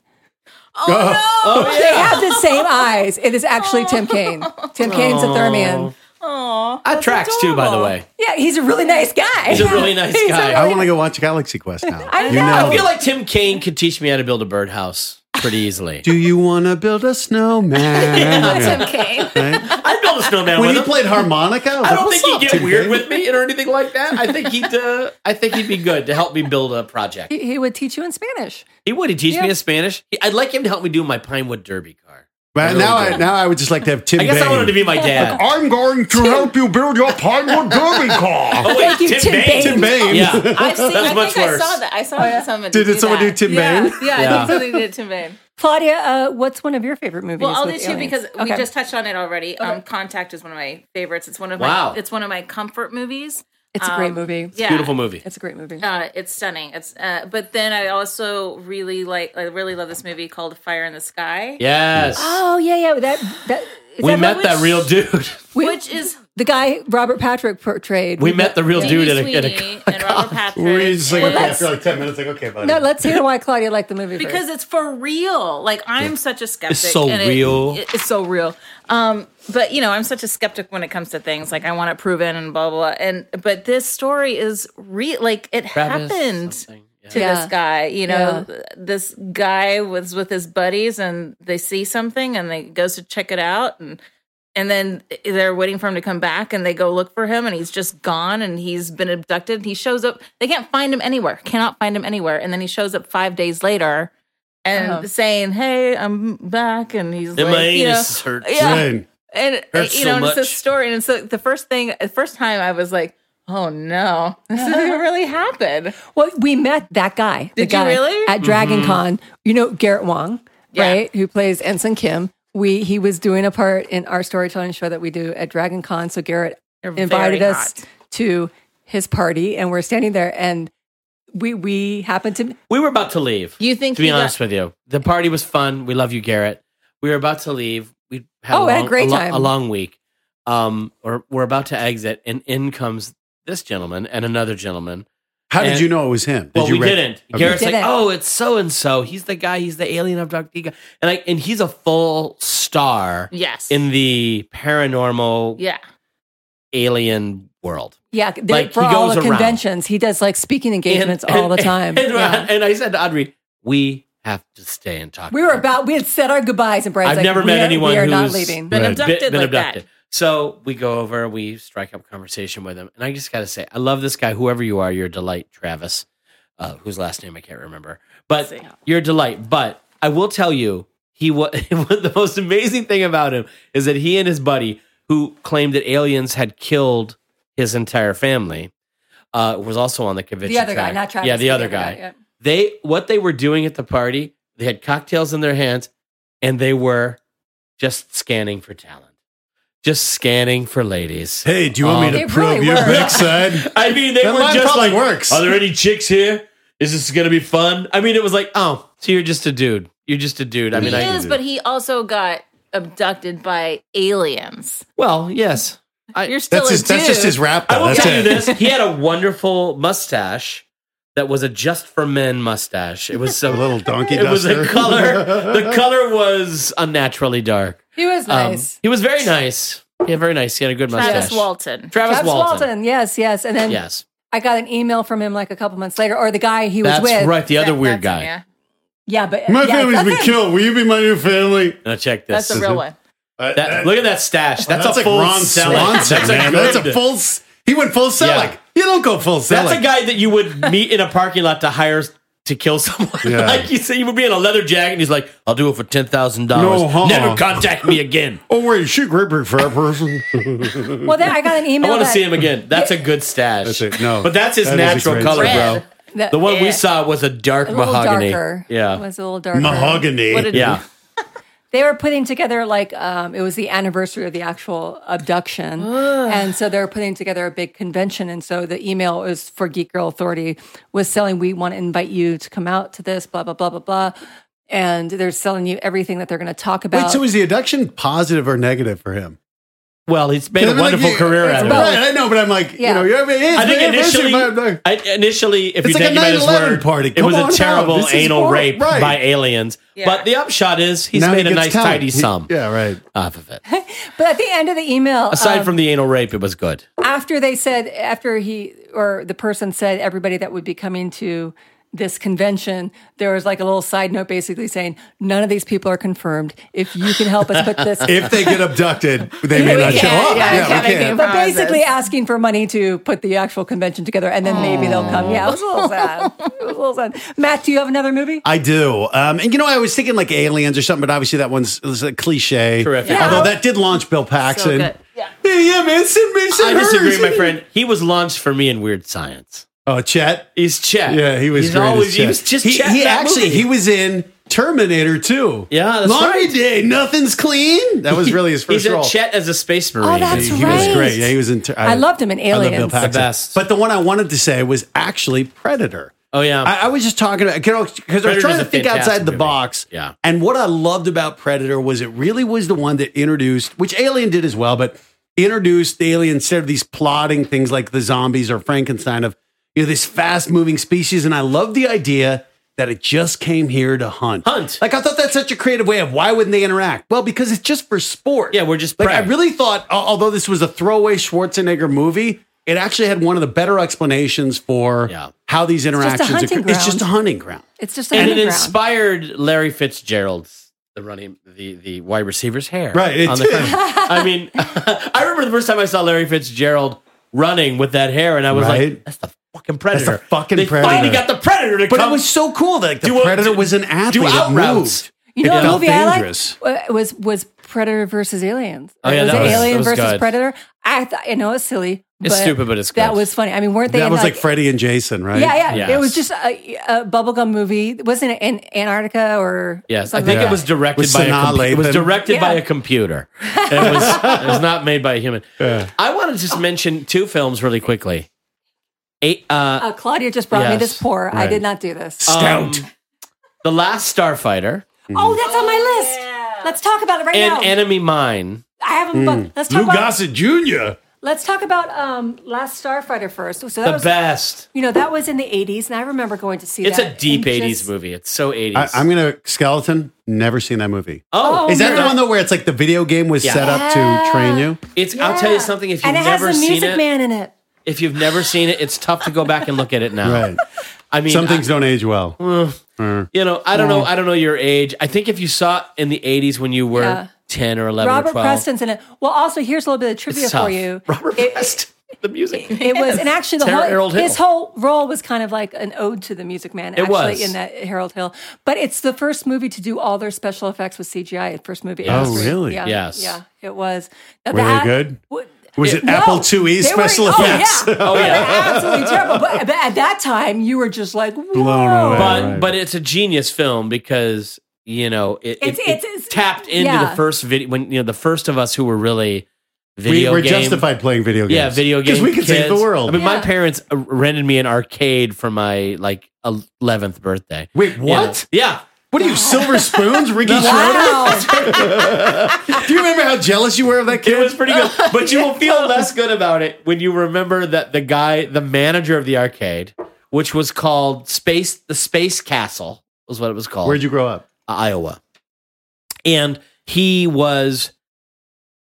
Speaker 2: Oh no.
Speaker 1: they have the same eyes it is actually tim kaine tim kaine's a
Speaker 4: Oh.
Speaker 1: thermian
Speaker 4: That tracks too, by the
Speaker 2: adorable.
Speaker 4: way.
Speaker 1: yeah he's a really nice guy
Speaker 4: He's a really nice
Speaker 1: He's a
Speaker 4: guy.
Speaker 1: really-
Speaker 3: I want to go watch Galaxy Quest now.
Speaker 1: I
Speaker 3: You
Speaker 1: know.
Speaker 3: know.
Speaker 4: I feel like Tim Kaine could teach me how to build a birdhouse pretty easily.
Speaker 3: do you want to build a snowman?
Speaker 2: Tim Kaine.
Speaker 3: Right?
Speaker 4: I'd build a snowman
Speaker 3: When
Speaker 4: with
Speaker 3: he
Speaker 4: him.
Speaker 3: played harmonica, I, was
Speaker 4: I
Speaker 3: like,
Speaker 4: don't
Speaker 3: "What's
Speaker 4: think he'd
Speaker 3: up,
Speaker 4: get
Speaker 3: Tim
Speaker 4: weird
Speaker 3: Kaine?"
Speaker 4: with me or anything like that. I think he'd. Uh, I think he'd be good to help me build a project.
Speaker 1: he would teach you in spanish
Speaker 4: He would. He teach
Speaker 1: Yeah.
Speaker 4: me his Spanish. He- I'd like him to help me do my Pinewood Derby car.
Speaker 3: But
Speaker 4: really
Speaker 3: now, I,
Speaker 4: do.
Speaker 3: now I would just like to have Tim.
Speaker 4: I guess I
Speaker 3: Bain.
Speaker 4: wanted to be my dad.
Speaker 3: I'm going to help you build your Pinewood Derby car.
Speaker 4: Oh, wait,
Speaker 1: Thank you, Tim Bain.
Speaker 3: Tim Bain.
Speaker 4: Yeah.
Speaker 2: I've seen.
Speaker 4: That's
Speaker 2: I
Speaker 4: much
Speaker 2: think
Speaker 4: worse.
Speaker 2: I saw that. I saw somebody.
Speaker 3: Did- did
Speaker 2: do
Speaker 3: someone
Speaker 2: that.
Speaker 3: do Tim
Speaker 2: yeah.
Speaker 3: Bain?
Speaker 2: Yeah,
Speaker 4: Yeah.
Speaker 2: I think somebody did Tim Bain.
Speaker 1: claudia uh, what's one of your favorite movies
Speaker 2: Well, I'll
Speaker 1: with
Speaker 2: do two
Speaker 1: aliens?
Speaker 2: because we
Speaker 1: Okay.
Speaker 2: just touched on it already. Um, Contact is one of my favorites. It's one of
Speaker 4: Wow.
Speaker 2: my. It's one of my comfort movies.
Speaker 1: it's a great movie
Speaker 2: um, Yeah.
Speaker 4: Beautiful movie.
Speaker 1: it's a great movie
Speaker 2: Uh, it's stunning. It's uh, but then I also really like. I really love this movie called Fire in the Sky.
Speaker 4: Yes.
Speaker 1: Oh yeah, yeah. That that is
Speaker 4: we
Speaker 1: that
Speaker 4: met
Speaker 1: what-
Speaker 4: that real dude.
Speaker 1: we-
Speaker 2: which is
Speaker 1: the guy Robert Patrick portrayed.
Speaker 4: We met the real dude at a,
Speaker 2: Sweeney
Speaker 4: at a
Speaker 2: and Robert Patrick.
Speaker 1: like, okay, after
Speaker 3: like 10 minutes, like, okay, buddy.
Speaker 1: No, let's hear why Claudia liked the movie
Speaker 2: because it's for real. Like I'm such a skeptic.
Speaker 4: so
Speaker 2: and it-
Speaker 4: real.
Speaker 2: it- it's so real. Um, but you know, I'm such a skeptic when it comes to things like I want it proven and blah blah. blah. And but this story is real. Like it
Speaker 4: Travis
Speaker 2: happened.
Speaker 4: something. Yeah.
Speaker 2: to
Speaker 1: Yeah.
Speaker 2: this guy. You know, th- this guy was with his buddies, and they see something, and they goes to check it out, and and then they're waiting for him to come back, and they go look for him, and he's just gone, and he's been abducted. He shows up; they can't find him anywhere, cannot find him anywhere, and then he shows up five days later. And
Speaker 1: Uh-huh.
Speaker 2: saying, "Hey, I'm back," and he's
Speaker 4: And
Speaker 2: like,
Speaker 4: my
Speaker 2: you know,
Speaker 4: anus hurts.
Speaker 2: yeah,
Speaker 3: Dang.
Speaker 2: and uh,
Speaker 4: Hurts
Speaker 2: you
Speaker 4: so
Speaker 2: know, and it's a
Speaker 4: much.
Speaker 2: story, and it's like the first thing, the first time I was like, "Oh no, this is what really happened."
Speaker 1: Well, we met that guy. the
Speaker 2: Did you
Speaker 1: guy
Speaker 2: really?
Speaker 1: At Dragon
Speaker 4: Mm-hmm.
Speaker 1: Con. You know Garrett Wong,
Speaker 2: Yeah.
Speaker 1: right? Who plays Ensign Kim. We he was doing a part in our storytelling show that we do at Dragon Con. So Garrett
Speaker 2: They're
Speaker 1: invited
Speaker 2: very
Speaker 1: us
Speaker 2: hot.
Speaker 1: to his party and we're standing there and we we happened to
Speaker 4: We were about to leave.
Speaker 2: You think
Speaker 4: to be
Speaker 2: he got-
Speaker 4: honest with you, the party was fun. We love you, Garrett. We were about to leave. We had
Speaker 1: Oh, we
Speaker 4: a long,
Speaker 1: had a great
Speaker 4: a lo-
Speaker 1: time.
Speaker 4: a long week. Um, or we're about to exit, and in comes this gentleman and another gentleman.
Speaker 3: How did
Speaker 4: And-
Speaker 3: you know it was him? Did
Speaker 4: well,
Speaker 3: you
Speaker 4: we
Speaker 3: rec-
Speaker 4: didn't.
Speaker 3: Okay.
Speaker 4: Garrett's
Speaker 1: We
Speaker 4: like,
Speaker 1: didn't.
Speaker 4: oh, it's so and so. He's the guy. He's the alien abductee guy, and I and he's a full star
Speaker 2: Yes.
Speaker 4: in the paranormal
Speaker 2: yeah.
Speaker 4: alien world.
Speaker 1: yeah, there-
Speaker 4: Like,
Speaker 1: for
Speaker 4: he
Speaker 1: all
Speaker 4: goes
Speaker 1: the
Speaker 4: around.
Speaker 1: conventions. He does like speaking engagements all the time.
Speaker 4: And,
Speaker 1: Yeah.
Speaker 4: and I said to Audrey, we have to stay and talk.
Speaker 1: we
Speaker 4: to
Speaker 1: were
Speaker 4: her."
Speaker 1: about we had said our goodbyes and Brian's
Speaker 4: I've
Speaker 1: like,
Speaker 4: never
Speaker 1: we
Speaker 4: met
Speaker 1: are-
Speaker 4: anyone
Speaker 1: we are not
Speaker 4: who's-
Speaker 1: leaving.
Speaker 2: Been
Speaker 4: Right.
Speaker 2: abducted like that.
Speaker 4: So we go over, we strike up conversation with him, and I just got to say, I love this guy. Whoever you are, you're a delight, Travis, uh, whose last name I can't remember, but
Speaker 2: See.
Speaker 4: you're a delight. But I will tell you, he was the most amazing thing about him is that he and his buddy, who claimed that aliens had killed his entire family, uh, was also on the convention.
Speaker 1: The other guy,
Speaker 4: track.
Speaker 1: not Travis.
Speaker 4: Yeah, the, other, guy
Speaker 1: yeah.
Speaker 4: they what they were doing at the party they had cocktails in their hands and they were just scanning for talent just scanning for ladies
Speaker 3: Hey, do you want
Speaker 4: Um,
Speaker 3: me
Speaker 1: They
Speaker 3: to prove
Speaker 1: really
Speaker 3: your
Speaker 1: were.
Speaker 3: backside?
Speaker 4: i mean they
Speaker 3: That
Speaker 4: were
Speaker 3: line
Speaker 4: just
Speaker 3: probably
Speaker 4: like
Speaker 3: works.
Speaker 4: are there any chicks here is this gonna be fun i mean it was like oh so you're just a dude you're just a dude i mean
Speaker 2: he
Speaker 4: I,
Speaker 2: is, but he also got abducted by aliens.
Speaker 4: well yes I-
Speaker 2: You're still
Speaker 3: That's,
Speaker 2: a
Speaker 3: his, that's
Speaker 2: dude.
Speaker 3: just his rap.
Speaker 4: I
Speaker 3: though.
Speaker 4: will
Speaker 3: That's
Speaker 4: tell you
Speaker 3: it.
Speaker 4: this. He had a wonderful mustache that was a just for men mustache. It was so
Speaker 3: A little donkey
Speaker 4: It was a
Speaker 3: duster.
Speaker 4: color. The color was unnaturally dark.
Speaker 1: He was
Speaker 4: Um,
Speaker 1: nice.
Speaker 4: he was very nice. Yeah, very nice. He had a good mustache.
Speaker 2: Travis Walton.
Speaker 4: Travis,
Speaker 1: Travis
Speaker 4: Walton.
Speaker 1: Walton, yes, yes, and then
Speaker 4: Yes,
Speaker 1: I got an email from him like a couple months later, or the guy he was
Speaker 4: that's
Speaker 1: with.
Speaker 4: right. The other weird guy.
Speaker 2: Yeah.
Speaker 1: Yeah, but
Speaker 3: My
Speaker 1: yeah,
Speaker 3: family's
Speaker 1: that's
Speaker 3: been
Speaker 1: it.
Speaker 3: killed. Will you be my new family?
Speaker 4: Now check this.
Speaker 2: That's a real one.
Speaker 3: Uh,
Speaker 4: That-
Speaker 3: that-
Speaker 4: look at that stash. That's,
Speaker 3: that's
Speaker 4: a
Speaker 3: like
Speaker 4: full
Speaker 3: Ron
Speaker 4: Selleck.
Speaker 3: Swanson,
Speaker 4: That's a
Speaker 3: man. That's a
Speaker 4: good-
Speaker 3: full. s- He went full Selleck.
Speaker 4: Yeah.
Speaker 3: You don't go full Selleck.
Speaker 4: That's a guy that you would meet in a parking lot to hire to kill someone.
Speaker 3: Yeah.
Speaker 4: like you say, you would be in a leather jacket, and he's like, "I'll do it for ten thousand
Speaker 3: No, huh?
Speaker 4: dollars. Never contact me again.
Speaker 3: Oh wait, shoot, Grapefruit for that person.
Speaker 1: Well, then I got an
Speaker 4: I
Speaker 1: email.
Speaker 4: want to
Speaker 1: that-
Speaker 4: see him again. That's a good stash.
Speaker 3: That's it. No.
Speaker 4: but that's his
Speaker 3: That is a
Speaker 4: natural
Speaker 3: great
Speaker 4: color,
Speaker 2: stash.
Speaker 4: bro.
Speaker 1: that-
Speaker 4: The one
Speaker 2: Yeah.
Speaker 4: we saw was a dark
Speaker 1: a little
Speaker 4: mahogany.
Speaker 1: darker.
Speaker 4: Yeah,
Speaker 1: It was a little darker.
Speaker 3: Mahogany.
Speaker 2: What a-
Speaker 4: yeah.
Speaker 1: They were putting together like um, it was the anniversary of the actual abduction, and so they were putting together a big convention. And so the email was for Geek Girl Authority was selling. We want to invite you to come out to this. Blah blah blah blah blah. And they're selling you everything that they're going to talk about.
Speaker 3: Wait, so is the abduction positive or negative for him?
Speaker 4: Well, he's made a
Speaker 3: Yeah, but like
Speaker 4: wonderful
Speaker 3: you-
Speaker 4: career out of
Speaker 1: both.
Speaker 4: it.
Speaker 3: Right, I know, but I'm like,
Speaker 1: Yeah.
Speaker 3: you know, you're- it's
Speaker 4: I think
Speaker 3: my anniversary,
Speaker 4: initially,
Speaker 3: but I'm like-
Speaker 4: I, initially, if
Speaker 3: It's
Speaker 4: you
Speaker 3: like a
Speaker 4: take him at his
Speaker 3: 9/11
Speaker 4: word,
Speaker 3: party.
Speaker 4: it was
Speaker 3: Come
Speaker 4: a
Speaker 3: on now.
Speaker 4: terrible
Speaker 3: This is
Speaker 4: anal
Speaker 3: horrible.
Speaker 4: rape
Speaker 3: Right.
Speaker 4: by aliens.
Speaker 2: Yeah.
Speaker 4: But the upshot is he's
Speaker 3: Now he
Speaker 4: made a
Speaker 3: gets
Speaker 4: nice,
Speaker 3: talent.
Speaker 4: tidy
Speaker 3: He-
Speaker 4: sum
Speaker 3: Yeah, right.
Speaker 4: off of it.
Speaker 1: but at the end of the email,
Speaker 4: Aside
Speaker 1: um,
Speaker 4: from the anal rape, it was good.
Speaker 1: after they said after he or the person said everybody that would be coming to this convention there was like a little side note basically saying none of these people are confirmed if you can help us put this
Speaker 3: If they get abducted, they may
Speaker 1: We
Speaker 3: not
Speaker 1: can't,
Speaker 3: show up.
Speaker 1: yeah,
Speaker 2: we
Speaker 3: Yeah, we
Speaker 2: can't
Speaker 3: can't.
Speaker 1: but
Speaker 2: Promises.
Speaker 1: basically asking for money to put the actual convention together and then maybe they'll come yeah it was a little sad it was a little sad matt do you have another movie
Speaker 3: I do. Um, and you know, I was thinking like aliens or something, but obviously that one's is a cliche.
Speaker 4: Terrific. Yeah.
Speaker 3: Although that did launch Bill
Speaker 2: So
Speaker 3: Paxton.
Speaker 2: good. Yeah.
Speaker 3: yeah, yeah, man. Send me,
Speaker 4: I
Speaker 3: send
Speaker 4: disagree,
Speaker 3: hers.
Speaker 4: my friend. He was launched for me in Weird Science.
Speaker 3: Oh, Chet.
Speaker 4: He's Chet.
Speaker 3: Yeah, he was
Speaker 4: He's
Speaker 3: great as
Speaker 4: always he
Speaker 3: Chet.
Speaker 4: was just
Speaker 3: he,
Speaker 4: Chet in
Speaker 3: he
Speaker 4: that
Speaker 3: actually
Speaker 4: movie.
Speaker 3: he was in Terminator too.
Speaker 4: Yeah, that's
Speaker 3: Laundry
Speaker 4: right.
Speaker 3: Day, nothing's clean. That was really his first
Speaker 4: He's a
Speaker 3: role.
Speaker 4: Chet as a space marine.
Speaker 1: Oh, that's
Speaker 3: he was
Speaker 1: right.
Speaker 3: great. Yeah, he was in. Ter-
Speaker 1: I loved him in
Speaker 3: love Bill
Speaker 1: Aliens. The
Speaker 3: Paxton.
Speaker 4: best.
Speaker 3: But the one I wanted to say was actually Predator.
Speaker 4: Oh yeah.
Speaker 3: I, I was just talking because I was
Speaker 4: Predator's
Speaker 3: trying to
Speaker 4: a
Speaker 3: think
Speaker 4: fantastic
Speaker 3: outside the
Speaker 4: movie.
Speaker 3: box.
Speaker 4: Yeah.
Speaker 3: And what I loved about Predator was it really was the one that introduced, which Alien did as well, but introduced the alien instead of these plotting things like the zombies or Frankenstein of you know this fast moving species. And I love the idea that it just came here to hunt.
Speaker 4: Hunt.
Speaker 3: Like I thought that's such a creative way of why wouldn't they interact? Well, because it's just for sport.
Speaker 4: Yeah, we're just
Speaker 3: like
Speaker 4: prey.
Speaker 3: I really thought, al- although this was a throwaway Schwarzenegger movie. It actually had one of the better explanations for
Speaker 4: Yeah.
Speaker 3: how these
Speaker 1: a
Speaker 3: interactions
Speaker 1: hunting
Speaker 3: occur. It's
Speaker 1: ground.
Speaker 3: just a hunting ground.
Speaker 1: It's just
Speaker 4: and
Speaker 1: an
Speaker 4: it
Speaker 1: underground.
Speaker 4: inspired Larry Fitzgerald's the running the the wide receiver's hair.
Speaker 3: Right, it
Speaker 4: on the
Speaker 3: did.
Speaker 4: front. I mean, I remember the first time I saw Larry Fitzgerald running with that hair, and I was
Speaker 3: Right.
Speaker 4: like, "That's the fucking predator."
Speaker 3: That's the fucking
Speaker 4: they finally
Speaker 3: Predator.
Speaker 4: got the predator to
Speaker 3: But
Speaker 4: come.
Speaker 3: it was so cool that like, the
Speaker 4: Do a-
Speaker 3: predator
Speaker 4: do-
Speaker 3: was an athlete.
Speaker 4: do out
Speaker 3: it
Speaker 4: routes.
Speaker 3: moved.
Speaker 1: You know,
Speaker 3: it
Speaker 1: a
Speaker 3: felt
Speaker 1: movie
Speaker 3: dangerous.
Speaker 1: I liked uh, was was Predator versus Aliens.
Speaker 4: Oh, yeah,
Speaker 1: it was,
Speaker 4: that was-
Speaker 1: Alien
Speaker 4: that was
Speaker 1: versus
Speaker 4: good.
Speaker 1: Predator. I thought you know it's silly.
Speaker 4: It's stupid, but it's good.
Speaker 1: that was funny. I mean, weren't they?
Speaker 3: that
Speaker 1: in,
Speaker 3: was like,
Speaker 1: like,
Speaker 3: Freddy and Jason, right?
Speaker 1: yeah, yeah. It was
Speaker 4: Yes.
Speaker 1: just a, a bubblegum movie. Wasn't it in Antarctica or?
Speaker 4: yes, I
Speaker 1: something
Speaker 4: think
Speaker 1: like
Speaker 4: it
Speaker 1: that?
Speaker 4: was directed
Speaker 3: With
Speaker 4: by
Speaker 3: Sanaa
Speaker 4: a compu- it was
Speaker 3: Lathan.
Speaker 4: directed by
Speaker 1: Yeah.
Speaker 4: a computer. It was it was not made by a human. I want to just mention two films really quickly. Eight, uh,
Speaker 1: Uh, Claudia just brought me
Speaker 4: Yes.
Speaker 1: this pour. I
Speaker 3: Right.
Speaker 1: did not do this.
Speaker 3: Stout.
Speaker 4: um, the Last Starfighter
Speaker 1: oh, that's on my list. Let's talk about it right
Speaker 4: and Mm.
Speaker 1: now.
Speaker 4: Enemy Mine.
Speaker 1: I have them. booked. Let's talk
Speaker 3: Lou
Speaker 1: about.
Speaker 3: Gossett Jr.
Speaker 1: Let's talk about um, Last Starfighter first. So that
Speaker 4: The
Speaker 1: was,
Speaker 4: best.
Speaker 1: you know, that was in the '80s, and I remember going to see
Speaker 4: It's
Speaker 1: that.
Speaker 4: a deep
Speaker 1: and
Speaker 4: 80s
Speaker 1: just-
Speaker 4: movie. It's so 80s.
Speaker 3: I, I'm gonna skeleton. Never seen that movie.
Speaker 4: oh,
Speaker 1: Oh,
Speaker 3: Is that
Speaker 1: man.
Speaker 3: the one though where it's like the video game was
Speaker 4: Yeah.
Speaker 3: set up to train you?
Speaker 4: it's I'll tell
Speaker 1: Yeah.
Speaker 4: you something if you've
Speaker 1: and it
Speaker 4: never
Speaker 1: has the
Speaker 4: seen
Speaker 1: Music
Speaker 4: it.
Speaker 1: Man in it.
Speaker 4: If you've never seen it, it's tough to go back and look at it now.
Speaker 3: Right.
Speaker 4: I mean,
Speaker 3: Some
Speaker 4: I-
Speaker 3: things don't age well.
Speaker 4: you know, I don't know, I don't know your age. I think if you saw it in the 80s when you were
Speaker 1: Yeah.
Speaker 4: 10 or 11 or
Speaker 1: Robert
Speaker 4: 12.
Speaker 1: Preston's in it. Well, also here's a little bit of trivia
Speaker 4: tough.
Speaker 1: for you.
Speaker 4: Robert
Speaker 1: it,
Speaker 4: Preston, the music.
Speaker 1: It was, and actually, the
Speaker 4: Ter-
Speaker 1: whole
Speaker 4: Harold Hill.
Speaker 1: his whole role was kind of like an ode to the Music Man. actually,
Speaker 4: was.
Speaker 1: in that Harold Hill, but it's the first movie to do all their special effects with CGI. The first movie.
Speaker 4: Yes.
Speaker 3: Oh, really?
Speaker 1: Yeah,
Speaker 4: Yes.
Speaker 1: Yeah, it was. Now,
Speaker 3: Were they
Speaker 1: that-
Speaker 3: good?
Speaker 1: w-
Speaker 3: Was it Apple
Speaker 4: E
Speaker 3: IIe
Speaker 1: they were-
Speaker 3: special
Speaker 1: oh,
Speaker 3: effects?
Speaker 1: Yeah.
Speaker 4: Oh, yeah.
Speaker 1: absolutely terrible. But, but at that time, you were just like Whoa.
Speaker 3: Blown away.
Speaker 4: but
Speaker 3: Right.
Speaker 4: but it's a genius film because you know it, it,
Speaker 1: It's-
Speaker 4: it
Speaker 1: it's- it's-
Speaker 4: tapped into
Speaker 1: yeah.
Speaker 4: the first video when you know the first of us who were really
Speaker 3: We,
Speaker 4: video
Speaker 3: we're
Speaker 4: game-
Speaker 3: justified playing video games.
Speaker 4: Yeah, video games.
Speaker 3: Because we can save the
Speaker 4: kids.
Speaker 3: world.
Speaker 4: I mean, my
Speaker 1: Yeah.
Speaker 4: parents uh, rented me an arcade for my like eleventh birthday.
Speaker 3: Wait,
Speaker 4: You know?
Speaker 3: what?
Speaker 4: Yeah.
Speaker 3: What are you, Silver Spoons, Ricky Schroeder?
Speaker 1: Wow.
Speaker 3: Do you remember how jealous you were of that kid?
Speaker 4: It was pretty good, but you will feel less good about it when you remember that the guy, the manager of the arcade, which was called Space, the Space Castle was what it was called. Uh,
Speaker 3: Where'd you grow up?
Speaker 4: Iowa. And he was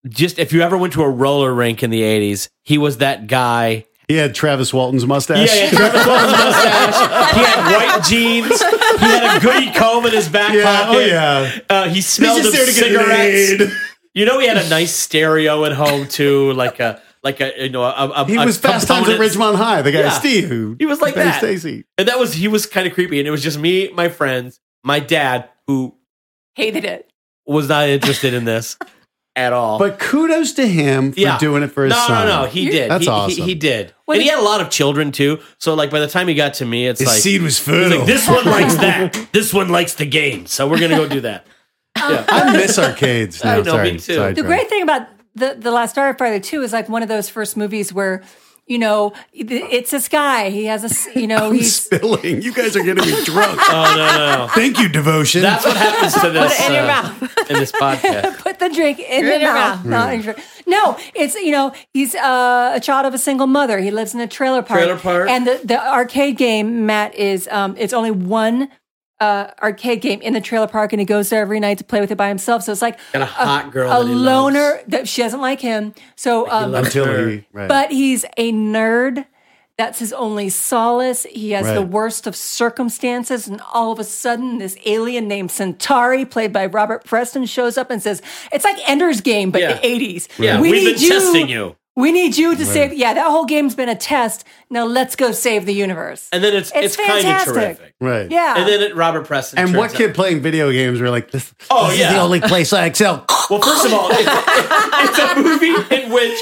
Speaker 4: just, if you ever went to a roller rink in the 80s, he was that guy.
Speaker 3: He had Travis Walton's
Speaker 4: Yeah,
Speaker 3: mustache.
Speaker 4: yeah, Travis Walton's mustache. He had white jeans. He had a goody comb in his back
Speaker 3: Yeah,
Speaker 4: pocket.
Speaker 3: oh yeah.
Speaker 4: Uh, he
Speaker 3: He's
Speaker 4: smelled
Speaker 3: just
Speaker 4: of
Speaker 3: there to get
Speaker 4: cigarettes.
Speaker 3: laid.
Speaker 4: You know, he had a nice stereo at home too, like a like a you know a, a
Speaker 3: He
Speaker 4: a
Speaker 3: was Fast Times at
Speaker 4: component.
Speaker 3: Ridgemont High. The guy
Speaker 4: Yeah.
Speaker 3: Steve, who
Speaker 4: He was like
Speaker 3: plays
Speaker 4: that.
Speaker 3: Stacy.
Speaker 4: and that was he was kind of creepy, and it was just me, my friends, my dad, who
Speaker 1: Hated it.
Speaker 4: was not interested in this at all.
Speaker 3: But kudos to him for
Speaker 4: Yeah.
Speaker 3: doing it for his
Speaker 4: no,
Speaker 3: son.
Speaker 4: no, no, he did.
Speaker 3: That's
Speaker 4: he,
Speaker 3: awesome.
Speaker 4: He, he did,
Speaker 1: What
Speaker 4: and he
Speaker 1: did-
Speaker 4: had a lot of children too. So like by the time he got to me, it's
Speaker 3: His
Speaker 4: like
Speaker 3: seed was
Speaker 4: he's
Speaker 3: fertile.
Speaker 4: like this one likes that, this one likes the game, so we're gonna go do that. Yeah.
Speaker 3: I miss arcades. No,
Speaker 4: I know,
Speaker 3: sorry,
Speaker 4: me too.
Speaker 3: Sorry,
Speaker 4: The
Speaker 1: The
Speaker 3: Trent.
Speaker 1: great thing about the the Last Starfighter too is like one of those first movies where you know it- it's this guy. He has a s- you know
Speaker 3: I'm
Speaker 1: he's
Speaker 3: spilling. You guys are getting me drunk.
Speaker 4: Oh no, no, no.
Speaker 3: Thank you, devotion.
Speaker 4: That's what happens to this
Speaker 2: in your
Speaker 4: uh, in this podcast.
Speaker 1: put the drink in your
Speaker 2: in your
Speaker 1: mouth. not in your- No, it's you know he's uh, a child of a single mother. He lives in a trailer park.
Speaker 4: Trailer park.
Speaker 1: And the, the arcade game Matt is um, it's only one uh, arcade game in the trailer park, and he goes there every night to play with it by himself. So it's like
Speaker 4: Got a hot girl
Speaker 1: a
Speaker 4: that he loves.
Speaker 1: loner that she doesn't like him. So um,
Speaker 4: loves
Speaker 3: Until
Speaker 4: her.
Speaker 3: he, right.
Speaker 1: but he's a nerd. That's his only solace. He has the
Speaker 3: Right.
Speaker 1: worst of circumstances. And all of a sudden, this alien named Centauri, played by Robert Preston, shows up and says, It's like Ender's game, but
Speaker 4: Yeah.
Speaker 1: the 80s.
Speaker 4: Yeah, we've been testing you."
Speaker 1: We need you to save. Yeah, that whole game's been a test. Now let's go save the universe.
Speaker 4: And then it's
Speaker 1: It's
Speaker 4: it's, kind of
Speaker 1: fantastic.
Speaker 4: terrific.
Speaker 3: right.
Speaker 1: yeah.
Speaker 4: And then it, Robert Preston.
Speaker 3: And
Speaker 4: turns
Speaker 3: what
Speaker 4: out-
Speaker 3: kid playing video games were like, this,
Speaker 4: Oh,
Speaker 3: this
Speaker 4: yeah.
Speaker 3: is the only place I excel.
Speaker 4: Well, first of all, it's, it's a movie in which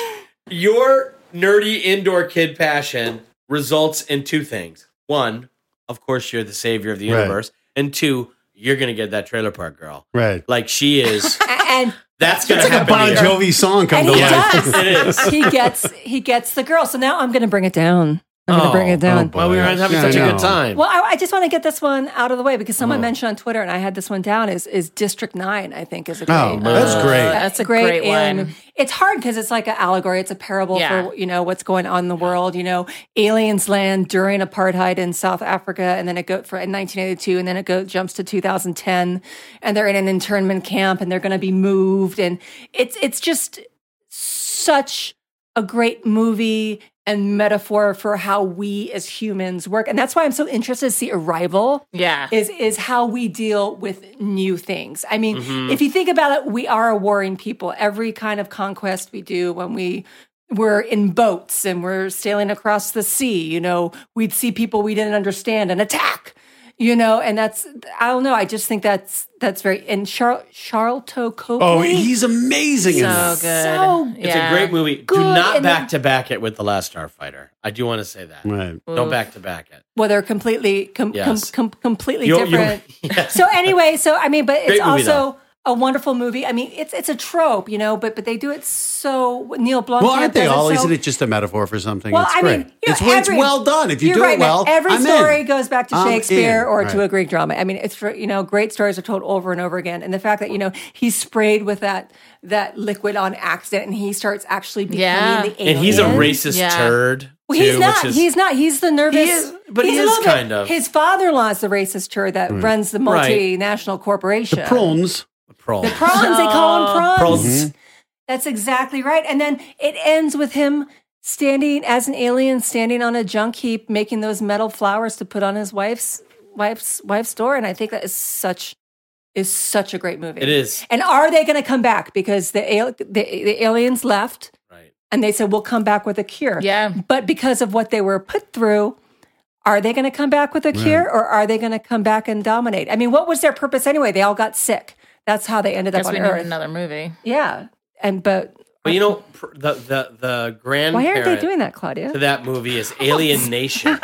Speaker 4: your nerdy indoor kid passion results in two things. One, of course, you're the savior of the
Speaker 3: Right.
Speaker 4: universe, and two, you're gonna get that trailer park girl.
Speaker 3: right.
Speaker 4: Like she is.
Speaker 1: A- and
Speaker 4: That's gonna
Speaker 3: It's like a
Speaker 4: happen.
Speaker 3: Bon
Speaker 4: here.
Speaker 3: Jovi song come
Speaker 1: and
Speaker 3: to
Speaker 1: he
Speaker 3: life.
Speaker 1: does.
Speaker 4: It is.
Speaker 1: he gets he gets the girl. So now I'm going to bring it down. I'm going to
Speaker 4: Oh,
Speaker 1: bring it down.
Speaker 3: boy.
Speaker 4: Well, we were having
Speaker 3: Yeah,
Speaker 4: such
Speaker 3: I
Speaker 4: a
Speaker 3: know.
Speaker 4: good time.
Speaker 1: Well, I, I just want to get this one out of the way because
Speaker 3: Oh.
Speaker 1: someone mentioned on Twitter, and I had this one down. Is is District Nine? I think is a great.
Speaker 3: Oh, that's
Speaker 1: uh,
Speaker 3: great.
Speaker 2: That's a great
Speaker 1: alien
Speaker 2: one.
Speaker 1: movie. It's hard because it's like an allegory. It's a parable
Speaker 2: Yeah.
Speaker 1: for you know what's going on in the world. You know, aliens land during apartheid in South Africa, and then it go for in 1982, and then it go jumps to 2010, and they're in an internment camp, and they're going to be moved, and it's it's just such a great movie and metaphor for how we as humans work, and that's why I'm so interested to see Arrival
Speaker 2: Yeah.
Speaker 1: is is how we deal with new things. I mean, if you think about it, we are a warring people. Every kind of conquest we do when we we're in boats and we're sailing across the sea, you know, we'd see people we didn't understand and attack. You know, and that's I don't know. I just think that's that's very and Char- Charlton Copley.
Speaker 3: Oh, he's amazing. in
Speaker 2: so
Speaker 3: that.
Speaker 2: good.
Speaker 1: So
Speaker 4: It's
Speaker 2: Yeah.
Speaker 4: a great movie.
Speaker 1: Good,
Speaker 4: Do not
Speaker 1: and then-
Speaker 4: back to back it with The Last Starfighter. I do want to say that.
Speaker 3: Right.
Speaker 4: Don't back to back it.
Speaker 1: well, they're completely com-
Speaker 4: Yes.
Speaker 1: com- com- completely
Speaker 4: You'll- you'll-
Speaker 1: different. So anyway, so I mean, but it's
Speaker 4: Great movie,
Speaker 1: also a wonderful movie. I mean, it's it's a trope, you know, but but they do it so Neil Blomkamp.
Speaker 3: Well, aren't they
Speaker 1: does
Speaker 3: all?
Speaker 1: so-
Speaker 3: Isn't it just a metaphor for something?
Speaker 1: Well,
Speaker 3: it's
Speaker 1: I
Speaker 3: great.
Speaker 1: mean, you know,
Speaker 3: it's, when
Speaker 1: every-
Speaker 3: it's well done. If you
Speaker 1: you're
Speaker 3: do
Speaker 1: right,
Speaker 3: it
Speaker 1: man.
Speaker 3: well,
Speaker 1: every
Speaker 3: I'm in.
Speaker 1: story goes back to
Speaker 3: I'm
Speaker 1: Shakespeare
Speaker 3: in.
Speaker 1: or to
Speaker 3: Right.
Speaker 1: a Greek drama. I mean, it's you know, great stories are told over and over again, and the fact that you know he's sprayed with that that liquid on accident, and he starts actually becoming
Speaker 2: Yeah.
Speaker 1: the alien.
Speaker 4: And he's a racist
Speaker 2: Yeah.
Speaker 4: turd.
Speaker 1: Well,
Speaker 4: too,
Speaker 1: he's not.
Speaker 4: Which is,
Speaker 1: he's not. He's the nervous.
Speaker 4: He is- but he
Speaker 1: he's a
Speaker 4: is
Speaker 1: little bit-
Speaker 4: kind of. Mm.
Speaker 1: His father-in-law is the racist turd that runs the
Speaker 4: Right.
Speaker 1: multinational corporation.
Speaker 3: Prawns.
Speaker 4: Prol.
Speaker 1: Prawns, they call him prawns.
Speaker 4: Prawns.
Speaker 1: That's exactly right. And then it ends with him standing as an alien, standing on a junk heap, making those metal flowers to put on his wife's wife's wife's door. And I think that is such is such a great movie.
Speaker 4: It is.
Speaker 1: And are they going to come back? Because the, al- the the aliens left,
Speaker 4: Right.
Speaker 1: and they said we'll come back with a cure.
Speaker 2: Yeah.
Speaker 1: But because of what they were put through, are they going to come back with a cure, or are they going to come back and dominate? I mean, what was their purpose anyway? They all got sick. That's how they ended up
Speaker 2: Guess
Speaker 1: on
Speaker 2: we need
Speaker 1: Earth.
Speaker 2: another movie.
Speaker 1: Yeah, and but
Speaker 4: But you know, pr- the the the
Speaker 1: why
Speaker 4: grandparent
Speaker 1: aren't they doing that, Claudia?
Speaker 4: to that movie is Alien Nation.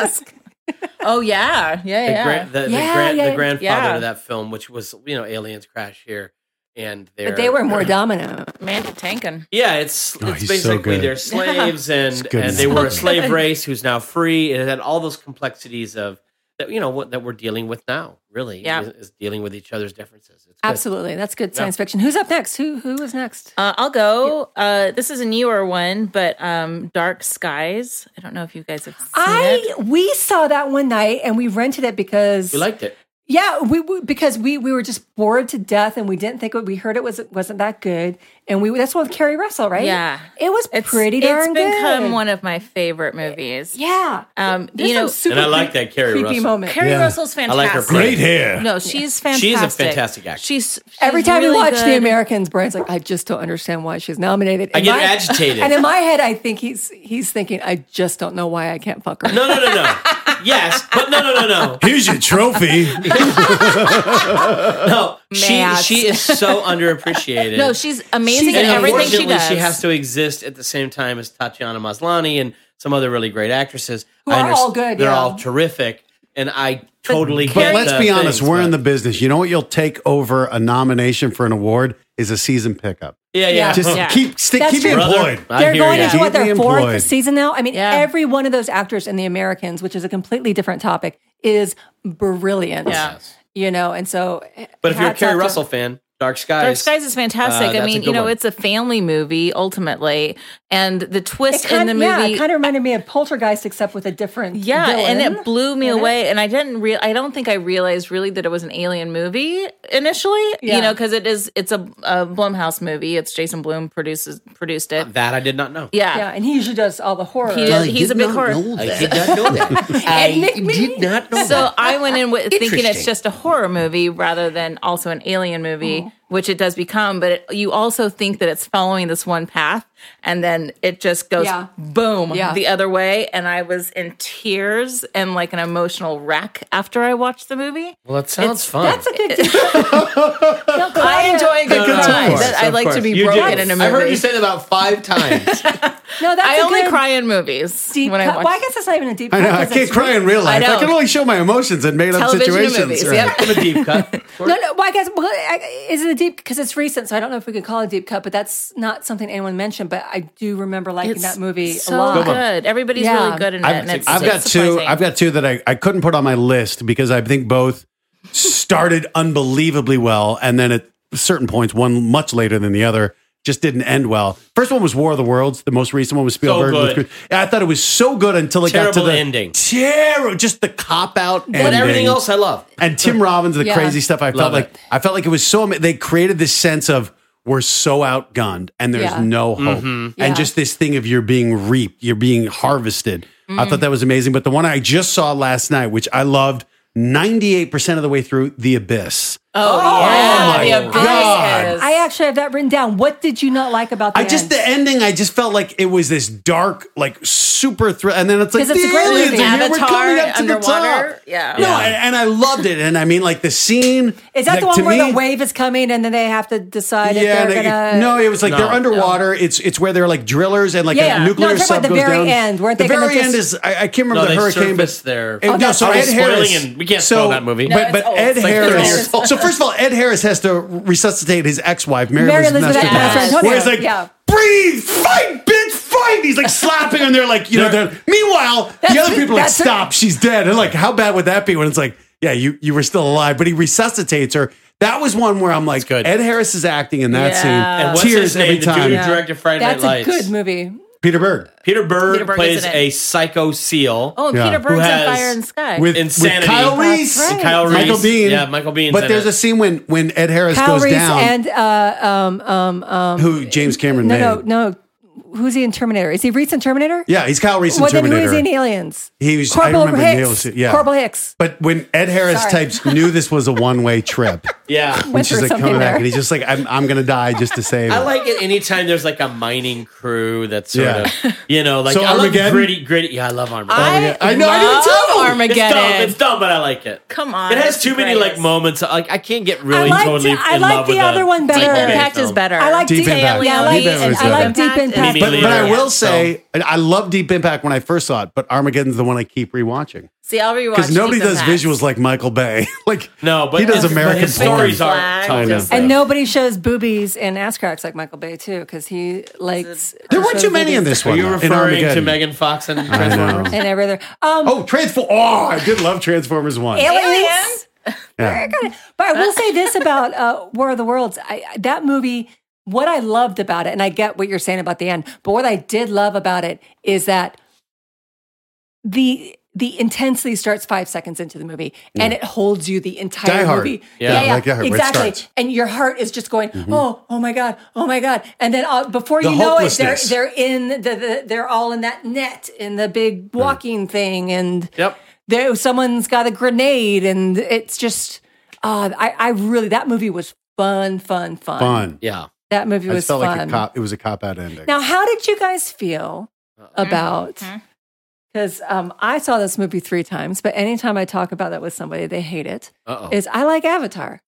Speaker 2: Oh yeah, yeah,
Speaker 4: the,
Speaker 2: yeah.
Speaker 4: gran- the, the,
Speaker 1: Yeah,
Speaker 4: gran-
Speaker 1: yeah,
Speaker 4: the grandfather
Speaker 2: yeah.
Speaker 4: of that film, which was you know aliens crash here, and they're,
Speaker 1: But they were more dominant.
Speaker 2: Mandy Tankin.
Speaker 4: yeah, it's
Speaker 3: Oh,
Speaker 4: it's
Speaker 3: he's so
Speaker 4: basically
Speaker 3: good.
Speaker 4: they're slaves and
Speaker 3: good
Speaker 4: and
Speaker 3: in
Speaker 4: they
Speaker 3: that
Speaker 4: were a
Speaker 3: movie.
Speaker 4: slave race who's now free, and it had all those complexities of that you know what that we're dealing with now. Really,
Speaker 2: Yeah.
Speaker 4: is, is dealing with each other's differences. It's good.
Speaker 1: Absolutely, that's good science fiction. Who's up next? Who who is next?
Speaker 2: Uh, I'll go. Uh, this is a newer one, but um, Dark Skies. I don't know if you guys have seen it.
Speaker 1: I we saw that one night and we rented it because
Speaker 4: You liked it.
Speaker 1: yeah we, we because we we were just bored to death and we didn't think what we heard it was wasn't that good and we that's one with Carrie Russell right
Speaker 2: Yeah.
Speaker 1: it was pretty darn
Speaker 2: It's become
Speaker 1: good
Speaker 2: one of my favorite movies.
Speaker 1: yeah
Speaker 2: Um,
Speaker 1: There's
Speaker 2: you
Speaker 1: some
Speaker 2: know,
Speaker 1: super
Speaker 4: And I like
Speaker 1: creep-
Speaker 4: that Carrie
Speaker 1: creepy
Speaker 4: Russell.
Speaker 1: moment
Speaker 2: Carrie
Speaker 3: Yeah.
Speaker 2: Russell's
Speaker 4: I like her
Speaker 2: fantastic.
Speaker 4: brain.
Speaker 3: hair.
Speaker 2: No, she's fantastic.
Speaker 4: She's a fantastic actress.
Speaker 2: She's, she's
Speaker 1: Every time
Speaker 2: really
Speaker 1: we watch The
Speaker 2: good.
Speaker 1: Americans, Brian's like, I just don't understand why she's nominated.
Speaker 4: I
Speaker 1: In
Speaker 4: get
Speaker 1: my-
Speaker 4: agitated.
Speaker 1: And in my head, I think he's he's thinking, I just don't know why I can't fuck her.
Speaker 4: No, no, no, no. yes, but no, no, no, no.
Speaker 3: Here's your trophy.
Speaker 4: No, she
Speaker 2: Matt.
Speaker 4: she is so underappreciated.
Speaker 2: No, she's amazing
Speaker 1: She's
Speaker 2: in
Speaker 1: an
Speaker 2: everything she
Speaker 4: unfortunately,
Speaker 2: does.
Speaker 4: has to exist at the same time as Tatiana Maslany and some other really great actresses. Who
Speaker 1: are all good,
Speaker 4: They're
Speaker 1: yeah.
Speaker 4: all terrific, and I totally.
Speaker 3: But
Speaker 4: get
Speaker 3: let's
Speaker 4: the
Speaker 3: be honest,
Speaker 4: things,
Speaker 3: we're in the
Speaker 4: but-
Speaker 3: business. You know what you'll take over a nomination for an award is a season pickup.
Speaker 4: yeah, yeah.
Speaker 3: Just
Speaker 2: Yeah.
Speaker 3: keep stick,
Speaker 1: That's
Speaker 3: keep me
Speaker 1: true.
Speaker 4: Brother,
Speaker 3: employed.
Speaker 4: I
Speaker 1: They're
Speaker 4: hear
Speaker 1: going
Speaker 4: ya.
Speaker 1: into what their
Speaker 3: Keep me
Speaker 1: fourth
Speaker 3: employed.
Speaker 1: season now. I mean,
Speaker 2: Yeah.
Speaker 1: every one of those actors in The Americans, which is a completely different topic, is brilliant.
Speaker 2: Yeah.
Speaker 1: You know, and so.
Speaker 4: But if you're a
Speaker 1: hats
Speaker 4: Carrie
Speaker 1: off to-
Speaker 4: Russell fan, Dark Skies.
Speaker 2: Dark Skies is
Speaker 4: Uh,
Speaker 2: fantastic. I
Speaker 4: that's a
Speaker 2: mean,
Speaker 4: good
Speaker 2: you know,
Speaker 4: one.
Speaker 2: it's a family movie ultimately, and the
Speaker 1: it
Speaker 2: twist
Speaker 1: kind,
Speaker 2: in the
Speaker 1: yeah,
Speaker 2: movie
Speaker 1: it kind of reminded me of Poltergeist, except with a different.
Speaker 2: Yeah, and
Speaker 1: villain.
Speaker 2: it blew me
Speaker 1: in it.
Speaker 2: away. And I didn't real I don't think I realized really that it was an alien movie initially.
Speaker 1: Yeah.
Speaker 2: You know, because it is it's a, a Blumhouse movie. It's Jason Bloom produces produced it.
Speaker 4: that I did not know.
Speaker 2: yeah.
Speaker 1: Yeah, and he usually does all the horror.
Speaker 2: He does- he's a big horror.
Speaker 4: I did not know that.
Speaker 1: I did
Speaker 4: not know
Speaker 2: So I went in with thinking it's
Speaker 4: Interesting.
Speaker 2: just a horror movie rather than also an alien movie,
Speaker 1: Uh-huh.
Speaker 2: which it does become. But it, you also think that it's following this one path, and then it just goes
Speaker 1: Yeah.
Speaker 2: boom
Speaker 1: Yeah.
Speaker 2: the other way. And I was in tears and like an emotional wreck after I watched the movie.
Speaker 4: Well, that sounds fun.
Speaker 1: That's a good.
Speaker 2: I enjoy a good
Speaker 4: No, no, of
Speaker 2: cry.
Speaker 4: course,
Speaker 2: That- I
Speaker 4: of
Speaker 2: like to
Speaker 4: course.
Speaker 2: be
Speaker 4: You
Speaker 2: broken
Speaker 4: do.
Speaker 2: in a
Speaker 4: I've heard
Speaker 2: movie.
Speaker 4: you say that about five times.
Speaker 1: No, that's
Speaker 2: I
Speaker 1: a
Speaker 2: only
Speaker 1: good
Speaker 2: cry in movies
Speaker 1: Deep
Speaker 2: when I
Speaker 1: cut.
Speaker 2: watch.
Speaker 1: Well, I guess that's not even a deep
Speaker 3: I
Speaker 1: cut.
Speaker 3: know. I
Speaker 1: 'cause
Speaker 3: can't
Speaker 1: it's
Speaker 3: cry in real life. I,
Speaker 2: know.
Speaker 3: can only show my emotions and made up
Speaker 2: Television and
Speaker 3: situations.
Speaker 2: movies,
Speaker 3: right?
Speaker 2: yep.
Speaker 4: I'm a deep cut.
Speaker 1: No, no. Well, I guess well, I- is it a deep because it's recent, so I don't know if we could call it a deep cut. But that's not something anyone mentioned. But I do remember liking
Speaker 2: It's
Speaker 1: that movie a
Speaker 2: so
Speaker 1: lot.
Speaker 2: good. Everybody's
Speaker 1: Yeah.
Speaker 2: really good in it. and it's,
Speaker 3: I've
Speaker 2: it's
Speaker 3: got two.
Speaker 2: surprising.
Speaker 3: I've got two that I, I couldn't put on my list because I think both started unbelievably well, and then at certain points, one much later than the other, just didn't end well. First one was War of the Worlds. The most recent one was Spielberg.
Speaker 4: good.
Speaker 3: with- I thought it was so good until it got to
Speaker 4: Terrible
Speaker 3: the
Speaker 4: ending.
Speaker 3: Terrible, just the cop out.
Speaker 4: But everything else I love.
Speaker 3: and Tim Robbins, the
Speaker 1: Yeah.
Speaker 3: crazy stuff. I felt
Speaker 4: Love it.
Speaker 3: like I felt like it was so. ama- They created this sense of we're so outgunned and there's
Speaker 1: Yeah.
Speaker 3: no
Speaker 4: Mm-hmm.
Speaker 3: hope,
Speaker 1: Yeah.
Speaker 3: and just this thing of you're being reaped, you're being harvested. I
Speaker 1: Mm.
Speaker 3: thought that was amazing. But the one I just saw last night, which I loved, ninety eight percent of the way through, The Abyss.
Speaker 2: Oh,
Speaker 3: Oh, my
Speaker 2: yeah, The Abyss
Speaker 3: God.
Speaker 2: is-
Speaker 1: I actually have that written down. What did you not like about the
Speaker 3: I just the ending. I just felt like it was this dark, like super thrill, and then it's like
Speaker 1: 'Cause it's a
Speaker 3: the
Speaker 1: great
Speaker 3: aliens
Speaker 1: movie.
Speaker 3: are here. We're
Speaker 2: Avatar
Speaker 3: coming up to the
Speaker 2: underwater.
Speaker 3: top.
Speaker 2: Yeah.
Speaker 3: no,
Speaker 2: Yeah.
Speaker 3: and, and I loved it, and I mean, like the scene
Speaker 1: Is that the one
Speaker 3: to
Speaker 1: where
Speaker 3: me-
Speaker 1: the wave is coming and then they have to decide if they're
Speaker 3: they-
Speaker 1: gonna?
Speaker 3: no, it was like
Speaker 4: No.
Speaker 3: they're underwater. It's it's where they're like drillers and like
Speaker 1: Yeah, yeah. No,
Speaker 3: a
Speaker 1: I'm
Speaker 3: nuclear
Speaker 1: talking
Speaker 3: sub
Speaker 1: about the
Speaker 3: goes
Speaker 1: very
Speaker 3: down.
Speaker 1: end, weren't
Speaker 3: the
Speaker 1: they gonna
Speaker 3: very end
Speaker 1: just-
Speaker 3: is I, I can't remember
Speaker 4: No,
Speaker 3: the
Speaker 4: they
Speaker 3: hurricane, but
Speaker 4: surfaced their-
Speaker 3: Oh,
Speaker 4: Oh,
Speaker 3: no,
Speaker 1: that's-
Speaker 3: so
Speaker 1: I
Speaker 3: Ed
Speaker 1: was
Speaker 4: spoiling
Speaker 3: Harris.
Speaker 4: and we can't
Speaker 3: so,
Speaker 4: spoil that movie. No,
Speaker 3: But,
Speaker 2: it's
Speaker 3: but
Speaker 2: old.
Speaker 3: Ed
Speaker 2: It's like
Speaker 4: 30
Speaker 3: Harris.
Speaker 4: years old.
Speaker 3: So first of all, Ed Harris has to resuscitate his ex-wife, Mary,
Speaker 1: Mary
Speaker 3: Elizabeth
Speaker 1: Elizabeth
Speaker 3: Antoinette,
Speaker 1: Antoinette,
Speaker 3: where he's like,
Speaker 1: yeah.
Speaker 3: breathe, fight, bitch, fight. He's like slapping, and they're like, you know,
Speaker 4: They're-
Speaker 3: they're, meanwhile the
Speaker 1: That's-
Speaker 3: other people are like,
Speaker 1: that's her-
Speaker 3: stop, she's dead. And like, how bad would that be when it's like, yeah, you you were still alive, but he resuscitates her. That was one where I'm like,
Speaker 4: good.
Speaker 3: Ed Harris is acting in that
Speaker 2: Yeah.
Speaker 3: scene.
Speaker 2: And
Speaker 4: Uh, What's
Speaker 3: Tears
Speaker 4: his name?
Speaker 3: every
Speaker 4: The dude
Speaker 3: time.
Speaker 4: who directed Friday
Speaker 1: that's a
Speaker 4: Night Lights.
Speaker 1: good movie.
Speaker 3: Peter Bird
Speaker 4: Peter Bird
Speaker 2: Peter Berg
Speaker 4: plays
Speaker 2: is in it.
Speaker 4: a psycho seal.
Speaker 2: Oh, and
Speaker 3: Yeah.
Speaker 2: Peter
Speaker 3: Who
Speaker 2: Burns in
Speaker 4: has-
Speaker 2: Fire and Sky.
Speaker 3: with, with
Speaker 4: Insanity.
Speaker 3: Kyle
Speaker 4: That's
Speaker 3: Reese,
Speaker 1: right.
Speaker 4: And Kyle Reese.
Speaker 3: Michael Bean.
Speaker 4: Yeah, Michael Bean's
Speaker 3: But
Speaker 4: in
Speaker 3: there's
Speaker 4: it.
Speaker 3: a scene when when Ed Harris
Speaker 1: Kyle
Speaker 3: goes
Speaker 1: Reese
Speaker 3: down,
Speaker 1: and uh, um, um, um,
Speaker 3: who James Cameron
Speaker 1: no,
Speaker 3: made.
Speaker 1: no, no. Who's he in Terminator? Is he Reese in Terminator?
Speaker 3: Yeah, he's Kyle Reese in
Speaker 1: Well,
Speaker 3: Terminator.
Speaker 1: then who is he in Aliens?
Speaker 3: He was- I
Speaker 1: Corporal
Speaker 3: remember
Speaker 1: Hicks.
Speaker 3: Nails- yeah.
Speaker 1: Corporal Hicks.
Speaker 3: But when Ed Harris
Speaker 1: Sorry.
Speaker 3: types knew this was a one way trip,
Speaker 4: yeah.
Speaker 3: and
Speaker 1: Went
Speaker 3: she's
Speaker 1: through
Speaker 3: like
Speaker 1: something
Speaker 3: coming back,
Speaker 1: there.
Speaker 3: and he's just like, "I'm I'm gonna die just to save."
Speaker 4: I
Speaker 3: it."
Speaker 4: like it anytime there's like a mining crew that's sort
Speaker 3: Yeah.
Speaker 4: of, you know, like
Speaker 3: So
Speaker 4: I love
Speaker 3: Armageddon?
Speaker 4: gritty, gritty. oh, Yeah, I love Armageddon.
Speaker 2: I,
Speaker 3: I know, I didn't
Speaker 2: love
Speaker 3: tell you.
Speaker 2: Armageddon.
Speaker 4: It's dumb. It's dumb, but I like it.
Speaker 2: Come on,
Speaker 4: It has
Speaker 2: that's
Speaker 4: too
Speaker 2: the
Speaker 4: many like
Speaker 2: greatest.
Speaker 4: moments. Like I can't get
Speaker 1: I
Speaker 4: really
Speaker 1: liked-
Speaker 4: totally
Speaker 1: I
Speaker 4: in
Speaker 1: liked
Speaker 4: love with
Speaker 1: the other
Speaker 4: a
Speaker 1: one better.
Speaker 4: Deep
Speaker 1: Deep
Speaker 2: Impact
Speaker 4: film.
Speaker 2: is better.
Speaker 1: I like
Speaker 3: Deep
Speaker 1: Deep
Speaker 3: Impact.
Speaker 1: Impact. Yeah, I like,
Speaker 3: Deep Impact
Speaker 1: I
Speaker 3: was
Speaker 1: like
Speaker 2: better.
Speaker 1: Deep Impact.
Speaker 4: Maybe
Speaker 3: but, but I
Speaker 4: later.
Speaker 3: will say, and I love Deep Impact when I first saw it, but Armageddon's the one I keep rewatching
Speaker 2: See, I'll rewatch
Speaker 3: because nobody
Speaker 2: Deep
Speaker 3: does
Speaker 2: Impact.
Speaker 3: visuals like Michael Bay. like
Speaker 4: No, but
Speaker 3: he does
Speaker 4: but
Speaker 3: American
Speaker 4: his stories
Speaker 3: porn.
Speaker 4: aren't
Speaker 2: I
Speaker 4: tough.
Speaker 3: know.
Speaker 1: And nobody shows boobies and ass cracks like Michael Bay too, because he likes.
Speaker 3: There
Speaker 1: to
Speaker 3: weren't
Speaker 1: show
Speaker 3: too many in
Speaker 1: boobies
Speaker 3: this
Speaker 4: Are
Speaker 3: one.
Speaker 4: you
Speaker 3: though, in
Speaker 4: referring to
Speaker 3: Armageddon.
Speaker 4: Megan Fox and
Speaker 3: I
Speaker 4: Transformers?
Speaker 3: know.
Speaker 1: And every other. Um,
Speaker 3: Oh, Transform! Oh, I did love Transformers One.
Speaker 1: aliens.
Speaker 3: Yeah.
Speaker 1: But I will say this about uh, War of the Worlds: I, I- that movie. What I loved about it, and I get what you're saying about the end, but what I did love about it is that the the intensity starts five seconds into the movie, and it holds you the entire
Speaker 3: Die Hard.
Speaker 1: movie.
Speaker 3: Yeah, like Die Hard, where it starts. Mm-hmm.
Speaker 1: exactly. And your heart is just going, oh, oh my god, oh my god, and then uh, before
Speaker 3: The
Speaker 1: you know it, they're
Speaker 3: hopelessness.
Speaker 1: they're in the, the they're all in that net in the big walking thing, and
Speaker 4: Yep.
Speaker 1: there someone's got a grenade and it's just uh I, I really that movie was fun fun fun
Speaker 3: Fun.
Speaker 4: Yeah.
Speaker 1: that movie
Speaker 3: I
Speaker 1: was
Speaker 3: just felt
Speaker 1: fun
Speaker 3: like a cop. It was a cop out ending.
Speaker 1: now how did you guys feel about
Speaker 2: Mm-hmm.
Speaker 1: because um, I saw this movie three times but anytime I talk about that with somebody they hate it
Speaker 4: Uh oh.
Speaker 1: is I like Avatar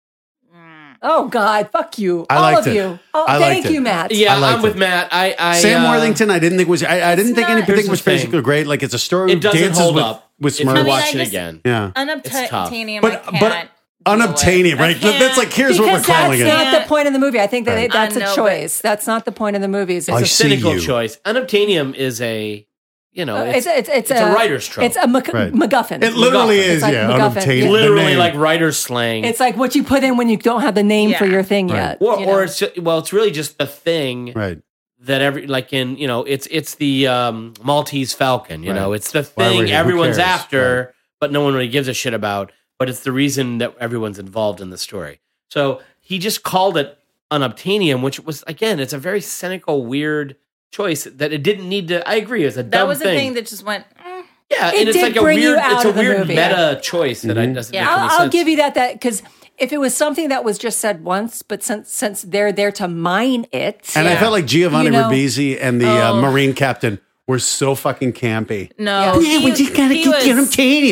Speaker 2: Mm.
Speaker 1: oh god fuck you
Speaker 3: I
Speaker 1: all
Speaker 3: liked
Speaker 1: of
Speaker 3: it.
Speaker 1: you oh
Speaker 3: I liked
Speaker 1: thank
Speaker 3: it.
Speaker 1: you Matt
Speaker 4: Yeah,
Speaker 3: I liked
Speaker 4: I'm with
Speaker 3: it.
Speaker 4: Matt. I, I
Speaker 3: Sam
Speaker 4: uh,
Speaker 3: Worthington, I didn't think was. I, I didn't think
Speaker 2: not-
Speaker 3: anything
Speaker 4: Here's
Speaker 3: was
Speaker 4: the thing.
Speaker 3: particularly great. Like it's a story.
Speaker 4: It
Speaker 3: of
Speaker 4: doesn't
Speaker 3: dances
Speaker 4: hold
Speaker 3: with,
Speaker 4: up
Speaker 3: with
Speaker 4: if you
Speaker 3: Smurfs.
Speaker 2: I mean,
Speaker 4: watch
Speaker 2: I
Speaker 4: it
Speaker 2: just-
Speaker 4: again.
Speaker 3: yeah,
Speaker 4: It's tough.
Speaker 2: Unobtainium.
Speaker 3: but
Speaker 2: I
Speaker 3: but
Speaker 2: can't
Speaker 3: unobtainium, right? That- That's like here's what we're
Speaker 1: because
Speaker 3: calling
Speaker 1: that's
Speaker 3: it.
Speaker 1: not the point of the movie. I think that
Speaker 3: Right.
Speaker 1: it- that's
Speaker 2: I know,
Speaker 1: a
Speaker 2: but-
Speaker 1: choice. That's not the point of the movies. It's
Speaker 3: I
Speaker 1: a
Speaker 4: It's a
Speaker 3: see
Speaker 4: cynical
Speaker 3: you.
Speaker 4: choice. Unobtainium is a, you know,
Speaker 1: Uh, it's,
Speaker 4: Oh,
Speaker 1: it's,
Speaker 4: it's,
Speaker 1: it's,
Speaker 4: it's a writer's trope.
Speaker 1: It's a Mc,
Speaker 3: Right.
Speaker 1: MacGuffin.
Speaker 3: it literally
Speaker 4: MacGuffin.
Speaker 3: is.
Speaker 1: It's like
Speaker 3: yeah,
Speaker 1: MacGuffin.
Speaker 3: unobtainium.
Speaker 1: It's
Speaker 3: The
Speaker 4: literally
Speaker 3: name.
Speaker 4: like writer slang.
Speaker 1: It's like what you put in when you don't have the name for
Speaker 2: Yeah.
Speaker 1: your thing
Speaker 3: Right.
Speaker 1: yet.
Speaker 4: or,
Speaker 1: you
Speaker 4: or
Speaker 1: know?
Speaker 4: it's ju- well, it's really just the thing
Speaker 3: right.
Speaker 4: that every like in you know, it's it's the um, Maltese Falcon. You
Speaker 3: Right.
Speaker 4: know, it's the
Speaker 3: Why we're
Speaker 4: thing
Speaker 3: here, who
Speaker 4: everyone's
Speaker 3: cares?
Speaker 4: after, but no one really gives a shit about. But it's the reason that everyone's involved in the story. So he just called it unobtainium, which was again, it's a very cynical, weird choice that it didn't need to. I agree, it's a
Speaker 2: That
Speaker 4: dumb
Speaker 2: was the
Speaker 4: thing.
Speaker 2: thing that just went. mm.
Speaker 4: yeah,
Speaker 1: It
Speaker 4: and it's
Speaker 1: did
Speaker 4: like a
Speaker 1: bring you
Speaker 4: weird,
Speaker 1: out
Speaker 4: it's a
Speaker 1: of the
Speaker 4: weird
Speaker 1: movie.
Speaker 4: meta choice that
Speaker 3: Mm-hmm.
Speaker 4: I doesn't.
Speaker 2: Yeah.
Speaker 4: make any
Speaker 1: I'll, I'll
Speaker 4: sense.
Speaker 1: give you that that because if it was something that was just said once, but since since they're there to mine it,
Speaker 3: And I
Speaker 2: Yeah.
Speaker 3: felt like Giovanni
Speaker 1: You know- Oh.
Speaker 3: Ribisi and the uh, Marine captain We're so fucking campy.
Speaker 2: No,
Speaker 3: Yeah,
Speaker 2: he-
Speaker 3: we just gotta
Speaker 2: he
Speaker 3: get
Speaker 2: was-
Speaker 3: the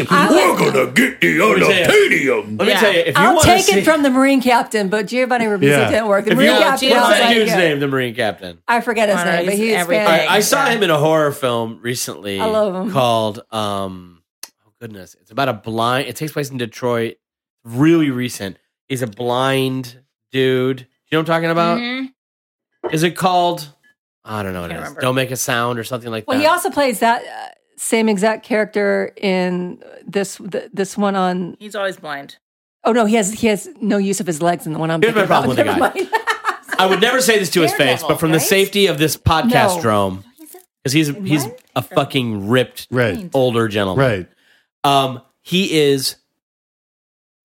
Speaker 3: unobtainium. We're gonna get the unobtainium.
Speaker 4: Let me
Speaker 2: Yeah.
Speaker 4: tell you, if you
Speaker 1: I'll
Speaker 4: want
Speaker 1: take
Speaker 4: to see,
Speaker 1: it from the Marine captain, but Giovanni Ribisi
Speaker 3: Yeah.
Speaker 1: didn't work. The
Speaker 4: If
Speaker 1: Marine
Speaker 4: you-
Speaker 1: captain,
Speaker 2: What's
Speaker 1: I was
Speaker 4: what's
Speaker 2: that
Speaker 4: that
Speaker 1: like,
Speaker 4: dude's
Speaker 1: yeah.
Speaker 4: name? The Marine captain.
Speaker 1: I forget his
Speaker 2: I don't
Speaker 1: name,
Speaker 2: know,
Speaker 1: but
Speaker 2: he's
Speaker 1: he's
Speaker 2: everything.
Speaker 1: Hispanic.
Speaker 4: I, I saw
Speaker 1: Yeah.
Speaker 4: him in a horror film recently.
Speaker 1: I love him.
Speaker 4: Called um, oh goodness, it's about a blind. It takes place in Detroit. Really recent. He's a blind dude. You know what I'm talking about?
Speaker 2: Mhm.
Speaker 1: Mm-hmm.
Speaker 4: Is it called? I don't know. What it
Speaker 2: Can't
Speaker 4: is.
Speaker 2: remember.
Speaker 4: Don't make a sound or something like
Speaker 1: Well,
Speaker 4: that.
Speaker 1: he also plays that uh, same exact character in this th- this one on.
Speaker 2: He's always blind.
Speaker 1: Oh no, he has he has no use of his legs in the one I'm.
Speaker 4: Here's my
Speaker 1: thinking about.
Speaker 4: problem with
Speaker 1: Never
Speaker 4: the guy.
Speaker 1: mind.
Speaker 4: I would never say this to his face, but from the
Speaker 2: Daredevil, right?
Speaker 4: safety of this podcast
Speaker 1: No.
Speaker 4: drome, because he's he's
Speaker 2: What?
Speaker 4: a fucking ripped
Speaker 3: Right,
Speaker 4: older gentleman.
Speaker 3: right.
Speaker 4: Um, he is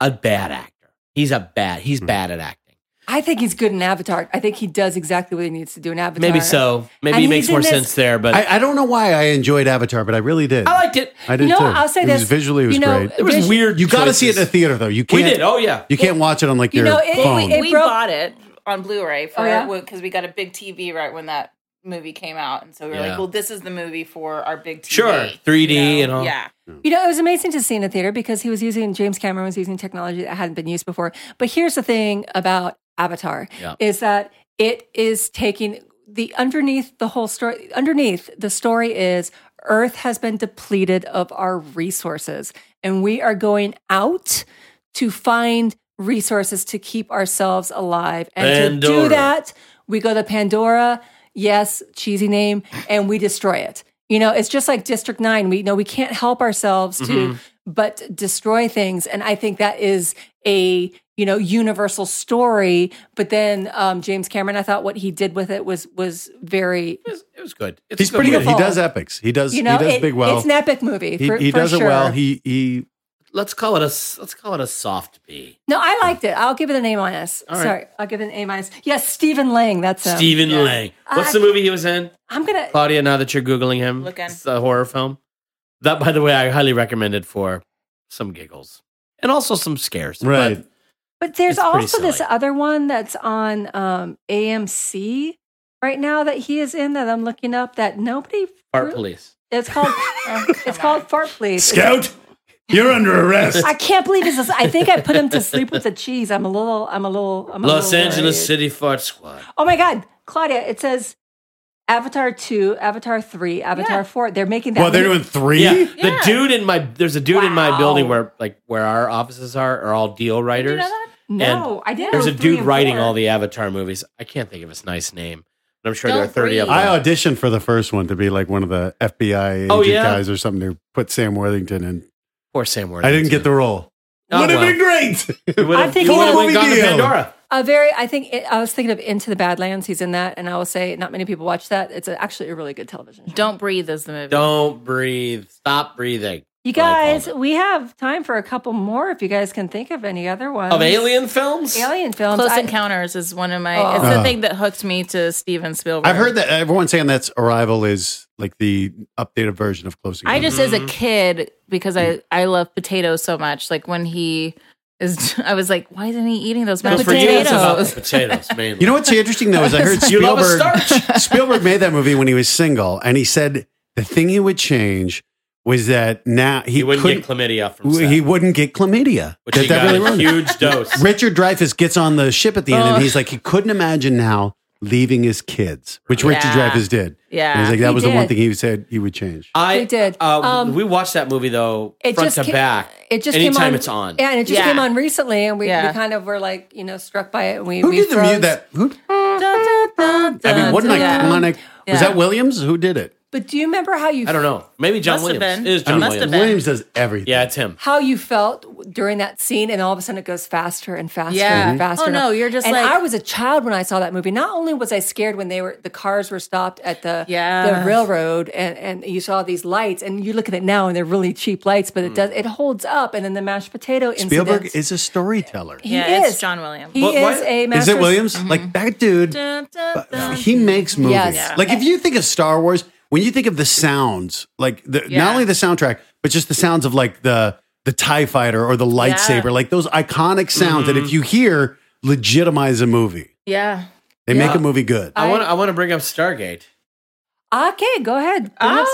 Speaker 4: a bad actor. He's a bad. He's
Speaker 3: Hmm.
Speaker 4: bad at acting.
Speaker 1: I think he's good in Avatar. I think he does exactly what he needs to do in Avatar.
Speaker 4: Maybe so. Maybe
Speaker 1: And
Speaker 4: he
Speaker 1: he's
Speaker 4: makes
Speaker 1: in
Speaker 4: more
Speaker 1: this-
Speaker 4: sense there. But I,
Speaker 3: I, I don't know why I enjoyed Avatar, but I really did.
Speaker 4: liked it.
Speaker 3: I
Speaker 1: Oh,
Speaker 3: did
Speaker 1: You know,
Speaker 3: too.
Speaker 1: I'll say
Speaker 3: it
Speaker 1: this.
Speaker 3: Was, visually, it was
Speaker 1: you know,
Speaker 3: great.
Speaker 4: It was
Speaker 1: visu-
Speaker 4: weird.
Speaker 3: You got to see it in a
Speaker 4: choices.
Speaker 3: theater, though. You
Speaker 4: We
Speaker 3: can't.
Speaker 4: did. Oh yeah.
Speaker 3: You can't watch it on like
Speaker 1: You
Speaker 3: your
Speaker 1: know, it-
Speaker 3: phone.
Speaker 1: it-
Speaker 2: we
Speaker 1: broke-
Speaker 2: bought it on Blu-ray for
Speaker 1: Oh, yeah?
Speaker 2: because we got a big TV right when that movie came out, and so we were
Speaker 4: Yeah.
Speaker 2: like, "Well, this is the movie for our big TV."
Speaker 4: Sure. 3D
Speaker 2: you know?
Speaker 4: and all.
Speaker 2: Yeah,
Speaker 1: You know, it was amazing to see in a theater because he was using James Cameron was using technology that hadn't been used before. But here's the thing about Avatar
Speaker 4: Yeah.
Speaker 1: is that it is taking the underneath the whole story underneath the story is Earth has been depleted of our resources and we are going out to find resources to keep ourselves alive. And to do
Speaker 4: Pandora.
Speaker 1: that, we go to Pandora. Yes, cheesy name, and we destroy it. You know, it's just like District Nine. We know we can't help ourselves
Speaker 3: Mm-hmm.
Speaker 1: to but destroy things, and I think that is a you know universal story. But then um, James Cameron, I thought what he did with it was was very
Speaker 4: It was, it was good. It's
Speaker 3: He's
Speaker 4: a good
Speaker 3: pretty good.
Speaker 4: movie.
Speaker 3: He
Speaker 1: beautiful.
Speaker 3: does epics. He does.
Speaker 1: you know
Speaker 3: he does
Speaker 1: it-
Speaker 3: big well.
Speaker 1: It's an epic movie.
Speaker 3: he
Speaker 1: for,
Speaker 3: he
Speaker 1: for
Speaker 3: does
Speaker 1: sure.
Speaker 3: it well. He he.
Speaker 4: Let's call it a s- let's call it a soft B.
Speaker 1: No, I liked it. I'll give it an A minus.
Speaker 4: All right.
Speaker 1: Sorry, I'll give it an A minus. Yes, Stephen Lang. That's him.
Speaker 4: Stephen Lang. What's
Speaker 1: I-
Speaker 4: the movie he was in?
Speaker 1: I'm gonna.
Speaker 4: Claudia, now that you're Googling him,
Speaker 2: Looking.
Speaker 4: it's a horror film. That, by the way, I highly recommend it for some giggles and also some scares. but
Speaker 3: Right.
Speaker 1: But there's
Speaker 4: It's pretty
Speaker 1: also this
Speaker 4: silly.
Speaker 1: other one that's on um, AMC right now that he is in that I'm looking up that nobody.
Speaker 4: Fart Police.
Speaker 1: It's called. uh, it's called Fart Please.
Speaker 3: Scout, you're under arrest.
Speaker 1: I can't believe this is. I think I put him to sleep with the cheese. I'm a little. I'm a little. I'm a
Speaker 4: Los
Speaker 1: little
Speaker 4: Angeles
Speaker 1: worried.
Speaker 4: City Fart Squad.
Speaker 1: Oh my God, Claudia! It says Avatar two, Avatar three, Avatar
Speaker 2: Yeah.
Speaker 1: four. They're making that.
Speaker 3: well, they're
Speaker 1: many-
Speaker 3: doing three.
Speaker 4: Yeah.
Speaker 2: Yeah.
Speaker 4: The dude in my there's a dude in my
Speaker 1: Wow.
Speaker 4: building where like where our offices are are all deal writers.
Speaker 2: you know that?
Speaker 1: No, I didn't.
Speaker 4: There's
Speaker 1: know
Speaker 4: a
Speaker 1: Oh, three
Speaker 4: dude
Speaker 1: and
Speaker 4: writing
Speaker 1: four.
Speaker 4: all the Avatar movies. I can't think of his nice name. But I'm sure there are
Speaker 2: Don't
Speaker 4: 30 of them.
Speaker 2: breathe.
Speaker 3: I auditioned for the first one to be like one of the FBI agent
Speaker 4: Oh, yeah?
Speaker 3: guys or something to put Sam Worthington in.
Speaker 4: Poor Sam
Speaker 3: I
Speaker 4: Worthington.
Speaker 3: didn't get the role.
Speaker 4: Oh,
Speaker 3: Would have
Speaker 4: well.
Speaker 3: been great.
Speaker 4: You would've-
Speaker 1: I think
Speaker 4: you
Speaker 1: he
Speaker 4: would've
Speaker 1: had
Speaker 4: been
Speaker 3: a
Speaker 4: gone to
Speaker 3: deal.
Speaker 4: Pandora.
Speaker 1: A very, I think it, I was thinking of Into the Badlands. He's in that, and I will say, not many people watch that. It's a, actually a really good television. show.
Speaker 2: Don't breathe is the movie.
Speaker 4: Don't breathe. Stop breathing.
Speaker 1: You
Speaker 4: Like all
Speaker 1: guys, we have time for a couple more if you guys can think of any other ones
Speaker 4: Of alien films?
Speaker 1: alien films.
Speaker 2: Close
Speaker 1: I-
Speaker 2: Encounters is one of my.
Speaker 1: Oh.
Speaker 2: It's the
Speaker 3: Uh.
Speaker 2: thing that hooked me to Steven Spielberg.
Speaker 3: I've heard that everyone's saying that's Arrival is like the updated version of Close
Speaker 2: I
Speaker 3: Encounters.
Speaker 2: just as a kid because I I love potatoes so much. Like when he is, I was like, why isn't he eating those
Speaker 4: Well,
Speaker 2: mashed
Speaker 4: for you, it's about
Speaker 2: potatoes?
Speaker 4: the potatoes, mainly.
Speaker 3: You know what's interesting though is I heard
Speaker 4: You love a
Speaker 3: Spielberg Spielberg made that movie when he was single, and he said the thing he would change was that now he,
Speaker 4: he wouldn't
Speaker 3: couldn't
Speaker 4: get chlamydia from
Speaker 3: w-
Speaker 4: sex,
Speaker 3: he wouldn't get chlamydia.
Speaker 4: which
Speaker 3: That-
Speaker 4: he
Speaker 3: that
Speaker 4: got
Speaker 3: really
Speaker 4: a
Speaker 3: ruined it.
Speaker 4: huge dose.
Speaker 3: Richard Dreyfuss gets on the ship at the
Speaker 2: Oh.
Speaker 3: end, and he's like, he couldn't imagine now leaving his kids, which Richard
Speaker 2: Yeah.
Speaker 3: Dreyfuss did. And he's
Speaker 2: yeah,
Speaker 3: like, that
Speaker 1: he
Speaker 3: was the one
Speaker 1: did.
Speaker 3: thing he said he would change.
Speaker 4: I
Speaker 1: We did.
Speaker 4: Uh,
Speaker 1: Um,
Speaker 4: we watched that movie though,
Speaker 1: it
Speaker 4: front
Speaker 1: just
Speaker 4: to
Speaker 1: ca-
Speaker 4: back.
Speaker 1: It just
Speaker 4: anytime
Speaker 1: came on,
Speaker 4: it's on.
Speaker 1: Yeah, and it just
Speaker 2: Yeah.
Speaker 1: came on recently, and we,
Speaker 2: Yeah.
Speaker 1: we kind of were like, you know, struck by it. And we
Speaker 3: Who
Speaker 1: we
Speaker 3: did the
Speaker 1: froze.
Speaker 3: mute that? Who, I
Speaker 2: I
Speaker 3: mean, what an iconic.
Speaker 2: Yeah.
Speaker 3: Was that Williams? Who did it?
Speaker 1: But do you remember how you
Speaker 4: I don't know. Maybe John
Speaker 2: Must have
Speaker 4: Williams.
Speaker 2: been.
Speaker 4: It is John
Speaker 2: Must have
Speaker 4: Williams.
Speaker 2: been.
Speaker 3: Williams does everything.
Speaker 4: Yeah, it's him.
Speaker 1: how you felt during that scene, and all of a sudden it goes faster and faster
Speaker 2: Yeah.
Speaker 4: Mm-hmm.
Speaker 1: and faster.
Speaker 2: Oh,
Speaker 1: and-
Speaker 2: no, you're just
Speaker 1: and
Speaker 2: like-
Speaker 1: I was a child when I saw that movie. Not only was I scared when they were the cars were stopped at the
Speaker 2: Yeah.
Speaker 1: the railroad, and and you saw these lights, and you look at it now, and they're really cheap lights, but
Speaker 4: Mm.
Speaker 1: it does it holds up. And then the mashed potato
Speaker 3: Spielberg
Speaker 1: incident.
Speaker 3: is a storyteller.
Speaker 1: he
Speaker 2: Yeah,
Speaker 1: is
Speaker 2: it's John Williams.
Speaker 1: He
Speaker 4: What-
Speaker 1: is
Speaker 4: what-
Speaker 1: a
Speaker 3: Is
Speaker 1: master.
Speaker 3: it Williams?
Speaker 2: Mm-hmm.
Speaker 3: Like that dude.
Speaker 2: Dun, dun, dun.
Speaker 3: He makes movies.
Speaker 1: Yes. Yeah.
Speaker 3: Like if you think of Star Wars, when you think of the sounds, like the,
Speaker 2: Yeah.
Speaker 3: not only the soundtrack, but just the sounds of like the the Tie Fighter or the lightsaber, like those iconic sounds that if
Speaker 4: Mm-hmm.
Speaker 3: you hear, legitimize a movie.
Speaker 2: yeah.
Speaker 3: They make a movie good.
Speaker 4: I want. I want to bring up Stargate.
Speaker 1: Okay, go ahead. Bring up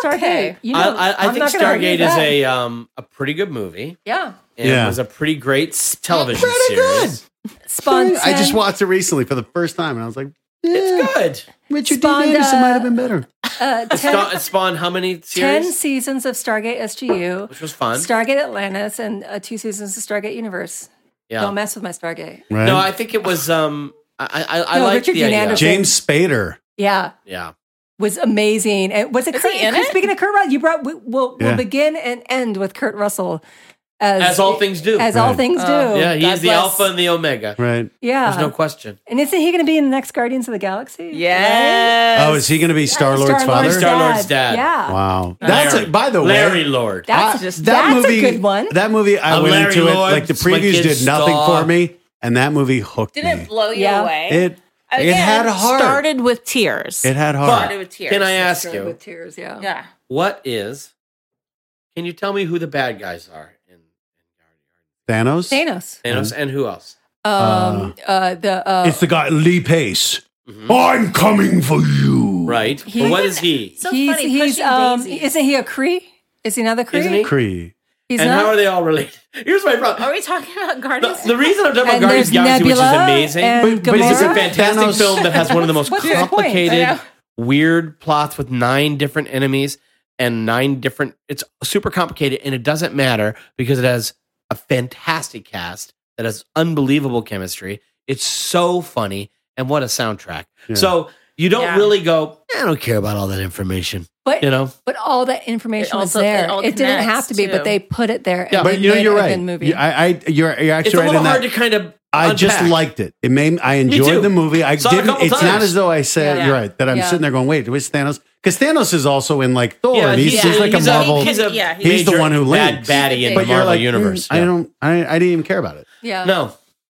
Speaker 1: Stargate.
Speaker 2: Okay.
Speaker 1: You know,
Speaker 4: I, I, I
Speaker 1: I'm
Speaker 4: think
Speaker 1: not gonna argue
Speaker 4: Stargate is
Speaker 1: that.
Speaker 4: a um, a pretty good movie.
Speaker 1: yeah.
Speaker 4: And
Speaker 3: Yeah.
Speaker 4: It was a pretty great s- television
Speaker 3: Pretty good.
Speaker 4: series.
Speaker 1: Spawn.
Speaker 3: I just watched it recently for the first time, and I was like, yeah,
Speaker 4: It's good.
Speaker 3: Richard D.
Speaker 1: Spawned,
Speaker 3: Anderson
Speaker 1: uh,
Speaker 3: might have been better.
Speaker 1: uh,
Speaker 4: It sta-
Speaker 1: ten,
Speaker 4: it spawned how many
Speaker 1: ten
Speaker 4: series?
Speaker 1: seasons of Stargate SGU,
Speaker 4: Which was fun.
Speaker 1: Stargate Atlantis, and uh, two seasons of Stargate Universe.
Speaker 4: yeah.
Speaker 1: Don't mess with my Stargate.
Speaker 3: Right?
Speaker 4: No, I think it was. Um, I I, I
Speaker 1: No,
Speaker 4: like
Speaker 1: Richard
Speaker 4: the
Speaker 1: Dean
Speaker 4: idea.
Speaker 1: Anderson.
Speaker 3: James Spader.
Speaker 1: Yeah,
Speaker 4: Yeah,
Speaker 1: was amazing. It was it
Speaker 2: Is
Speaker 1: Kurt,
Speaker 2: he in it?
Speaker 1: speaking of Kurt Russell, you brought we, we'll,
Speaker 3: Yeah.
Speaker 1: we'll begin and end with Kurt Russell as
Speaker 4: as all things do. Oh.
Speaker 1: as all
Speaker 3: Right.
Speaker 1: things
Speaker 2: Uh,
Speaker 1: do.
Speaker 4: yeah, he
Speaker 2: God
Speaker 4: is the
Speaker 2: bless.
Speaker 4: alpha and the omega.
Speaker 3: Right.
Speaker 1: yeah.
Speaker 4: There's no question.
Speaker 1: and isn't he going to be in the next Guardians of the Galaxy?
Speaker 2: Yes.
Speaker 3: Oh, is he going to be Star Lord's
Speaker 1: Star-Lord's
Speaker 3: father?
Speaker 4: Star- Star-Lord's dad.
Speaker 1: Yeah.
Speaker 3: wow. That's
Speaker 4: Larry-
Speaker 3: a, by the
Speaker 4: Larry
Speaker 3: way.
Speaker 4: Lord.
Speaker 1: That's
Speaker 3: I-
Speaker 2: just-
Speaker 1: that's a good one.
Speaker 3: That movie, I
Speaker 4: A
Speaker 3: went
Speaker 4: Larry
Speaker 3: into it
Speaker 4: Lord,
Speaker 3: like the
Speaker 4: it's my
Speaker 3: previews
Speaker 4: kid's
Speaker 3: did nothing
Speaker 4: star.
Speaker 3: for me, and that movie hooked
Speaker 2: Didn't
Speaker 3: me.
Speaker 2: it blow you
Speaker 1: Yeah.
Speaker 2: away?
Speaker 3: It it
Speaker 2: Again,
Speaker 3: had heart.
Speaker 2: Started with tears.
Speaker 3: it had
Speaker 4: But
Speaker 3: heart.
Speaker 2: Started with tears.
Speaker 4: can I ask you
Speaker 1: With tears, yeah.
Speaker 2: Yeah.
Speaker 4: what is? Can you tell me who the bad guys are in, in
Speaker 3: Thanos.
Speaker 1: Thanos.
Speaker 4: Thanos
Speaker 3: Hmm.
Speaker 4: and who else?
Speaker 1: Um, uh, the uh,
Speaker 3: It's the guy Lee Pace.
Speaker 4: Mhm.
Speaker 3: I'm coming for you.
Speaker 4: Right.
Speaker 1: He-
Speaker 4: but what is he?
Speaker 2: So
Speaker 1: he's
Speaker 2: funny.
Speaker 1: he's
Speaker 2: pushing
Speaker 1: um
Speaker 2: daisies.
Speaker 1: isn't he a Cree? Is he another Cree?
Speaker 4: Isn't he?
Speaker 3: Cree.
Speaker 1: He's
Speaker 4: and
Speaker 1: not.
Speaker 4: how are they all related? Here's my problem.
Speaker 2: Are we talking about
Speaker 4: The,
Speaker 2: Guardians?
Speaker 4: the reason I'm talking about
Speaker 1: And
Speaker 4: Guardians of the
Speaker 1: there's
Speaker 4: Galaxy,
Speaker 1: Nebula
Speaker 4: which is amazing,
Speaker 1: and
Speaker 3: But- but
Speaker 4: is it's a
Speaker 3: Gamora?
Speaker 4: fantastic
Speaker 3: Thanos-
Speaker 4: film that has one of the most
Speaker 1: What's the point? I
Speaker 4: complicated,
Speaker 1: know.
Speaker 4: weird plots with nine different enemies and nine different. It's super complicated, and it doesn't matter because it has a fantastic cast that has unbelievable chemistry. It's so funny, and what a soundtrack!
Speaker 3: Yeah.
Speaker 4: So you don't
Speaker 2: Yeah.
Speaker 4: really go. I don't care about all that information,
Speaker 1: but
Speaker 4: you know.
Speaker 1: but all that information
Speaker 2: It
Speaker 1: was
Speaker 2: also- it
Speaker 1: there.
Speaker 2: all
Speaker 1: It, didn't
Speaker 2: connects,
Speaker 1: have to be,
Speaker 2: too.
Speaker 1: but they put it there.
Speaker 4: Yeah.
Speaker 1: and
Speaker 3: But
Speaker 1: they
Speaker 3: you know
Speaker 1: made
Speaker 3: you're
Speaker 1: a
Speaker 3: right.
Speaker 1: good Movie.
Speaker 3: You- I, I you're, you're actually
Speaker 4: It's a
Speaker 3: right
Speaker 4: little
Speaker 3: in that.
Speaker 4: hard to kind of.
Speaker 3: I just
Speaker 4: unpack.
Speaker 3: liked it. It made I
Speaker 4: too.
Speaker 3: enjoyed the movie. I
Speaker 4: Saw it a
Speaker 3: didn't.
Speaker 4: couple
Speaker 3: It's not
Speaker 4: times.
Speaker 3: as though I said
Speaker 2: Yeah.
Speaker 3: you're right that I'm
Speaker 1: Yeah.
Speaker 3: sitting there going, wait, where's Thanos? Because Thanos is also in like Thor,
Speaker 4: Yeah,
Speaker 3: and he's,
Speaker 4: he's,
Speaker 3: he's like
Speaker 4: he's
Speaker 3: a Marvel.
Speaker 4: He's, a
Speaker 2: Yeah, he's-
Speaker 3: He's the
Speaker 4: major
Speaker 3: one who
Speaker 4: bad
Speaker 3: leads.
Speaker 4: baddie in
Speaker 2: But
Speaker 4: the
Speaker 3: but you're
Speaker 4: Marvel
Speaker 3: like,
Speaker 4: universe.
Speaker 3: "Mm, I
Speaker 4: Yeah.
Speaker 3: don't. I, I didn't even care about it.
Speaker 1: yeah.
Speaker 4: No,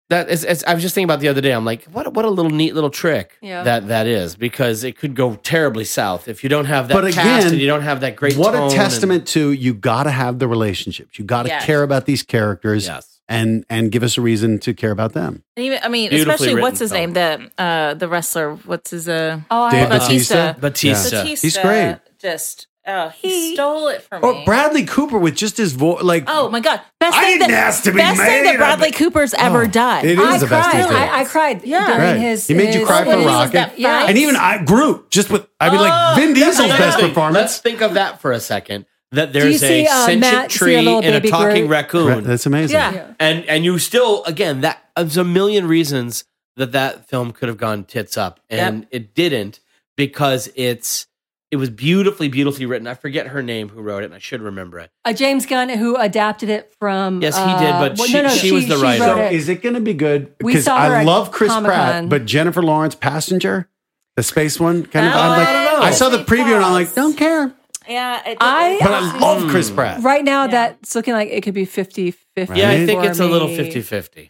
Speaker 4: that is. It's, I was just thinking about it the other day. I'm like, what? What a little neat little trick
Speaker 1: Yeah.
Speaker 4: that that is because it could go terribly south if you don't have that
Speaker 3: But
Speaker 4: cast
Speaker 3: again,
Speaker 4: and you don't have that great.
Speaker 3: what
Speaker 4: tone
Speaker 3: a
Speaker 4: and-
Speaker 3: testament to you. Got to have the relationships. You got to
Speaker 2: Yes.
Speaker 3: care about these characters,
Speaker 4: yes.
Speaker 3: and and give us a reason to care about them.
Speaker 2: And even, I mean,
Speaker 4: Beautifully
Speaker 2: especially
Speaker 4: written
Speaker 2: what's his
Speaker 4: film.
Speaker 2: name? The uh, the wrestler. What's his uh?
Speaker 1: Oh, I
Speaker 3: Dave
Speaker 1: have,
Speaker 3: Bautista.
Speaker 2: Batista.
Speaker 4: Batista.
Speaker 2: Batista.
Speaker 3: He's great.
Speaker 2: Just oh, he,
Speaker 1: He-
Speaker 2: stole it from
Speaker 3: Or
Speaker 2: me.
Speaker 3: Bradley Cooper with just his voice, like
Speaker 2: oh my god! Best
Speaker 3: I
Speaker 2: thing
Speaker 3: didn't
Speaker 2: that,
Speaker 3: ask to be
Speaker 2: best thing
Speaker 3: made, I
Speaker 2: that Bradley
Speaker 3: bet.
Speaker 2: Cooper's ever done.
Speaker 3: it
Speaker 1: I
Speaker 3: is the best
Speaker 1: cried.
Speaker 3: thing.
Speaker 1: I, I cried
Speaker 2: Yeah.
Speaker 1: during
Speaker 3: Right.
Speaker 1: his.
Speaker 3: He made you
Speaker 1: his-
Speaker 3: cry
Speaker 2: What
Speaker 3: for
Speaker 2: is
Speaker 1: his-
Speaker 3: Rocket.
Speaker 2: that
Speaker 1: Yeah.
Speaker 2: fight?
Speaker 3: and even I Groot just with. I mean,
Speaker 2: Oh,
Speaker 3: like Vin Diesel's
Speaker 4: That's
Speaker 3: best
Speaker 4: another thing.
Speaker 3: performance.
Speaker 4: Let's think of that for a second. That
Speaker 1: you
Speaker 4: there's
Speaker 1: see,
Speaker 4: a
Speaker 1: uh,
Speaker 4: sentient
Speaker 1: Matt see a
Speaker 4: tree
Speaker 1: little
Speaker 4: and a
Speaker 1: baby
Speaker 4: talking
Speaker 1: Groot?
Speaker 4: raccoon.
Speaker 3: Right, that's amazing.
Speaker 2: Yeah.
Speaker 4: and and you still again that there's a million reasons that that film could have gone tits up and it didn't because it's it was beautifully beautifully written i forget her name who wrote it and i should remember it
Speaker 1: Uh, James Gunn, who adapted it from.
Speaker 4: Yes, he did,
Speaker 1: uh,
Speaker 4: but
Speaker 1: well,
Speaker 4: she-
Speaker 1: no, no,
Speaker 4: she was the writer.
Speaker 1: wrote
Speaker 3: So
Speaker 1: it.
Speaker 3: is it going to be good?
Speaker 1: We
Speaker 3: Because
Speaker 1: saw her
Speaker 3: I
Speaker 1: at
Speaker 3: love Chris
Speaker 1: Comic-Con.
Speaker 3: Pratt, but Jennifer Lawrence Passenger, the space one, kind of.
Speaker 2: Oh,
Speaker 3: I'm like,
Speaker 2: I
Speaker 3: I,
Speaker 2: don't know.
Speaker 3: saw the preview and I'm like,
Speaker 2: Yes.
Speaker 3: don't care.
Speaker 2: yeah, it,
Speaker 1: I-
Speaker 3: But I love Chris Pratt.
Speaker 1: Right now,
Speaker 2: Yeah.
Speaker 1: that's looking like it could be 50 50.
Speaker 4: yeah i
Speaker 3: Right.
Speaker 4: think it's a little 50-50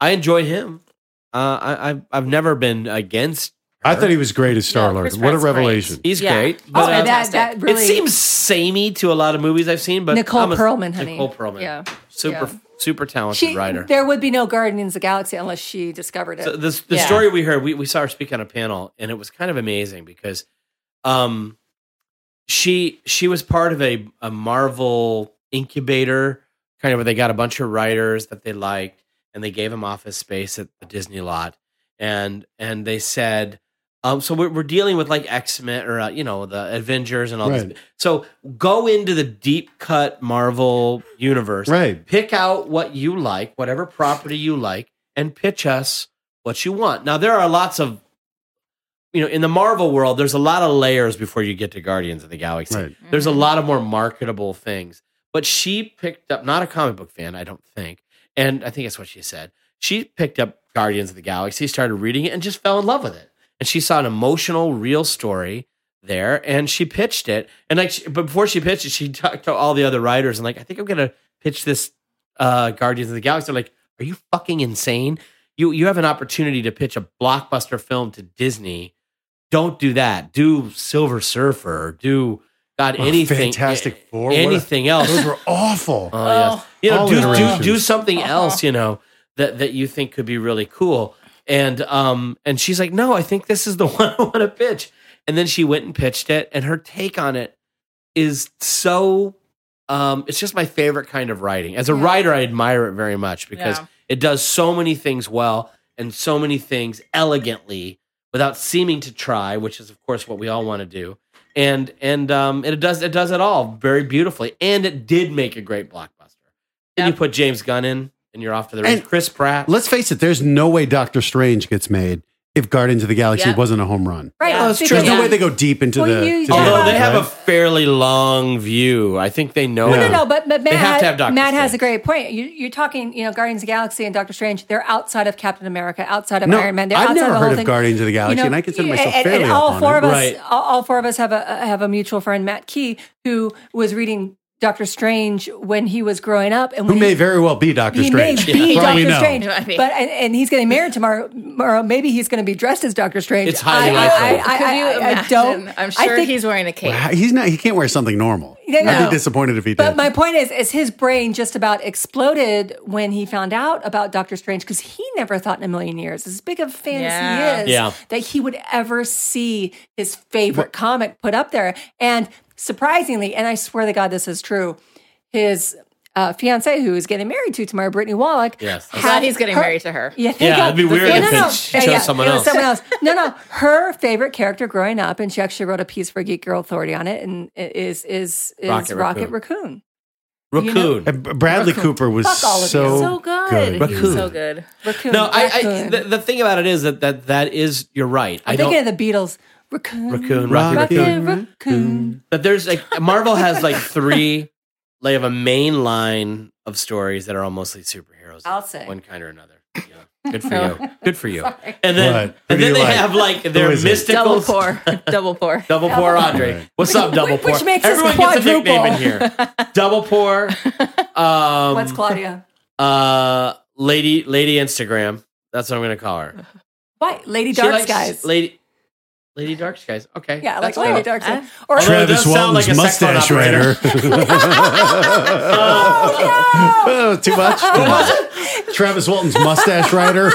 Speaker 4: i enjoy him uh, I, I've, I've never been against
Speaker 3: I thought he was great as Star
Speaker 2: Yeah,
Speaker 3: Lord.
Speaker 2: Chris
Speaker 3: what a
Speaker 2: Pratt's great.
Speaker 3: revelation.
Speaker 4: he's
Speaker 2: Yeah.
Speaker 4: great
Speaker 1: Oh,
Speaker 4: but,
Speaker 2: Okay,
Speaker 4: uh,
Speaker 1: and that,
Speaker 2: fantastic.
Speaker 1: that really.
Speaker 4: it seems samey to a lot of movies i've seen but
Speaker 1: Nicole
Speaker 4: I'm a-
Speaker 1: Perlman, honey.
Speaker 4: nicole perlman
Speaker 1: Yeah.
Speaker 4: super
Speaker 1: Yeah.
Speaker 4: super talented
Speaker 1: She,
Speaker 4: writer
Speaker 1: there would be no Guardians of the Galaxy unless she discovered it.
Speaker 4: So the the
Speaker 2: Yeah.
Speaker 4: story we heard, we, we saw her speak on a panel, and it was kind of amazing because, um, she she was part of a a Marvel incubator kind of where they got a bunch of writers that they liked, and they gave them office space at the Disney lot, and and they said. Um, so we're, we're dealing with like X Men or uh, you know the Avengers and all
Speaker 3: Right.
Speaker 4: this. So go into the deep cut Marvel universe,
Speaker 3: Right.
Speaker 4: pick out what you like, whatever property you like, and pitch us what you want. Now there are lots of you know, in the Marvel world, there's a lot of layers before you get to Guardians of the Galaxy.
Speaker 3: Right.
Speaker 4: There's a lot of more marketable things. But she picked up not a comic book fan, I don't think. And I think that's what she said. She picked up Guardians of the Galaxy, started reading it, and just fell in love with it. And she saw an emotional, real story there, and she pitched it. And like, she, but before she pitched it, she talked to all the other writers and like, I think I'm gonna pitch this uh, Guardians of the Galaxy. They're like, are you fucking insane? You you have an opportunity to pitch a blockbuster film to Disney. Don't do that. Do Silver Surfer. or Do God
Speaker 3: Oh,
Speaker 4: anything.
Speaker 3: Fantastic
Speaker 4: a-
Speaker 3: Four. What a-
Speaker 4: Anything else?
Speaker 3: Those were awful.
Speaker 4: Oh, yes. You know,
Speaker 3: All
Speaker 4: do, do
Speaker 3: iterations.
Speaker 4: do something
Speaker 2: Uh-huh.
Speaker 4: else. You know that that you think could be really cool. And um and she's like, no, I think this is the one I want to pitch. And then she went and pitched it, and her take on it is so. Um, it's just my favorite kind of writing. As a
Speaker 2: Yeah.
Speaker 4: writer, I admire it very much because
Speaker 2: Yeah.
Speaker 4: it does so many things well and so many things elegantly without seeming to try, which is of course what we all want to do. And and um, it does it does it all very beautifully, and it did make a great blockbuster.
Speaker 2: Yep.
Speaker 4: Then you put James Gunn in, and you're off to the races.
Speaker 3: And-
Speaker 4: Chris Pratt,
Speaker 3: Let's face it, there's no way Doctor Strange gets made if Guardians of the Galaxy
Speaker 2: Yeah.
Speaker 3: wasn't a home run.
Speaker 1: Right.
Speaker 2: Yeah. Oh, it's
Speaker 1: because
Speaker 2: true.
Speaker 3: There's
Speaker 2: Yeah.
Speaker 3: no way they go deep into
Speaker 1: Well,
Speaker 3: the.
Speaker 1: you-
Speaker 3: to
Speaker 1: Yeah.
Speaker 4: Although
Speaker 3: the-
Speaker 4: they have a
Speaker 3: right?
Speaker 4: fairly long view, I think they know.
Speaker 1: No, no,
Speaker 4: it.
Speaker 1: no. But, but Matt,
Speaker 4: have to have Doctor
Speaker 1: Matt has
Speaker 4: Strange.
Speaker 1: a great point. You, you're talking, you know, Guardians of the Galaxy and Doctor Strange. They're outside of Captain America, outside of
Speaker 3: No,
Speaker 1: Iron Man. They're
Speaker 3: I've
Speaker 1: outside
Speaker 3: never
Speaker 1: the whole
Speaker 3: heard of
Speaker 1: thing.
Speaker 3: Guardians of the Galaxy,
Speaker 1: You know,
Speaker 3: and I consider
Speaker 1: yeah,
Speaker 3: myself
Speaker 1: and,
Speaker 3: fairly
Speaker 1: and
Speaker 3: up
Speaker 1: all
Speaker 3: on
Speaker 1: four
Speaker 3: it.
Speaker 1: of us,
Speaker 4: Right.
Speaker 1: all, all four of us have a have a mutual friend, Matt Key, who was reading Doctor Strange when he was growing up, and
Speaker 3: Who
Speaker 1: when
Speaker 3: may
Speaker 1: he-
Speaker 3: very well be Doctor
Speaker 1: he may
Speaker 3: Strange.
Speaker 1: be
Speaker 3: For all we
Speaker 1: Doctor
Speaker 3: know.
Speaker 1: Strange,
Speaker 2: Might be.
Speaker 1: but and, and he's getting married tomorrow. tomorrow. Maybe he's going to be dressed as Doctor Strange.
Speaker 4: It's highly
Speaker 1: I, I,
Speaker 4: likely.
Speaker 1: I,
Speaker 2: Could you
Speaker 1: I, I, I
Speaker 2: imagine?
Speaker 1: don't.
Speaker 2: I'm sure
Speaker 1: I think
Speaker 2: he's wearing a cape.
Speaker 3: Wow, He's not. He can't wear something normal.
Speaker 1: Yeah,
Speaker 3: I'd
Speaker 1: no.
Speaker 3: be disappointed if he did.
Speaker 1: But my point is, is his brain just about exploded when he found out about Doctor Strange because he never thought in a million years, as big of a fan
Speaker 2: Yeah.
Speaker 1: as he is,
Speaker 4: Yeah.
Speaker 1: that he would ever see his favorite comic put up there. And surprisingly, and I swear to God, this is true, his uh, fiance, who is getting married to tomorrow, Brittany Wallach,
Speaker 4: Yes. I'm
Speaker 2: I'm glad he's getting married to her.
Speaker 1: Yeah, thank
Speaker 4: Yeah,
Speaker 1: God.
Speaker 4: it'd be weird
Speaker 1: Well,
Speaker 4: if
Speaker 1: no,
Speaker 4: they
Speaker 1: no.
Speaker 4: ch-
Speaker 1: Yeah,
Speaker 4: chose
Speaker 1: yeah,
Speaker 4: someone
Speaker 1: it was
Speaker 4: else.
Speaker 1: Someone else. No, no. Her favorite character growing up, and she actually wrote a piece for Geek Girl Authority on it, and it is is is
Speaker 4: Rocket
Speaker 1: Rocket,
Speaker 4: Raccoon.
Speaker 1: Raccoon.
Speaker 4: Raccoon.
Speaker 3: And B- Bradley Cooper was
Speaker 1: Fuck all of you.
Speaker 3: so,
Speaker 2: so good.
Speaker 3: good.
Speaker 2: He was so good.
Speaker 1: Raccoon.
Speaker 4: No, I, I
Speaker 1: Raccoon.
Speaker 4: the, the thing about it is that that that is you're right. I
Speaker 1: I'm
Speaker 4: don't
Speaker 1: thinking of the Beatles. Raccoon.
Speaker 4: Raccoon, Rocky
Speaker 3: Rocky
Speaker 1: Raccoon.
Speaker 4: Raccoon.
Speaker 1: Raccoon.
Speaker 4: That there's like Marvel has like three, they have a main line of stories that are all mostly superheroes.
Speaker 1: I'll say.
Speaker 4: one kind or another. Yeah. Good for
Speaker 2: No.
Speaker 4: you. Good for you. And then
Speaker 3: Right. Who
Speaker 4: and
Speaker 3: do
Speaker 4: then
Speaker 3: you
Speaker 4: they
Speaker 3: like?
Speaker 4: have like their
Speaker 3: is it?
Speaker 2: Double
Speaker 4: mystical
Speaker 2: pour. Double pour.
Speaker 4: Double pour,
Speaker 3: Right.
Speaker 4: Andre. What's up, double
Speaker 1: Which-
Speaker 4: pour?
Speaker 1: which makes us
Speaker 4: Everyone gets a nickname in here.
Speaker 2: quadruple.
Speaker 4: Double pour. Um,
Speaker 1: What's Claudia?
Speaker 4: Uh, lady, lady Instagram. That's what I'm gonna call her.
Speaker 1: What? Lady
Speaker 4: She
Speaker 1: Dark
Speaker 4: likes-
Speaker 1: Skies.
Speaker 4: Lady, Lady Dark Skies. Okay.
Speaker 1: yeah, I like
Speaker 4: that's better.
Speaker 1: Lady Dark Skies. Or
Speaker 4: Although it does
Speaker 3: Travis
Speaker 4: sound
Speaker 3: Walton's
Speaker 4: like a saxophone
Speaker 3: mustache
Speaker 4: operator.
Speaker 3: writer. Oh, too much. Too much. Travis Walton's mustache writer.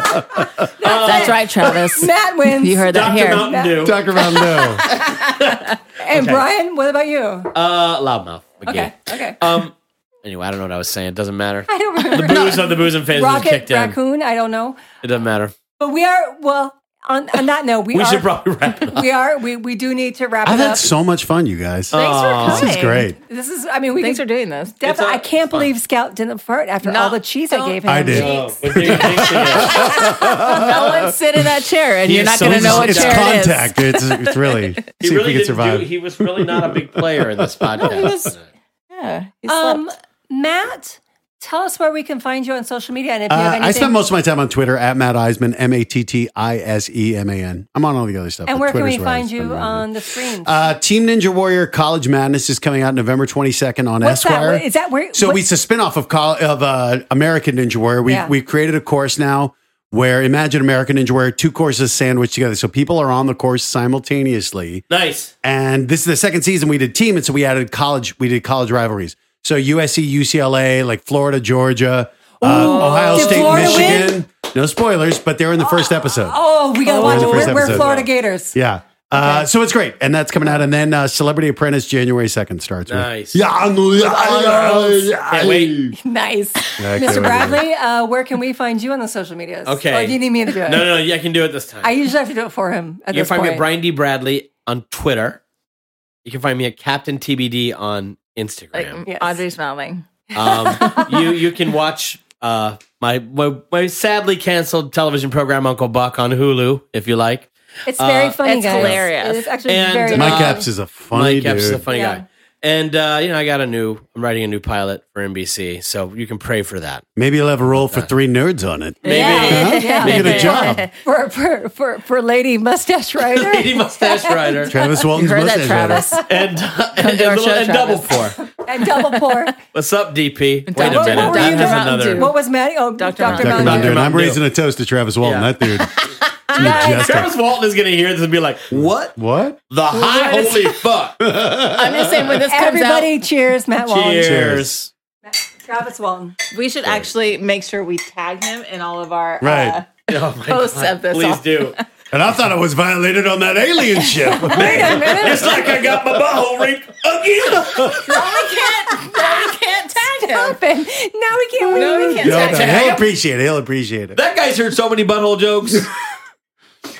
Speaker 2: That's right, Travis.
Speaker 1: Matt wins.
Speaker 2: You heard that
Speaker 4: Dr.
Speaker 2: here.
Speaker 4: Mountain Dew.
Speaker 3: Dr. Von No.
Speaker 1: And Brian, what about you?
Speaker 4: Uh, loudmouth. Again.
Speaker 1: Okay. Okay.
Speaker 4: Um. Anyway, I don't know what I was saying. It doesn't matter.
Speaker 1: I don't remember.
Speaker 4: Booze on the booze and fans
Speaker 1: Rocket
Speaker 4: kicked in.
Speaker 1: Raccoon. I don't know.
Speaker 4: It doesn't matter.
Speaker 1: But we are well on, on that note. We,
Speaker 4: We
Speaker 1: are,
Speaker 4: should probably wrap it up.
Speaker 1: we are we we do need to wrap
Speaker 3: I've
Speaker 1: it up.
Speaker 3: had so much fun, you guys.
Speaker 2: Thanks for coming.
Speaker 3: this is great.
Speaker 1: this is I mean we
Speaker 2: Thanks for
Speaker 1: could
Speaker 2: doing this.
Speaker 4: It's all-
Speaker 1: definitely. I can't
Speaker 4: it's fun.
Speaker 1: believe Scout didn't fart after
Speaker 2: No,
Speaker 1: all the cheese I
Speaker 2: don't-
Speaker 1: gave him.
Speaker 3: I did.
Speaker 4: Oh,
Speaker 2: No
Speaker 3: Uh,
Speaker 2: one sit in that chair, and you're not going to know what
Speaker 3: it's
Speaker 2: chair it is.
Speaker 3: contact. It's, it's really. see if we can survive.
Speaker 4: he was really not a big player in this podcast.
Speaker 2: was- Yeah, he slept.
Speaker 1: Um, Matt, tell us where we can find you on social media and if you have
Speaker 3: Uh,
Speaker 1: anything.
Speaker 3: I spend most of my time on Twitter at Matt Eisman, M A T T I S E M A N. I'm on all the other stuff.
Speaker 1: and
Speaker 3: but
Speaker 1: where can
Speaker 3: Twitter's
Speaker 1: we
Speaker 3: where I
Speaker 1: find
Speaker 3: spend
Speaker 1: you
Speaker 3: my time.
Speaker 1: on the screen?
Speaker 3: Uh, Team Ninja Warrior College Madness is coming out November 22nd on
Speaker 1: What's that?
Speaker 3: Esquire.
Speaker 1: What- Is that where?
Speaker 3: So
Speaker 1: what-
Speaker 3: we- it's a spin-off of col- of uh, American Ninja Warrior. We
Speaker 1: Yeah.
Speaker 3: we created a course now where imagine American Ninja Warrior two courses sandwiched together. So people are on the course simultaneously.
Speaker 4: nice.
Speaker 3: And this is the second season we did team, and so we added college. We did college rivalries. So USC, UCLA, like Florida, Georgia, uh, Ohio
Speaker 1: Did
Speaker 3: State,
Speaker 1: Florida
Speaker 3: Michigan. No spoilers, but they're in the first episode.
Speaker 1: oh, we got to watch.
Speaker 3: the
Speaker 1: it.
Speaker 3: first
Speaker 1: We're, we're
Speaker 3: episode.
Speaker 1: Florida Gators.
Speaker 3: Yeah. Uh, so it's great, and that's coming out, and then uh, Celebrity Apprentice January second starts. with-
Speaker 4: Nice.
Speaker 3: Yeah, I'm-
Speaker 4: Can't wait.
Speaker 1: Nice,
Speaker 3: I can't
Speaker 1: Mr.
Speaker 3: wait.
Speaker 1: Bradley. Uh, where can we find you on the social medias?
Speaker 4: Okay.
Speaker 1: Or do you need me to do it?
Speaker 4: No, no, no. Yeah, I can do it this time.
Speaker 1: I usually have to do it for him at
Speaker 4: you can
Speaker 1: this
Speaker 4: find me
Speaker 1: point.
Speaker 4: at Brian D. Bradley on Twitter. You can find me at Captain TBD on
Speaker 2: like
Speaker 4: Instagram.
Speaker 1: Yes.
Speaker 2: Audrey smiling.
Speaker 4: Um, you you can watch uh, my, my my sadly canceled television program Uncle Buck on Hulu if you like.
Speaker 1: It's very
Speaker 4: Uh,
Speaker 1: funny,
Speaker 2: It's
Speaker 1: guys.
Speaker 2: hilarious.
Speaker 1: It's actually
Speaker 4: And,
Speaker 1: very.
Speaker 4: uh,
Speaker 1: funny.
Speaker 3: Mike Epps is a funny
Speaker 4: Mike Epps is a
Speaker 3: dude.
Speaker 4: funny
Speaker 1: Yeah.
Speaker 4: guy. And uh, you know, I got a new. I'm writing a new pilot for NBC, so you can pray for that.
Speaker 3: Maybe he'll have a role for three nerds on it.
Speaker 4: Maybe
Speaker 2: Yeah.
Speaker 3: Huh?
Speaker 1: Yeah.
Speaker 3: Make it a job.
Speaker 1: for, for for for lady mustache rider.
Speaker 4: Lady Mustache Rider
Speaker 3: Travis Walton's
Speaker 2: You heard that,
Speaker 3: mustache.
Speaker 2: Travis.
Speaker 4: and uh, and,
Speaker 2: to our
Speaker 4: little-
Speaker 2: show,
Speaker 4: and double
Speaker 2: Travis.
Speaker 4: four.
Speaker 1: and double pour.
Speaker 4: What's up, DP? Wait
Speaker 2: Dr.
Speaker 4: a
Speaker 1: What
Speaker 4: minute,
Speaker 1: were you
Speaker 4: that
Speaker 1: doing?
Speaker 4: has another.
Speaker 1: What was Maddie? Oh, Dr.
Speaker 2: Dr.
Speaker 3: Dr.
Speaker 1: Mountain
Speaker 3: Mountain Dew.
Speaker 1: Dew.
Speaker 3: And I'm
Speaker 4: Mountain Dew.
Speaker 3: raising a toast to Travis Walton.
Speaker 4: Yeah.
Speaker 3: That dude. It's
Speaker 1: Guys,
Speaker 3: majestic.
Speaker 4: Travis Uh, Walton is going to hear this and be like, "What
Speaker 3: What?
Speaker 4: the high holy fuck?"
Speaker 2: I'm just saying when this comes
Speaker 1: Everybody cheers Matt Wallen.
Speaker 4: Cheers.
Speaker 1: Travis Walton.
Speaker 2: out, we should actually make sure we tag him in all of our
Speaker 3: Right.
Speaker 2: uh,
Speaker 4: Oh my
Speaker 2: Posts
Speaker 4: God,
Speaker 2: of this
Speaker 4: Please
Speaker 2: all.
Speaker 4: do.
Speaker 3: And I thought I was violated on that alien ship.
Speaker 4: It's like I got my butthole raped again.
Speaker 2: we can't. No, we can't tag him.
Speaker 1: Open. Now we can't wait.
Speaker 2: No, we can't
Speaker 3: No,
Speaker 2: tag
Speaker 3: but
Speaker 2: him.
Speaker 3: he'll appreciate it. He'll appreciate it.
Speaker 4: That guy's heard so many butthole jokes.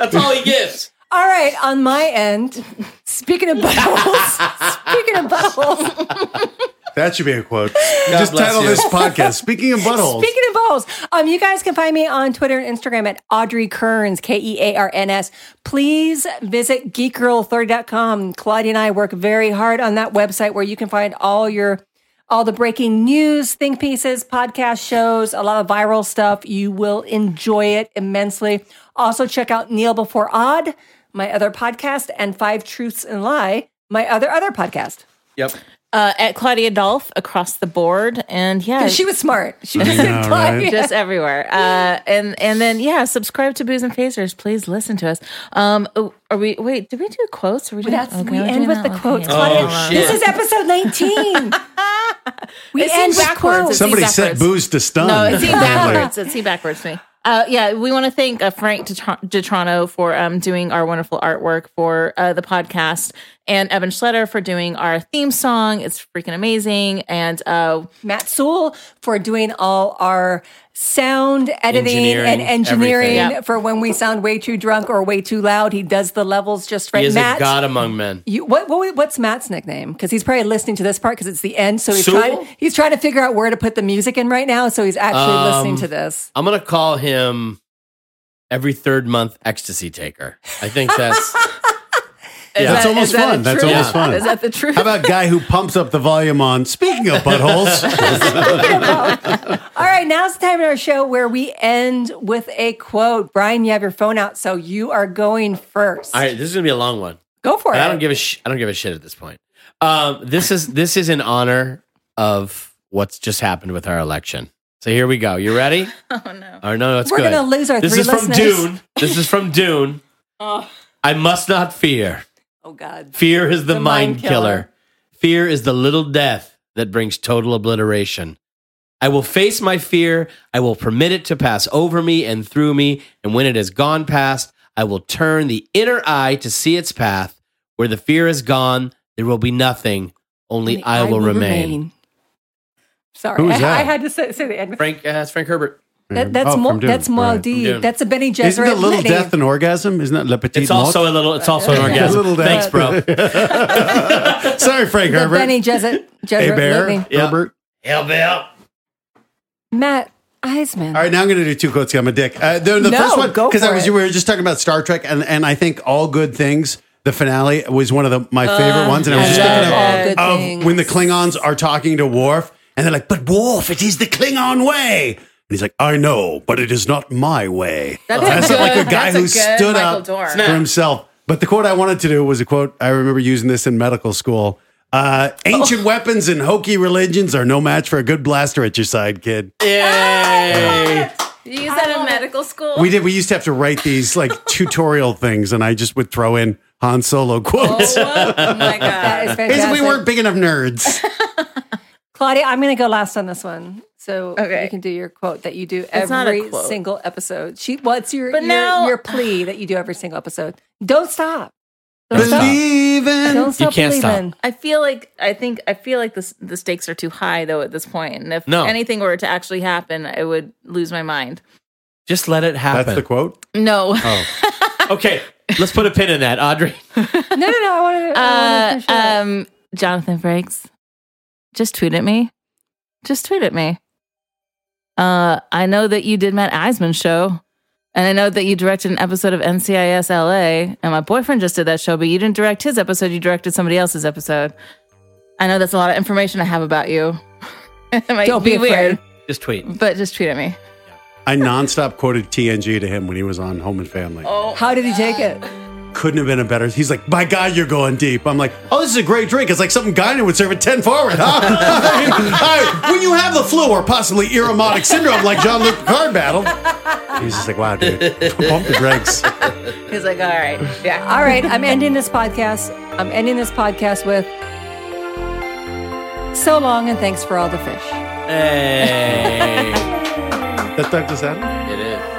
Speaker 4: That's all he gets.
Speaker 1: All right, on my end, speaking of buttholes, speaking of buttholes,
Speaker 3: That should be a quote. Just
Speaker 4: bless
Speaker 3: title
Speaker 4: you.
Speaker 3: this podcast. Speaking of buttholes.
Speaker 1: speaking of buttholes, um, you guys can find me on Twitter and Instagram at Audrey Kearns, K E A R N S. Please visit geekgirl30.com. Claudia and I work very hard on that website where you can find all your all the breaking news, think pieces, podcast shows, a lot of viral stuff. You will enjoy it immensely. Also, check out Neil Before Odd, my other podcast, and Five Truths and Lie, my other other podcast.
Speaker 4: Yep.
Speaker 2: Uh, at Claudia Dolph across the board, and yeah,
Speaker 1: She was smart. She was
Speaker 3: know, right?
Speaker 2: just everywhere. Uh, and and then yeah, subscribe to Booze and Phasers. Please listen to us. Um, oh, are we? Wait, did we do quotes? Are we? doing-
Speaker 1: That's,
Speaker 2: okay,
Speaker 1: we
Speaker 2: we're
Speaker 1: end
Speaker 2: doing
Speaker 1: with
Speaker 2: that
Speaker 1: the
Speaker 2: one.
Speaker 1: quotes.
Speaker 2: Okay.
Speaker 1: Claudia.
Speaker 4: Oh,
Speaker 1: this
Speaker 4: shit.
Speaker 1: is episode 19. we
Speaker 2: It
Speaker 1: end
Speaker 2: seems
Speaker 1: with
Speaker 2: backwards.
Speaker 1: quotes.
Speaker 2: It's
Speaker 3: Somebody
Speaker 2: These
Speaker 3: set
Speaker 2: efforts.
Speaker 3: booze to stun.
Speaker 2: No, it's he
Speaker 3: Probably.
Speaker 2: backwards. It's he backwards me. Uh, yeah, we want to thank uh, Frank Detrano for um, doing our wonderful artwork for uh, the podcast, and Evan Schletter for doing our theme song. It's freaking amazing, and uh,
Speaker 1: Matt Sewell for doing all our sound editing
Speaker 4: Engineering,
Speaker 1: and engineering
Speaker 4: everything.
Speaker 2: Yep.
Speaker 1: for when we sound way too drunk or way too loud. He does the levels just right.
Speaker 4: He is
Speaker 1: Matt,
Speaker 4: a god among men.
Speaker 1: you, what, what, what's Matt's nickname? Because he's probably listening to this part because it's the end. So he's
Speaker 4: Sewell? Um,
Speaker 1: trying, he's trying to figure out where to put the music in right now. So he's actually listening to this.
Speaker 4: I'm gonna call him every third month ecstasy taker. I think that's
Speaker 2: is
Speaker 3: That's
Speaker 2: that-
Speaker 3: almost
Speaker 2: is that
Speaker 3: fun.
Speaker 2: a
Speaker 3: That's
Speaker 2: truth?
Speaker 3: almost fun.
Speaker 2: Is that the truth?
Speaker 3: How about guy who pumps up the volume on speaking of buttholes?
Speaker 1: All right, now's the time in our show where we end with a quote. Brian, you have your phone out, so you are going first.
Speaker 4: all right. This is gonna be a long one.
Speaker 1: Go for
Speaker 4: And
Speaker 1: it.
Speaker 4: I don't give a sh- I don't give a shit at this point. Um, this is this is in honor of what's just happened with our election. So here we go. You ready?
Speaker 2: oh no!
Speaker 4: Or no, it's
Speaker 1: We're
Speaker 4: good.
Speaker 1: gonna lose our
Speaker 4: This
Speaker 1: three
Speaker 4: is
Speaker 1: listeners.
Speaker 4: from Dune. This is from Dune. I must not fear.
Speaker 1: Oh God.
Speaker 4: Fear is the,
Speaker 1: The mind
Speaker 4: mind, killer.
Speaker 1: killer.
Speaker 4: Fear is the little death that brings total obliteration. I will face my fear. I will permit it to pass over me and through me. And when it has gone past, I will turn the inner eye to see its path. Where the fear is gone, there will be nothing. Only I, will remain.
Speaker 1: Sorry,
Speaker 3: Who is
Speaker 1: I-
Speaker 3: that?
Speaker 1: I, had to say, say the end.
Speaker 4: Frank, uh, that's Frank Herbert.
Speaker 1: That, that's
Speaker 3: Oh,
Speaker 1: Mo-
Speaker 3: from Dune.
Speaker 1: that's
Speaker 3: All
Speaker 1: Moel
Speaker 3: right.
Speaker 1: D.
Speaker 4: Dune.
Speaker 1: That's a Benny Gesserit
Speaker 3: Isn't that little
Speaker 1: litany.
Speaker 3: death an orgasm? Isn't that Le Petit
Speaker 4: It's also a little. It's also an orgasm.
Speaker 3: Little
Speaker 4: Thanks,
Speaker 3: death.
Speaker 4: bro.
Speaker 3: Sorry, Frank
Speaker 1: The
Speaker 3: Herbert.
Speaker 1: Benny Gesserit,
Speaker 3: hey,
Speaker 1: Gesserit
Speaker 3: Bear.
Speaker 1: litany.
Speaker 4: Yeah.
Speaker 3: Herbert.
Speaker 4: Hell, Bill.
Speaker 1: Matt Eisman.
Speaker 3: All right, now I'm going to do two quotes. 'cause I'm a dick. Uh, the the
Speaker 1: No,
Speaker 3: first one,
Speaker 1: go
Speaker 3: because I
Speaker 1: for
Speaker 3: was
Speaker 1: it.
Speaker 3: you were just talking about Star Trek, and, and I think all good things. The finale was one of the, my favorite ones, and I was
Speaker 1: Uh, I
Speaker 3: just
Speaker 1: love
Speaker 3: thinking of-
Speaker 1: all good
Speaker 3: of
Speaker 1: things.
Speaker 3: when the Klingons are talking to Worf, and they're like, "But Worf, it is the Klingon way." And he's like, "I know, but it is not my way."
Speaker 2: That's a
Speaker 3: That's like a
Speaker 2: good-
Speaker 3: guy
Speaker 2: that's a
Speaker 3: who
Speaker 2: good
Speaker 3: stood
Speaker 2: Michael
Speaker 3: up
Speaker 2: Dorn.
Speaker 3: for himself. But the quote I wanted to do was a quote I remember using this in medical school. Uh, ancient
Speaker 2: Oh.
Speaker 3: weapons and hokey religions are no match for a good blaster at your side, kid.
Speaker 4: Yay!
Speaker 2: Did you use that in medical school?
Speaker 3: We did. We used to have to write these like tutorial things, and I just would throw in Han Solo quotes.
Speaker 2: oh my god!
Speaker 1: That is
Speaker 3: Because we
Speaker 1: fantastic.
Speaker 3: weren't big enough nerds.
Speaker 1: Claudia, I'm going to go last on this one. So
Speaker 2: Okay.
Speaker 1: you can do your quote that you do
Speaker 2: not a
Speaker 1: every
Speaker 2: quote.
Speaker 1: single episode. She, what's your
Speaker 2: But
Speaker 1: your,
Speaker 2: now-
Speaker 1: your plea that you do every single episode? Don't stop. Don't stop.
Speaker 3: Believe
Speaker 1: Don't
Speaker 3: in.
Speaker 1: stop
Speaker 4: can't stop.
Speaker 1: believing.
Speaker 2: I feel like I think I feel like this, the stakes are too high though at this point, and if
Speaker 4: No.
Speaker 2: anything were to actually happen, I would lose my mind.
Speaker 4: Just let it happen.
Speaker 3: That's the quote.
Speaker 2: No,
Speaker 3: Oh,
Speaker 4: Okay, let's put a pin in that, Audrey.
Speaker 1: No, no, no. I want to.
Speaker 2: uh,
Speaker 1: finish it.
Speaker 2: um, Jonathan Frakes, just tweet at me. Just tweet at me. Uh, I know that you did Matt Eisman's show, and I know that you directed an episode of NCIS LA, and my boyfriend just did that show, but you didn't direct his episode. You directed somebody else's episode. I know that's a lot of information I have about you. It might
Speaker 1: Don't be afraid.
Speaker 4: Just tweet.
Speaker 2: but just tweet at me.
Speaker 3: I nonstop quoted TNG to him when he was on Home and Family.
Speaker 2: uh,
Speaker 1: How did he take it?
Speaker 3: Couldn't have been a better. He's like, my God, you're going deep. I'm like, oh, this is a great drink. It's like something Guyana would serve at 10 forward. Huh? I mean, I- when you have the flu or possibly eromotic syndrome like John Luke Picard battle, he's just like, wow, dude, pump the brakes.
Speaker 2: He's like, all right, yeah.
Speaker 1: All right, I'm ending this podcast. I'm ending this podcast with so long and thanks for all the fish.
Speaker 4: Hey,
Speaker 3: That Douglas Adams?
Speaker 4: it is.